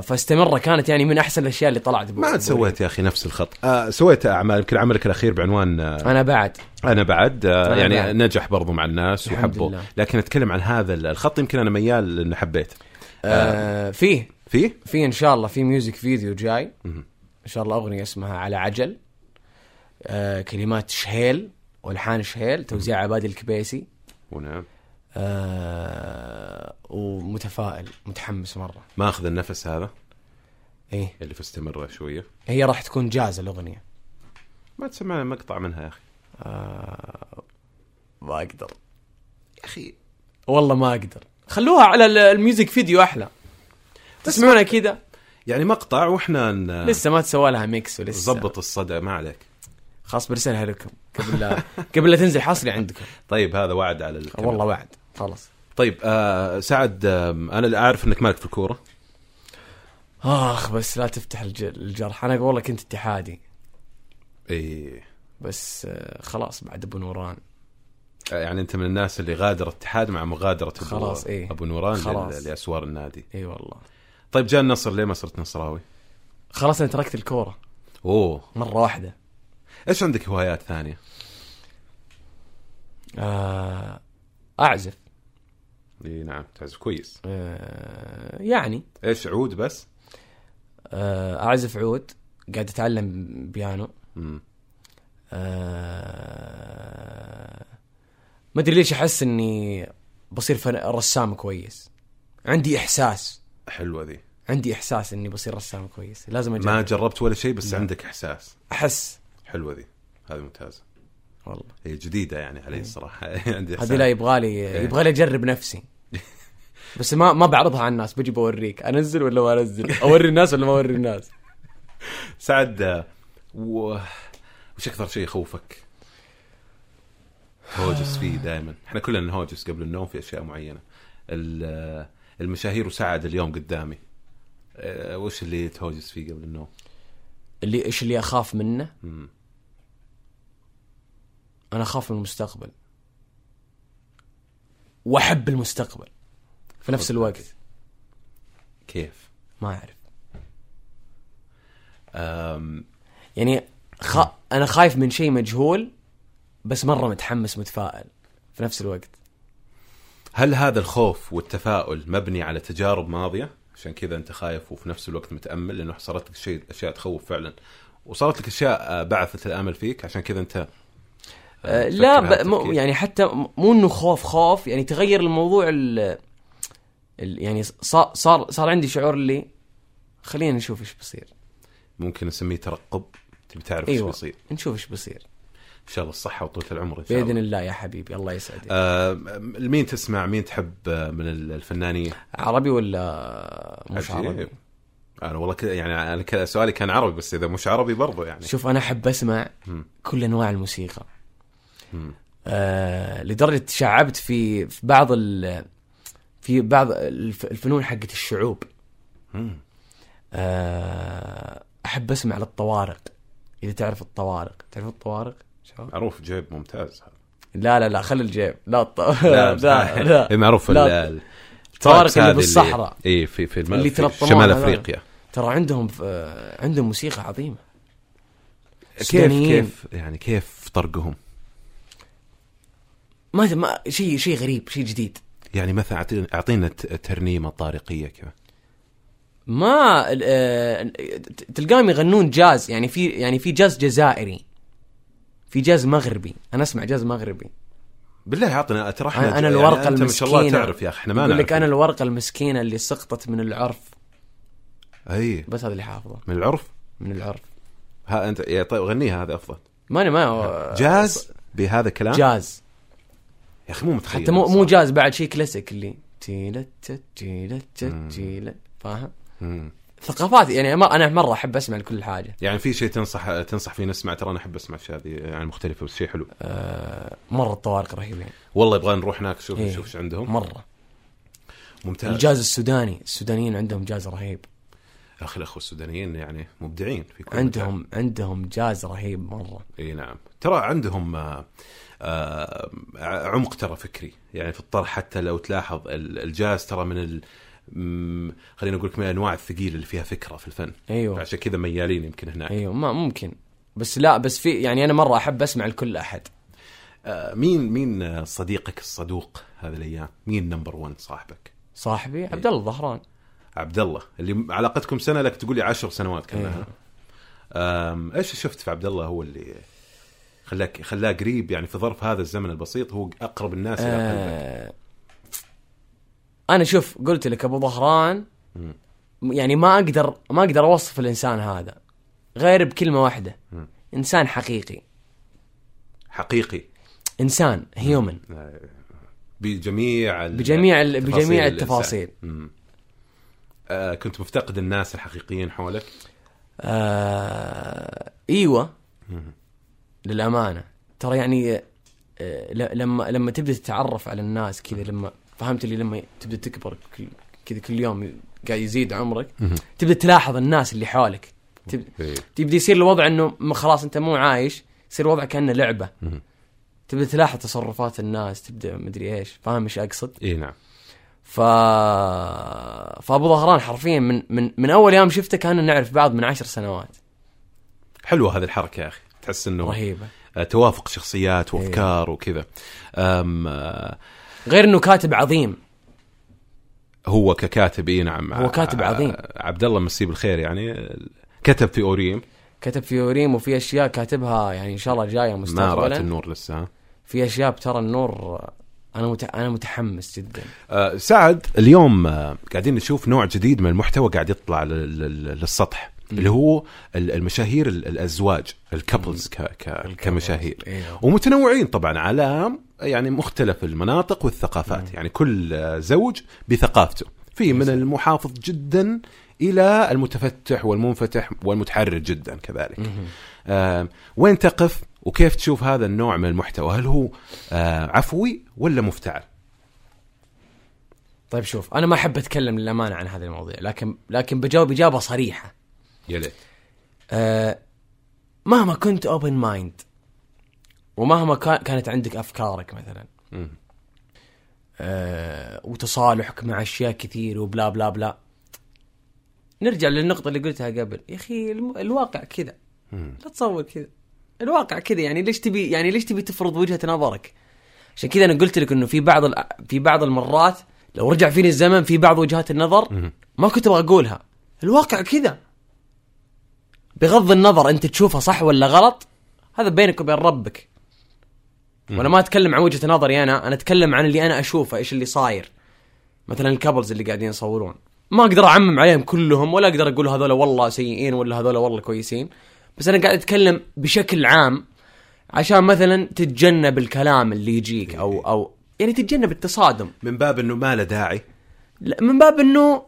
[SPEAKER 2] فاستمره كانت يعني من احسن الاشياء اللي طلعت ب...
[SPEAKER 1] ما عاد سويت يا اخي نفس الخط آه سويت اعمال يمكن عملك الاخير بعنوان آه
[SPEAKER 2] انا بعد
[SPEAKER 1] انا بعد آه
[SPEAKER 2] أنا
[SPEAKER 1] يعني
[SPEAKER 2] بعد.
[SPEAKER 1] نجح برضو مع الناس
[SPEAKER 2] الحمد
[SPEAKER 1] وحبوه
[SPEAKER 2] لله.
[SPEAKER 1] لكن اتكلم عن هذا الخط يمكن انا ميال لانه حبيته
[SPEAKER 2] آه... فيه
[SPEAKER 1] فيه
[SPEAKER 2] في ان شاء الله في ميوزك فيديو جاي
[SPEAKER 1] مهم.
[SPEAKER 2] ان شاء الله اغنيه اسمها على عجل آه كلمات شهيل والحان شهيل توزيع عبادي الكبيسي
[SPEAKER 1] ونعم
[SPEAKER 2] آه ومتفائل متحمس مره
[SPEAKER 1] ما اخذ النفس هذا
[SPEAKER 2] ايه
[SPEAKER 1] اللي في استمره شويه
[SPEAKER 2] هي راح تكون جاهزه الاغنيه
[SPEAKER 1] ما تسمعنا مقطع منها يا اخي
[SPEAKER 2] آه، ما اقدر
[SPEAKER 1] يا اخي
[SPEAKER 2] والله ما اقدر خلوها على ال- الميوزك فيديو احلى تسمعونا كذا
[SPEAKER 1] يعني مقطع واحنا ن-
[SPEAKER 2] لسه ما تسوى لها ميكس ولسه
[SPEAKER 1] نظبط الصدى ما عليك
[SPEAKER 2] خلاص برسلها لكم قبل لا قبل لا تنزل حصري عندكم
[SPEAKER 1] طيب هذا وعد على الكاميرا.
[SPEAKER 2] والله وعد خلاص
[SPEAKER 1] طيب آه سعد آه انا اللي اعرف انك مالك في الكوره
[SPEAKER 2] اخ بس لا تفتح الج- الجرح انا والله كنت اتحادي
[SPEAKER 1] اي
[SPEAKER 2] بس آه، خلاص بعد ابو نوران
[SPEAKER 1] يعني انت من الناس اللي غادر اتحاد مع مغادره أبو-
[SPEAKER 2] خلاص، إيه.
[SPEAKER 1] ابو نوران
[SPEAKER 2] خلاص.
[SPEAKER 1] لل- لاسوار النادي
[SPEAKER 2] اي والله
[SPEAKER 1] طيب جاء النصر ليه ما صرت نصراوي
[SPEAKER 2] خلاص انا تركت الكوره
[SPEAKER 1] اوه
[SPEAKER 2] مره واحده
[SPEAKER 1] ايش عندك هوايات ثانيه
[SPEAKER 2] آه، اعزف
[SPEAKER 1] اي نعم تعزف كويس
[SPEAKER 2] آه، يعني
[SPEAKER 1] ايش عود بس
[SPEAKER 2] آه، اعزف عود قاعد اتعلم بيانو
[SPEAKER 1] مم.
[SPEAKER 2] آه، ما ادري ليش احس اني بصير فن- رسام كويس عندي احساس
[SPEAKER 1] حلوه ذي
[SPEAKER 2] عندي احساس اني بصير رسام كويس لازم
[SPEAKER 1] ما
[SPEAKER 2] اجرب
[SPEAKER 1] جربت ولا شيء بس
[SPEAKER 2] لا.
[SPEAKER 1] عندك احساس
[SPEAKER 2] احس
[SPEAKER 1] حلوه ذي هذه ممتازه
[SPEAKER 2] والله
[SPEAKER 1] هي جديده يعني علي [laughs] يعني الصراحه عندي
[SPEAKER 2] إيه. هذه لا
[SPEAKER 1] إحساس.
[SPEAKER 2] يبغى لي يبغى لي اجرب [laughs] نفسي بس ما ما بعرضها على الناس بجي بوريك انزل ولا ما انزل اوري الناس ولا ما اوري الناس
[SPEAKER 1] سعد آه، و... وش اكثر شيء يخوفك؟ هوجس
[SPEAKER 2] [sighs]
[SPEAKER 1] فيه دائما احنا كلنا نهوجس قبل النوم في اشياء معينه ال- آه، المشاهير وسعد اليوم قدامي آه، وش اللي تهوجس فيه قبل النوم؟
[SPEAKER 2] اللي ايش اللي اخاف منه
[SPEAKER 1] مم.
[SPEAKER 2] انا اخاف من المستقبل واحب المستقبل في نفس الوقت
[SPEAKER 1] كيف؟
[SPEAKER 2] ما اعرف
[SPEAKER 1] أم...
[SPEAKER 2] يعني خ... انا خايف من شيء مجهول بس مره متحمس متفائل في نفس الوقت
[SPEAKER 1] هل هذا الخوف والتفاؤل مبني على تجارب ماضيه؟ عشان كذا انت خايف وفي نفس الوقت متامل لانه صارت لك شيء اشياء تخوف فعلا وصارت لك اشياء آه، بعثت الامل فيك عشان كذا انت آه،
[SPEAKER 2] آه، لا
[SPEAKER 1] تفكر
[SPEAKER 2] ب...
[SPEAKER 1] هذا
[SPEAKER 2] مو
[SPEAKER 1] التفكير.
[SPEAKER 2] يعني حتى م- مو انه خوف خوف يعني تغير الموضوع ال... ال- يعني صار صار صار عندي شعور اللي خلينا نشوف ايش بيصير
[SPEAKER 1] ممكن نسميه ترقب تبي تعرف ايش
[SPEAKER 2] ايوه
[SPEAKER 1] بيصير
[SPEAKER 2] نشوف ايش بيصير
[SPEAKER 1] ان شاء الله الصحه وطول العمر ان شاء
[SPEAKER 2] باذن
[SPEAKER 1] الله
[SPEAKER 2] الله يا حبيبي الله يسعدك أه.
[SPEAKER 1] آه مين تسمع مين تحب آه، من ال- الفنانين
[SPEAKER 2] عربي ولا مش
[SPEAKER 1] عجيب.
[SPEAKER 2] عربي؟
[SPEAKER 1] انا والله كذا يعني انا كذا سؤالي كان عربي بس اذا مش عربي برضو يعني
[SPEAKER 2] شوف انا احب اسمع
[SPEAKER 1] مم.
[SPEAKER 2] كل انواع الموسيقى
[SPEAKER 1] مم.
[SPEAKER 2] آه لدرجه تشعبت في في بعض ال في بعض الف- الفنون حقت الشعوب
[SPEAKER 1] مم.
[SPEAKER 2] آه احب اسمع للطوارق اذا تعرف الطوارق تعرف الطوارق شباب؟
[SPEAKER 1] معروف جيب ممتاز
[SPEAKER 2] لا لا لا خلي الجيب لا الط... [laughs] لا لا,
[SPEAKER 1] [laughs]
[SPEAKER 2] لا. [laughs]
[SPEAKER 1] إيه، معروف
[SPEAKER 2] لا.
[SPEAKER 1] التراكس
[SPEAKER 2] اللي
[SPEAKER 1] هذه
[SPEAKER 2] بالصحراء.
[SPEAKER 1] اي إيه، في في, الم...
[SPEAKER 2] اللي
[SPEAKER 1] في
[SPEAKER 2] تلطمون
[SPEAKER 1] شمال
[SPEAKER 2] هذول.
[SPEAKER 1] افريقيا
[SPEAKER 2] ترى عندهم آه، عندهم موسيقى عظيمه
[SPEAKER 1] كيف
[SPEAKER 2] السودانيين.
[SPEAKER 1] كيف يعني كيف طرقهم؟
[SPEAKER 2] ما ما شيء شيء غريب شيء جديد
[SPEAKER 1] يعني مثلا أعطينا- اعطينا ت- ترنيمه طارقيه كذا
[SPEAKER 2] ما آه، تلقاهم يغنون جاز يعني في يعني في جاز جزائري في جاز مغربي انا اسمع جاز مغربي
[SPEAKER 1] بالله اعطنا ترى احنا
[SPEAKER 2] انا, أنا
[SPEAKER 1] يعني
[SPEAKER 2] الورقه
[SPEAKER 1] انت
[SPEAKER 2] المسكينه
[SPEAKER 1] ما شاء الله تعرف يا اخي احنا ما
[SPEAKER 2] اقول
[SPEAKER 1] نعرف
[SPEAKER 2] لك انا الورقه المسكينه اللي سقطت من العرف
[SPEAKER 1] اي
[SPEAKER 2] بس هذا اللي حافظه
[SPEAKER 1] من العرف
[SPEAKER 2] من العرف
[SPEAKER 1] ها انت يا طيب غنيها هذا افضل
[SPEAKER 2] ماني ما
[SPEAKER 1] جاز بهذا الكلام يا
[SPEAKER 2] آه، جاز
[SPEAKER 1] اخي مو متخيل
[SPEAKER 2] حتى مو مو
[SPEAKER 1] صراحة.
[SPEAKER 2] جاز بعد شيء كلاسيك اللي تيلا تا تيلا تا تيلا فاهم
[SPEAKER 1] مم.
[SPEAKER 2] ثقافات يعني ما- انا مره احب اسمع لكل حاجه
[SPEAKER 1] يعني في شيء تنصح تنصح فيه نسمع ترى انا احب اسمع الاشياء هذه يعني مختلفه بس شيء حلو
[SPEAKER 2] مره آه، الطوارق يعني، رهيبين
[SPEAKER 1] والله يبغى نروح هناك نشوف
[SPEAKER 2] إيه.
[SPEAKER 1] نشوف ايش عندهم
[SPEAKER 2] مره
[SPEAKER 1] ممتاز
[SPEAKER 2] الجاز السوداني السودانيين عندهم جاز رهيب
[SPEAKER 1] يا اخي الاخوه السودانيين يعني مبدعين في كل مكان.
[SPEAKER 2] عندهم عندهم جاز رهيب مره
[SPEAKER 1] اي نعم ترى عندهم آه، آه، عمق ترى فكري يعني في الطرح حتى لو تلاحظ ال- الجاز ترى من ال مم، خلينا نقول لك من الانواع الثقيله اللي فيها فكره في الفن
[SPEAKER 2] ايوه
[SPEAKER 1] عشان كذا ميالين يمكن هناك
[SPEAKER 2] ايوه ما ممكن بس لا بس في يعني انا مره احب اسمع لكل احد
[SPEAKER 1] آه، مين مين آه، صديقك الصدوق هذه الايام مين نمبر 1 صاحبك
[SPEAKER 2] صاحبي عبد الله الظهران
[SPEAKER 1] عبد الله اللي علاقتكم سنه لك تقول لي 10 سنوات كانها
[SPEAKER 2] إيه.
[SPEAKER 1] أم، ايش شفت في عبد الله هو اللي خلاك خلاه قريب يعني في ظرف هذا الزمن البسيط هو اقرب الناس الى قلبك
[SPEAKER 2] آه انا شوف قلت لك ابو ظهران
[SPEAKER 1] مم.
[SPEAKER 2] يعني ما اقدر ما اقدر اوصف الانسان هذا غير بكلمه واحده
[SPEAKER 1] مم.
[SPEAKER 2] انسان حقيقي
[SPEAKER 1] حقيقي
[SPEAKER 2] انسان هيومن
[SPEAKER 1] بجميع ال-
[SPEAKER 2] بجميع ال-
[SPEAKER 1] تفاصيل
[SPEAKER 2] بجميع
[SPEAKER 1] الإنسان.
[SPEAKER 2] التفاصيل
[SPEAKER 1] مم. آه، كنت مفتقد الناس الحقيقيين حولك
[SPEAKER 2] آه ايوه
[SPEAKER 1] مم.
[SPEAKER 2] للامانه ترى يعني آه ل- لما لما تبدا تتعرف على الناس كذا لما فهمت اللي لما تبدا تكبر كل- كذا كل يوم ي- قاعد يزيد عمرك
[SPEAKER 1] مهم.
[SPEAKER 2] تبدا تلاحظ الناس اللي حولك تب-
[SPEAKER 1] إيه.
[SPEAKER 2] تبدا يصير الوضع انه م- خلاص انت مو عايش يصير الوضع كانه لعبه
[SPEAKER 1] مهم.
[SPEAKER 2] تبدا تلاحظ تصرفات الناس تبدا مدري ايش فاهم ايش اقصد
[SPEAKER 1] اي نعم
[SPEAKER 2] ف فابو ظهران حرفيا من من من اول يوم شفته كان نعرف بعض من عشر سنوات
[SPEAKER 1] حلوه هذه الحركه يا اخي تحس انه
[SPEAKER 2] رهيبه
[SPEAKER 1] آه، توافق
[SPEAKER 2] إيه.
[SPEAKER 1] شخصيات وافكار وكذا أم، آه،
[SPEAKER 2] غير انه كاتب عظيم
[SPEAKER 1] هو ككاتب اي نعم
[SPEAKER 2] هو كاتب
[SPEAKER 1] ع-
[SPEAKER 2] عظيم.
[SPEAKER 1] عبد الله مسيب الخير يعني كتب في اوريم
[SPEAKER 2] كتب في يوريم وفي اشياء كاتبها يعني ان شاء الله
[SPEAKER 1] ما
[SPEAKER 2] جايه
[SPEAKER 1] رات
[SPEAKER 2] مستقبلا
[SPEAKER 1] النور لسه ها؟
[SPEAKER 2] في اشياء ترى النور انا مت... انا متحمس جدا
[SPEAKER 1] آه، سعد اليوم آه، قاعدين نشوف نوع جديد من المحتوى قاعد يطلع لل- لل- للسطح اللي هو ال- المشاهير ال- الازواج الكابلز ك- ك- كمشاهير
[SPEAKER 2] إيه.
[SPEAKER 1] ومتنوعين طبعا على يعني مختلف المناطق والثقافات يعني كل آه، زوج بثقافته في من المحافظ جدا الى المتفتح والمنفتح والمتحرر جدا كذلك آه، وين تقف وكيف تشوف هذا النوع من المحتوى هل هو آه، عفوي ولا مفتعل
[SPEAKER 2] طيب شوف انا ما احب اتكلم للامانه عن هذا الموضوع لكن لكن بجاوب اجابه صريحه
[SPEAKER 1] يا ليت
[SPEAKER 2] أه... مهما كنت اوبن مايند ومهما كا... كانت عندك افكارك مثلا
[SPEAKER 1] مم.
[SPEAKER 2] أه... وتصالحك مع اشياء كثير وبلا بلا بلا نرجع للنقطه اللي قلتها قبل يا اخي الم... الواقع كذا
[SPEAKER 1] مم.
[SPEAKER 2] لا تصور كذا الواقع كذا يعني ليش تبي يعني ليش تبي تفرض وجهه نظرك عشان كذا انا قلت لك انه في بعض الأ- في بعض المرات لو رجع فيني الزمن في بعض وجهات النظر
[SPEAKER 1] مم.
[SPEAKER 2] ما كنت ابغى اقولها الواقع كذا بغض النظر انت تشوفها صح ولا غلط هذا بينك وبين ربك وانا ما اتكلم عن وجهه نظري انا انا اتكلم عن اللي انا اشوفه ايش اللي صاير مثلا الكابلز اللي قاعدين يصورون ما اقدر اعمم عليهم كلهم ولا اقدر اقول هذول والله سيئين ولا هذول والله كويسين بس انا قاعد اتكلم بشكل عام عشان مثلا تتجنب الكلام اللي يجيك او او يعني تتجنب التصادم
[SPEAKER 1] من باب انه ما له داعي
[SPEAKER 2] لا، من باب انه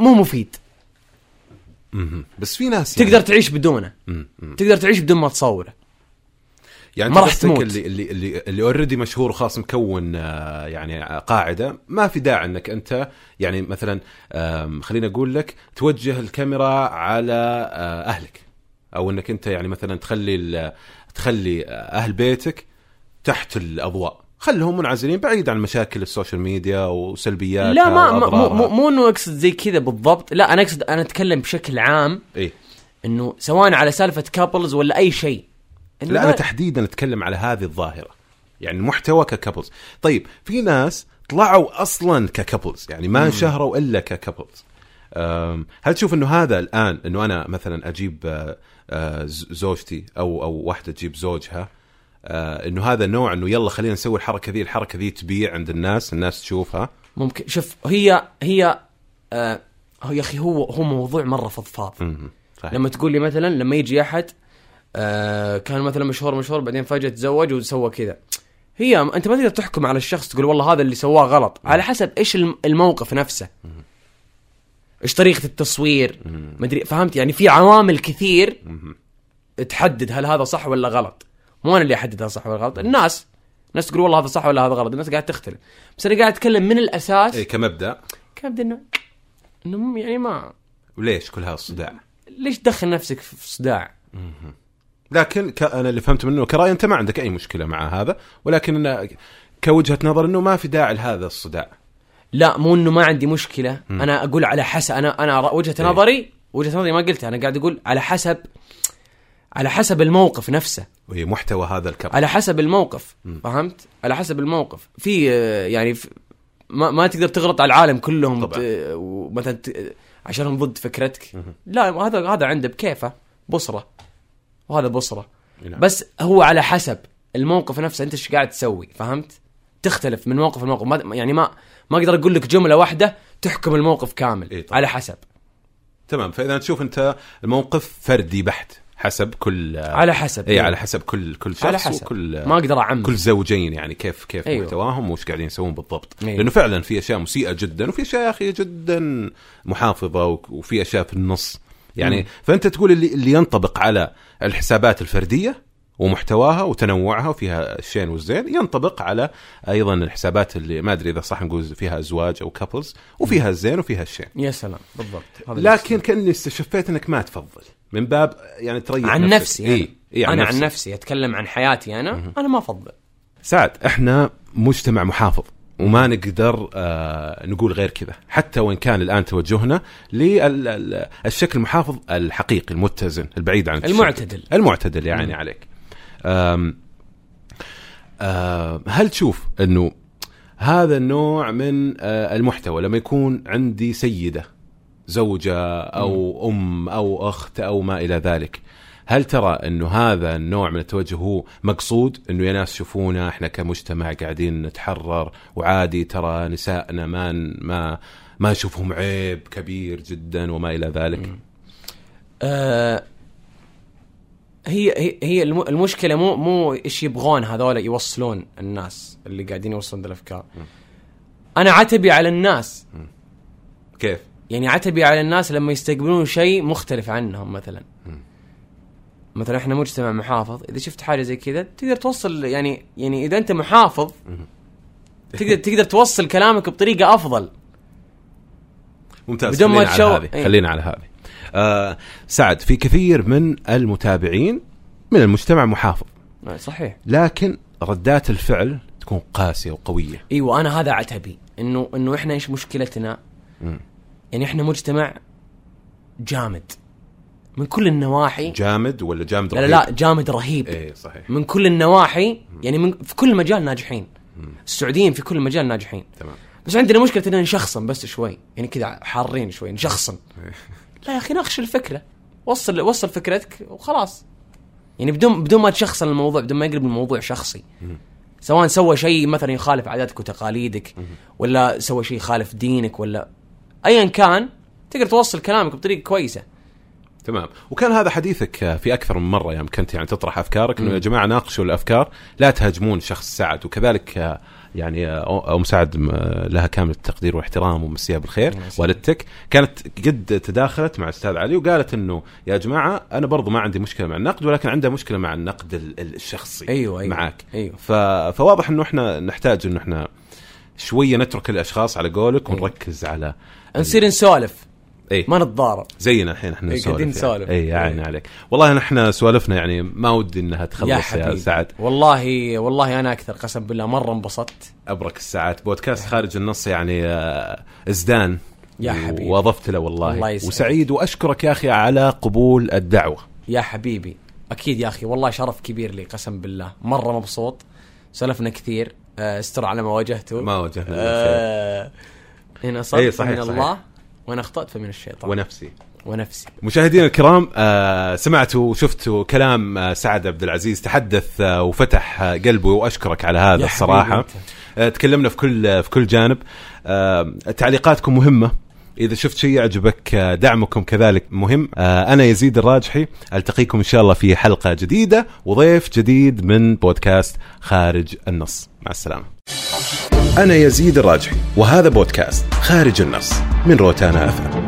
[SPEAKER 2] مو مفيد
[SPEAKER 1] مهم. بس في ناس يعني-
[SPEAKER 2] تقدر تعيش بدونه
[SPEAKER 1] مم، مم.
[SPEAKER 2] تقدر تعيش بدون ما تصوره
[SPEAKER 1] يعني
[SPEAKER 2] ما راح
[SPEAKER 1] قصدك
[SPEAKER 2] تموت.
[SPEAKER 1] اللي اللي اللي, اللي اوريدي مشهور وخلاص مكون آه، يعني قاعده ما في داعي انك انت يعني مثلا آم، خليني اقول لك توجه الكاميرا على آه، اهلك او انك انت يعني مثلا تخلي ال- تخلي اهل بيتك تحت الاضواء خلهم منعزلين بعيد عن مشاكل السوشيال ميديا وسلبياتها
[SPEAKER 2] لا ما ما- مو
[SPEAKER 1] وأضرارها.
[SPEAKER 2] مو, مو انه اقصد زي كذا بالضبط لا انا اقصد انا اتكلم بشكل عام
[SPEAKER 1] إيه؟
[SPEAKER 2] انه سواء على سالفه كابلز ولا اي شيء إنه
[SPEAKER 1] لا
[SPEAKER 2] ما-
[SPEAKER 1] انا تحديدا اتكلم على هذه الظاهره يعني المحتوى ككبلز طيب في ناس طلعوا اصلا ككبلز يعني ما انشهروا الا ككبلز أم، هل تشوف انه هذا الان انه انا مثلا اجيب آه، آه، ز- زوجتي او او واحده تجيب زوجها آه، انه هذا نوع انه يلا خلينا نسوي الحركه ذي الحركه ذي تبيع عند الناس الناس تشوفها
[SPEAKER 2] ممكن شوف هي هي آه هو يا اخي هو هو موضوع مره فضفاض
[SPEAKER 1] مهم. صحيح.
[SPEAKER 2] لما تقول لي مثلا لما يجي احد آه كان مثلا مشهور مشهور بعدين فجاه تزوج وسوى كذا هي انت ما تقدر تحكم على الشخص تقول والله هذا اللي سواه غلط على حسب ايش الم- الموقف نفسه ايش طريقه التصوير مدري فهمت يعني في عوامل كثير تحدد هل هذا صح ولا غلط مو انا اللي احدد هذا صح ولا غلط الناس الناس تقول والله هذا صح ولا هذا غلط الناس قاعد تختلف بس انا قاعد اتكلم من الاساس
[SPEAKER 1] إيه كمبدا
[SPEAKER 2] كان بدي انه انه م- يعني ما
[SPEAKER 1] وليش كل هذا الصداع
[SPEAKER 2] ليش تدخل نفسك في صداع؟
[SPEAKER 1] لكن ك... انا اللي فهمت منه كراي انت ما عندك اي مشكله مع هذا ولكن أنا كوجهه نظر انه ما في داعي لهذا الصداع
[SPEAKER 2] لا مو انه ما عندي مشكله انا اقول على حسب انا انا رأ- وجهه
[SPEAKER 1] إيه.
[SPEAKER 2] نظري وجهه نظري ما قلتها انا قاعد اقول على حسب على حسب الموقف نفسه
[SPEAKER 1] وهي محتوى هذا الكرا
[SPEAKER 2] على حسب الموقف فهمت على حسب الموقف في آه، يعني في ما, ما تقدر تغلط على العالم كلهم
[SPEAKER 1] طبعاً.
[SPEAKER 2] وت- ومثلا ت- عشانهم ضد فكرتك لا هذا هذا عنده بكيفه بصره وهذا بصره
[SPEAKER 1] نعم.
[SPEAKER 2] بس هو على حسب الموقف نفسه انت ايش قاعد تسوي فهمت تختلف من موقف لموقف ما يعني ما ما اقدر اقول لك جمله واحده تحكم الموقف كامل
[SPEAKER 1] إيه طبعاً.
[SPEAKER 2] على حسب
[SPEAKER 1] تمام فاذا تشوف انت الموقف فردي بحت حسب كل
[SPEAKER 2] على حسب
[SPEAKER 1] اي آه. على حسب كل كل شخص
[SPEAKER 2] على حسب
[SPEAKER 1] وكل
[SPEAKER 2] ما اقدر اعمم
[SPEAKER 1] كل زوجين يعني كيف كيف
[SPEAKER 2] أيوة.
[SPEAKER 1] أيوه. محتواهم وش قاعدين يسوون بالضبط
[SPEAKER 2] أيوة.
[SPEAKER 1] أيوه. لانه فعلا في اشياء مسيئه جدا وفي اشياء يا اخي جدا محافظه وك- وفي اشياء في النص يعني
[SPEAKER 2] مم.
[SPEAKER 1] مم. فانت تقول اللي, اللي ينطبق على الحسابات الفرديه ومحتواها وتنوعها وفيها الشين والزين ينطبق على ايضا الحسابات اللي ما ادري اذا صح نقول فيها ازواج او كابلز وفيها الزين وفيها الشين
[SPEAKER 2] يا سلام بالضبط هذا
[SPEAKER 1] لكن كاني استشفيت انك ما تفضل من باب يعني تريح
[SPEAKER 2] عن نفسي
[SPEAKER 1] اي إيه
[SPEAKER 2] انا,
[SPEAKER 1] عن
[SPEAKER 2] أنا عن
[SPEAKER 1] نفسي.
[SPEAKER 2] نفسي اتكلم عن حياتي انا انا ما افضل
[SPEAKER 1] سعد احنا مجتمع محافظ وما نقدر آه نقول غير كذا حتى وان كان الان توجهنا للشكل المحافظ الحقيقي المتزن البعيد عن التشدد.
[SPEAKER 2] المعتدل.
[SPEAKER 1] المعتدل يعني مم. عليك آم آم هل تشوف انه هذا النوع من آه المحتوى لما يكون عندي سيده زوجه او ام او اخت او ما الى ذلك هل ترى انه هذا النوع من التوجه هو مقصود انه يا ناس شوفونا احنا كمجتمع قاعدين نتحرر وعادي ترى نسائنا ما ما ما نشوفهم عيب كبير جدا وما الى ذلك
[SPEAKER 2] آه، هي هي- هي الم- المشكله مو مو ايش يبغون هذول يوصلون الناس اللي قاعدين يوصلون ذي الافكار انا عتبي على الناس
[SPEAKER 1] كيف
[SPEAKER 2] يعني عتبي على الناس لما يستقبلون شيء مختلف عنهم مثلا مثلا احنا مجتمع محافظ اذا شفت حاجه زي كذا تقدر توصل يعني يعني اذا انت محافظ تقدر تقدر توصل كلامك بطريقه افضل
[SPEAKER 1] ممتاز
[SPEAKER 2] بدون ما
[SPEAKER 1] خلينا على
[SPEAKER 2] تشوه.
[SPEAKER 1] هذه
[SPEAKER 2] إيه.
[SPEAKER 1] خلينا على هذه آه سعد في كثير من المتابعين من المجتمع محافظ
[SPEAKER 2] صحيح
[SPEAKER 1] لكن ردات الفعل تكون قاسيه وقويه
[SPEAKER 2] ايوه انا هذا عتبي انه انه احنا ايش مشكلتنا؟
[SPEAKER 1] مم.
[SPEAKER 2] يعني احنا مجتمع جامد من كل النواحي
[SPEAKER 1] جامد ولا جامد
[SPEAKER 2] لا إيه. لا
[SPEAKER 1] رهيب؟
[SPEAKER 2] لا جامد رهيب
[SPEAKER 1] ايه صحيح
[SPEAKER 2] من كل النواحي يعني من في كل مجال ناجحين السعوديين في كل مجال ناجحين
[SPEAKER 1] تمام
[SPEAKER 2] بس عندنا مشكله اننا نشخصن بس شوي يعني كذا حارين شوي نشخصن لا يا اخي ناقش الفكره وصل وصل فكرتك وخلاص يعني بدون بدون ما تشخصن الموضوع بدون ما يقلب الموضوع شخصي سواء سوى شيء مثلا يخالف عاداتك وتقاليدك ولا سوى شيء يخالف دينك ولا ايا كان تقدر توصل كلامك بطريقه كويسه
[SPEAKER 1] تمام وكان هذا حديثك آه، في اكثر من مره يوم كنت يعني تطرح افكارك انه يا جماعه ناقشوا الافكار لا تهاجمون شخص سعد وكذلك آه، يعني آه، ام سعد م- آه، لها كامل التقدير واحترام ومسيها بالخير
[SPEAKER 2] الله يسلمك.
[SPEAKER 1] والدتك كانت قد تداخلت مع الاستاذ علي وقالت انه يا جماعه انا برضو ما عندي مشكله مع النقد ولكن عندها مشكله مع النقد ال- ال- الشخصي
[SPEAKER 2] ايوه ايوه
[SPEAKER 1] معاك
[SPEAKER 2] ايوه
[SPEAKER 1] ف... فواضح انه احنا نحتاج انه احنا شويه نترك الاشخاص على قولك
[SPEAKER 2] أيوة.
[SPEAKER 1] ونركز على إيه،
[SPEAKER 2] نصير نسولف
[SPEAKER 1] اي
[SPEAKER 2] ما نتضارب
[SPEAKER 1] زينا الحين احنا
[SPEAKER 2] إيه، قاعدين
[SPEAKER 1] نسولف يعني.
[SPEAKER 2] نسولف.
[SPEAKER 1] اي يا عيني
[SPEAKER 2] إيه.
[SPEAKER 1] عليك والله نحن سوالفنا يعني ما ودي انها
[SPEAKER 2] يا
[SPEAKER 1] تخلص يا,
[SPEAKER 2] حبيبي
[SPEAKER 1] سعد
[SPEAKER 2] والله والله انا اكثر قسم بالله مره انبسطت
[SPEAKER 1] ابرك الساعات بودكاست خارج النص يعني آه، ازدان
[SPEAKER 2] يا
[SPEAKER 1] و-
[SPEAKER 2] حبيبي.
[SPEAKER 1] واضفت له والله
[SPEAKER 2] الله يسعدك.
[SPEAKER 1] وسعيد واشكرك يا اخي على قبول الدعوه
[SPEAKER 2] يا حبيبي اكيد يا اخي والله شرف كبير لي قسم بالله مره مبسوط سولفنا كثير آه، استر على ما واجهته
[SPEAKER 1] ما واجهنا إلا
[SPEAKER 2] آه، هنا
[SPEAKER 1] إيه،
[SPEAKER 2] صدق
[SPEAKER 1] صحيح،
[SPEAKER 2] من
[SPEAKER 1] صحيح.
[SPEAKER 2] الله وانا اخطات فمن الشيطان
[SPEAKER 1] خير ونفسي
[SPEAKER 2] ونفسي
[SPEAKER 1] مشاهدينا الكرام آه، سمعتوا وشفتوا كلام آه، سعد عبد العزيز تحدث آه، وفتح آه، قلبه واشكرك على هذا
[SPEAKER 2] يا
[SPEAKER 1] الصراحه
[SPEAKER 2] حبيبي
[SPEAKER 1] آه، تكلمنا في كل آه، في كل جانب آه، تعليقاتكم مهمه اذا شفت شيء يعجبك آه، دعمكم كذلك مهم آه، انا يزيد الراجحي التقيكم ان شاء الله في حلقه جديده وضيف جديد من بودكاست خارج النص مع السلامه انا يزيد الراجحي وهذا بودكاست خارج النص من روتانا افهم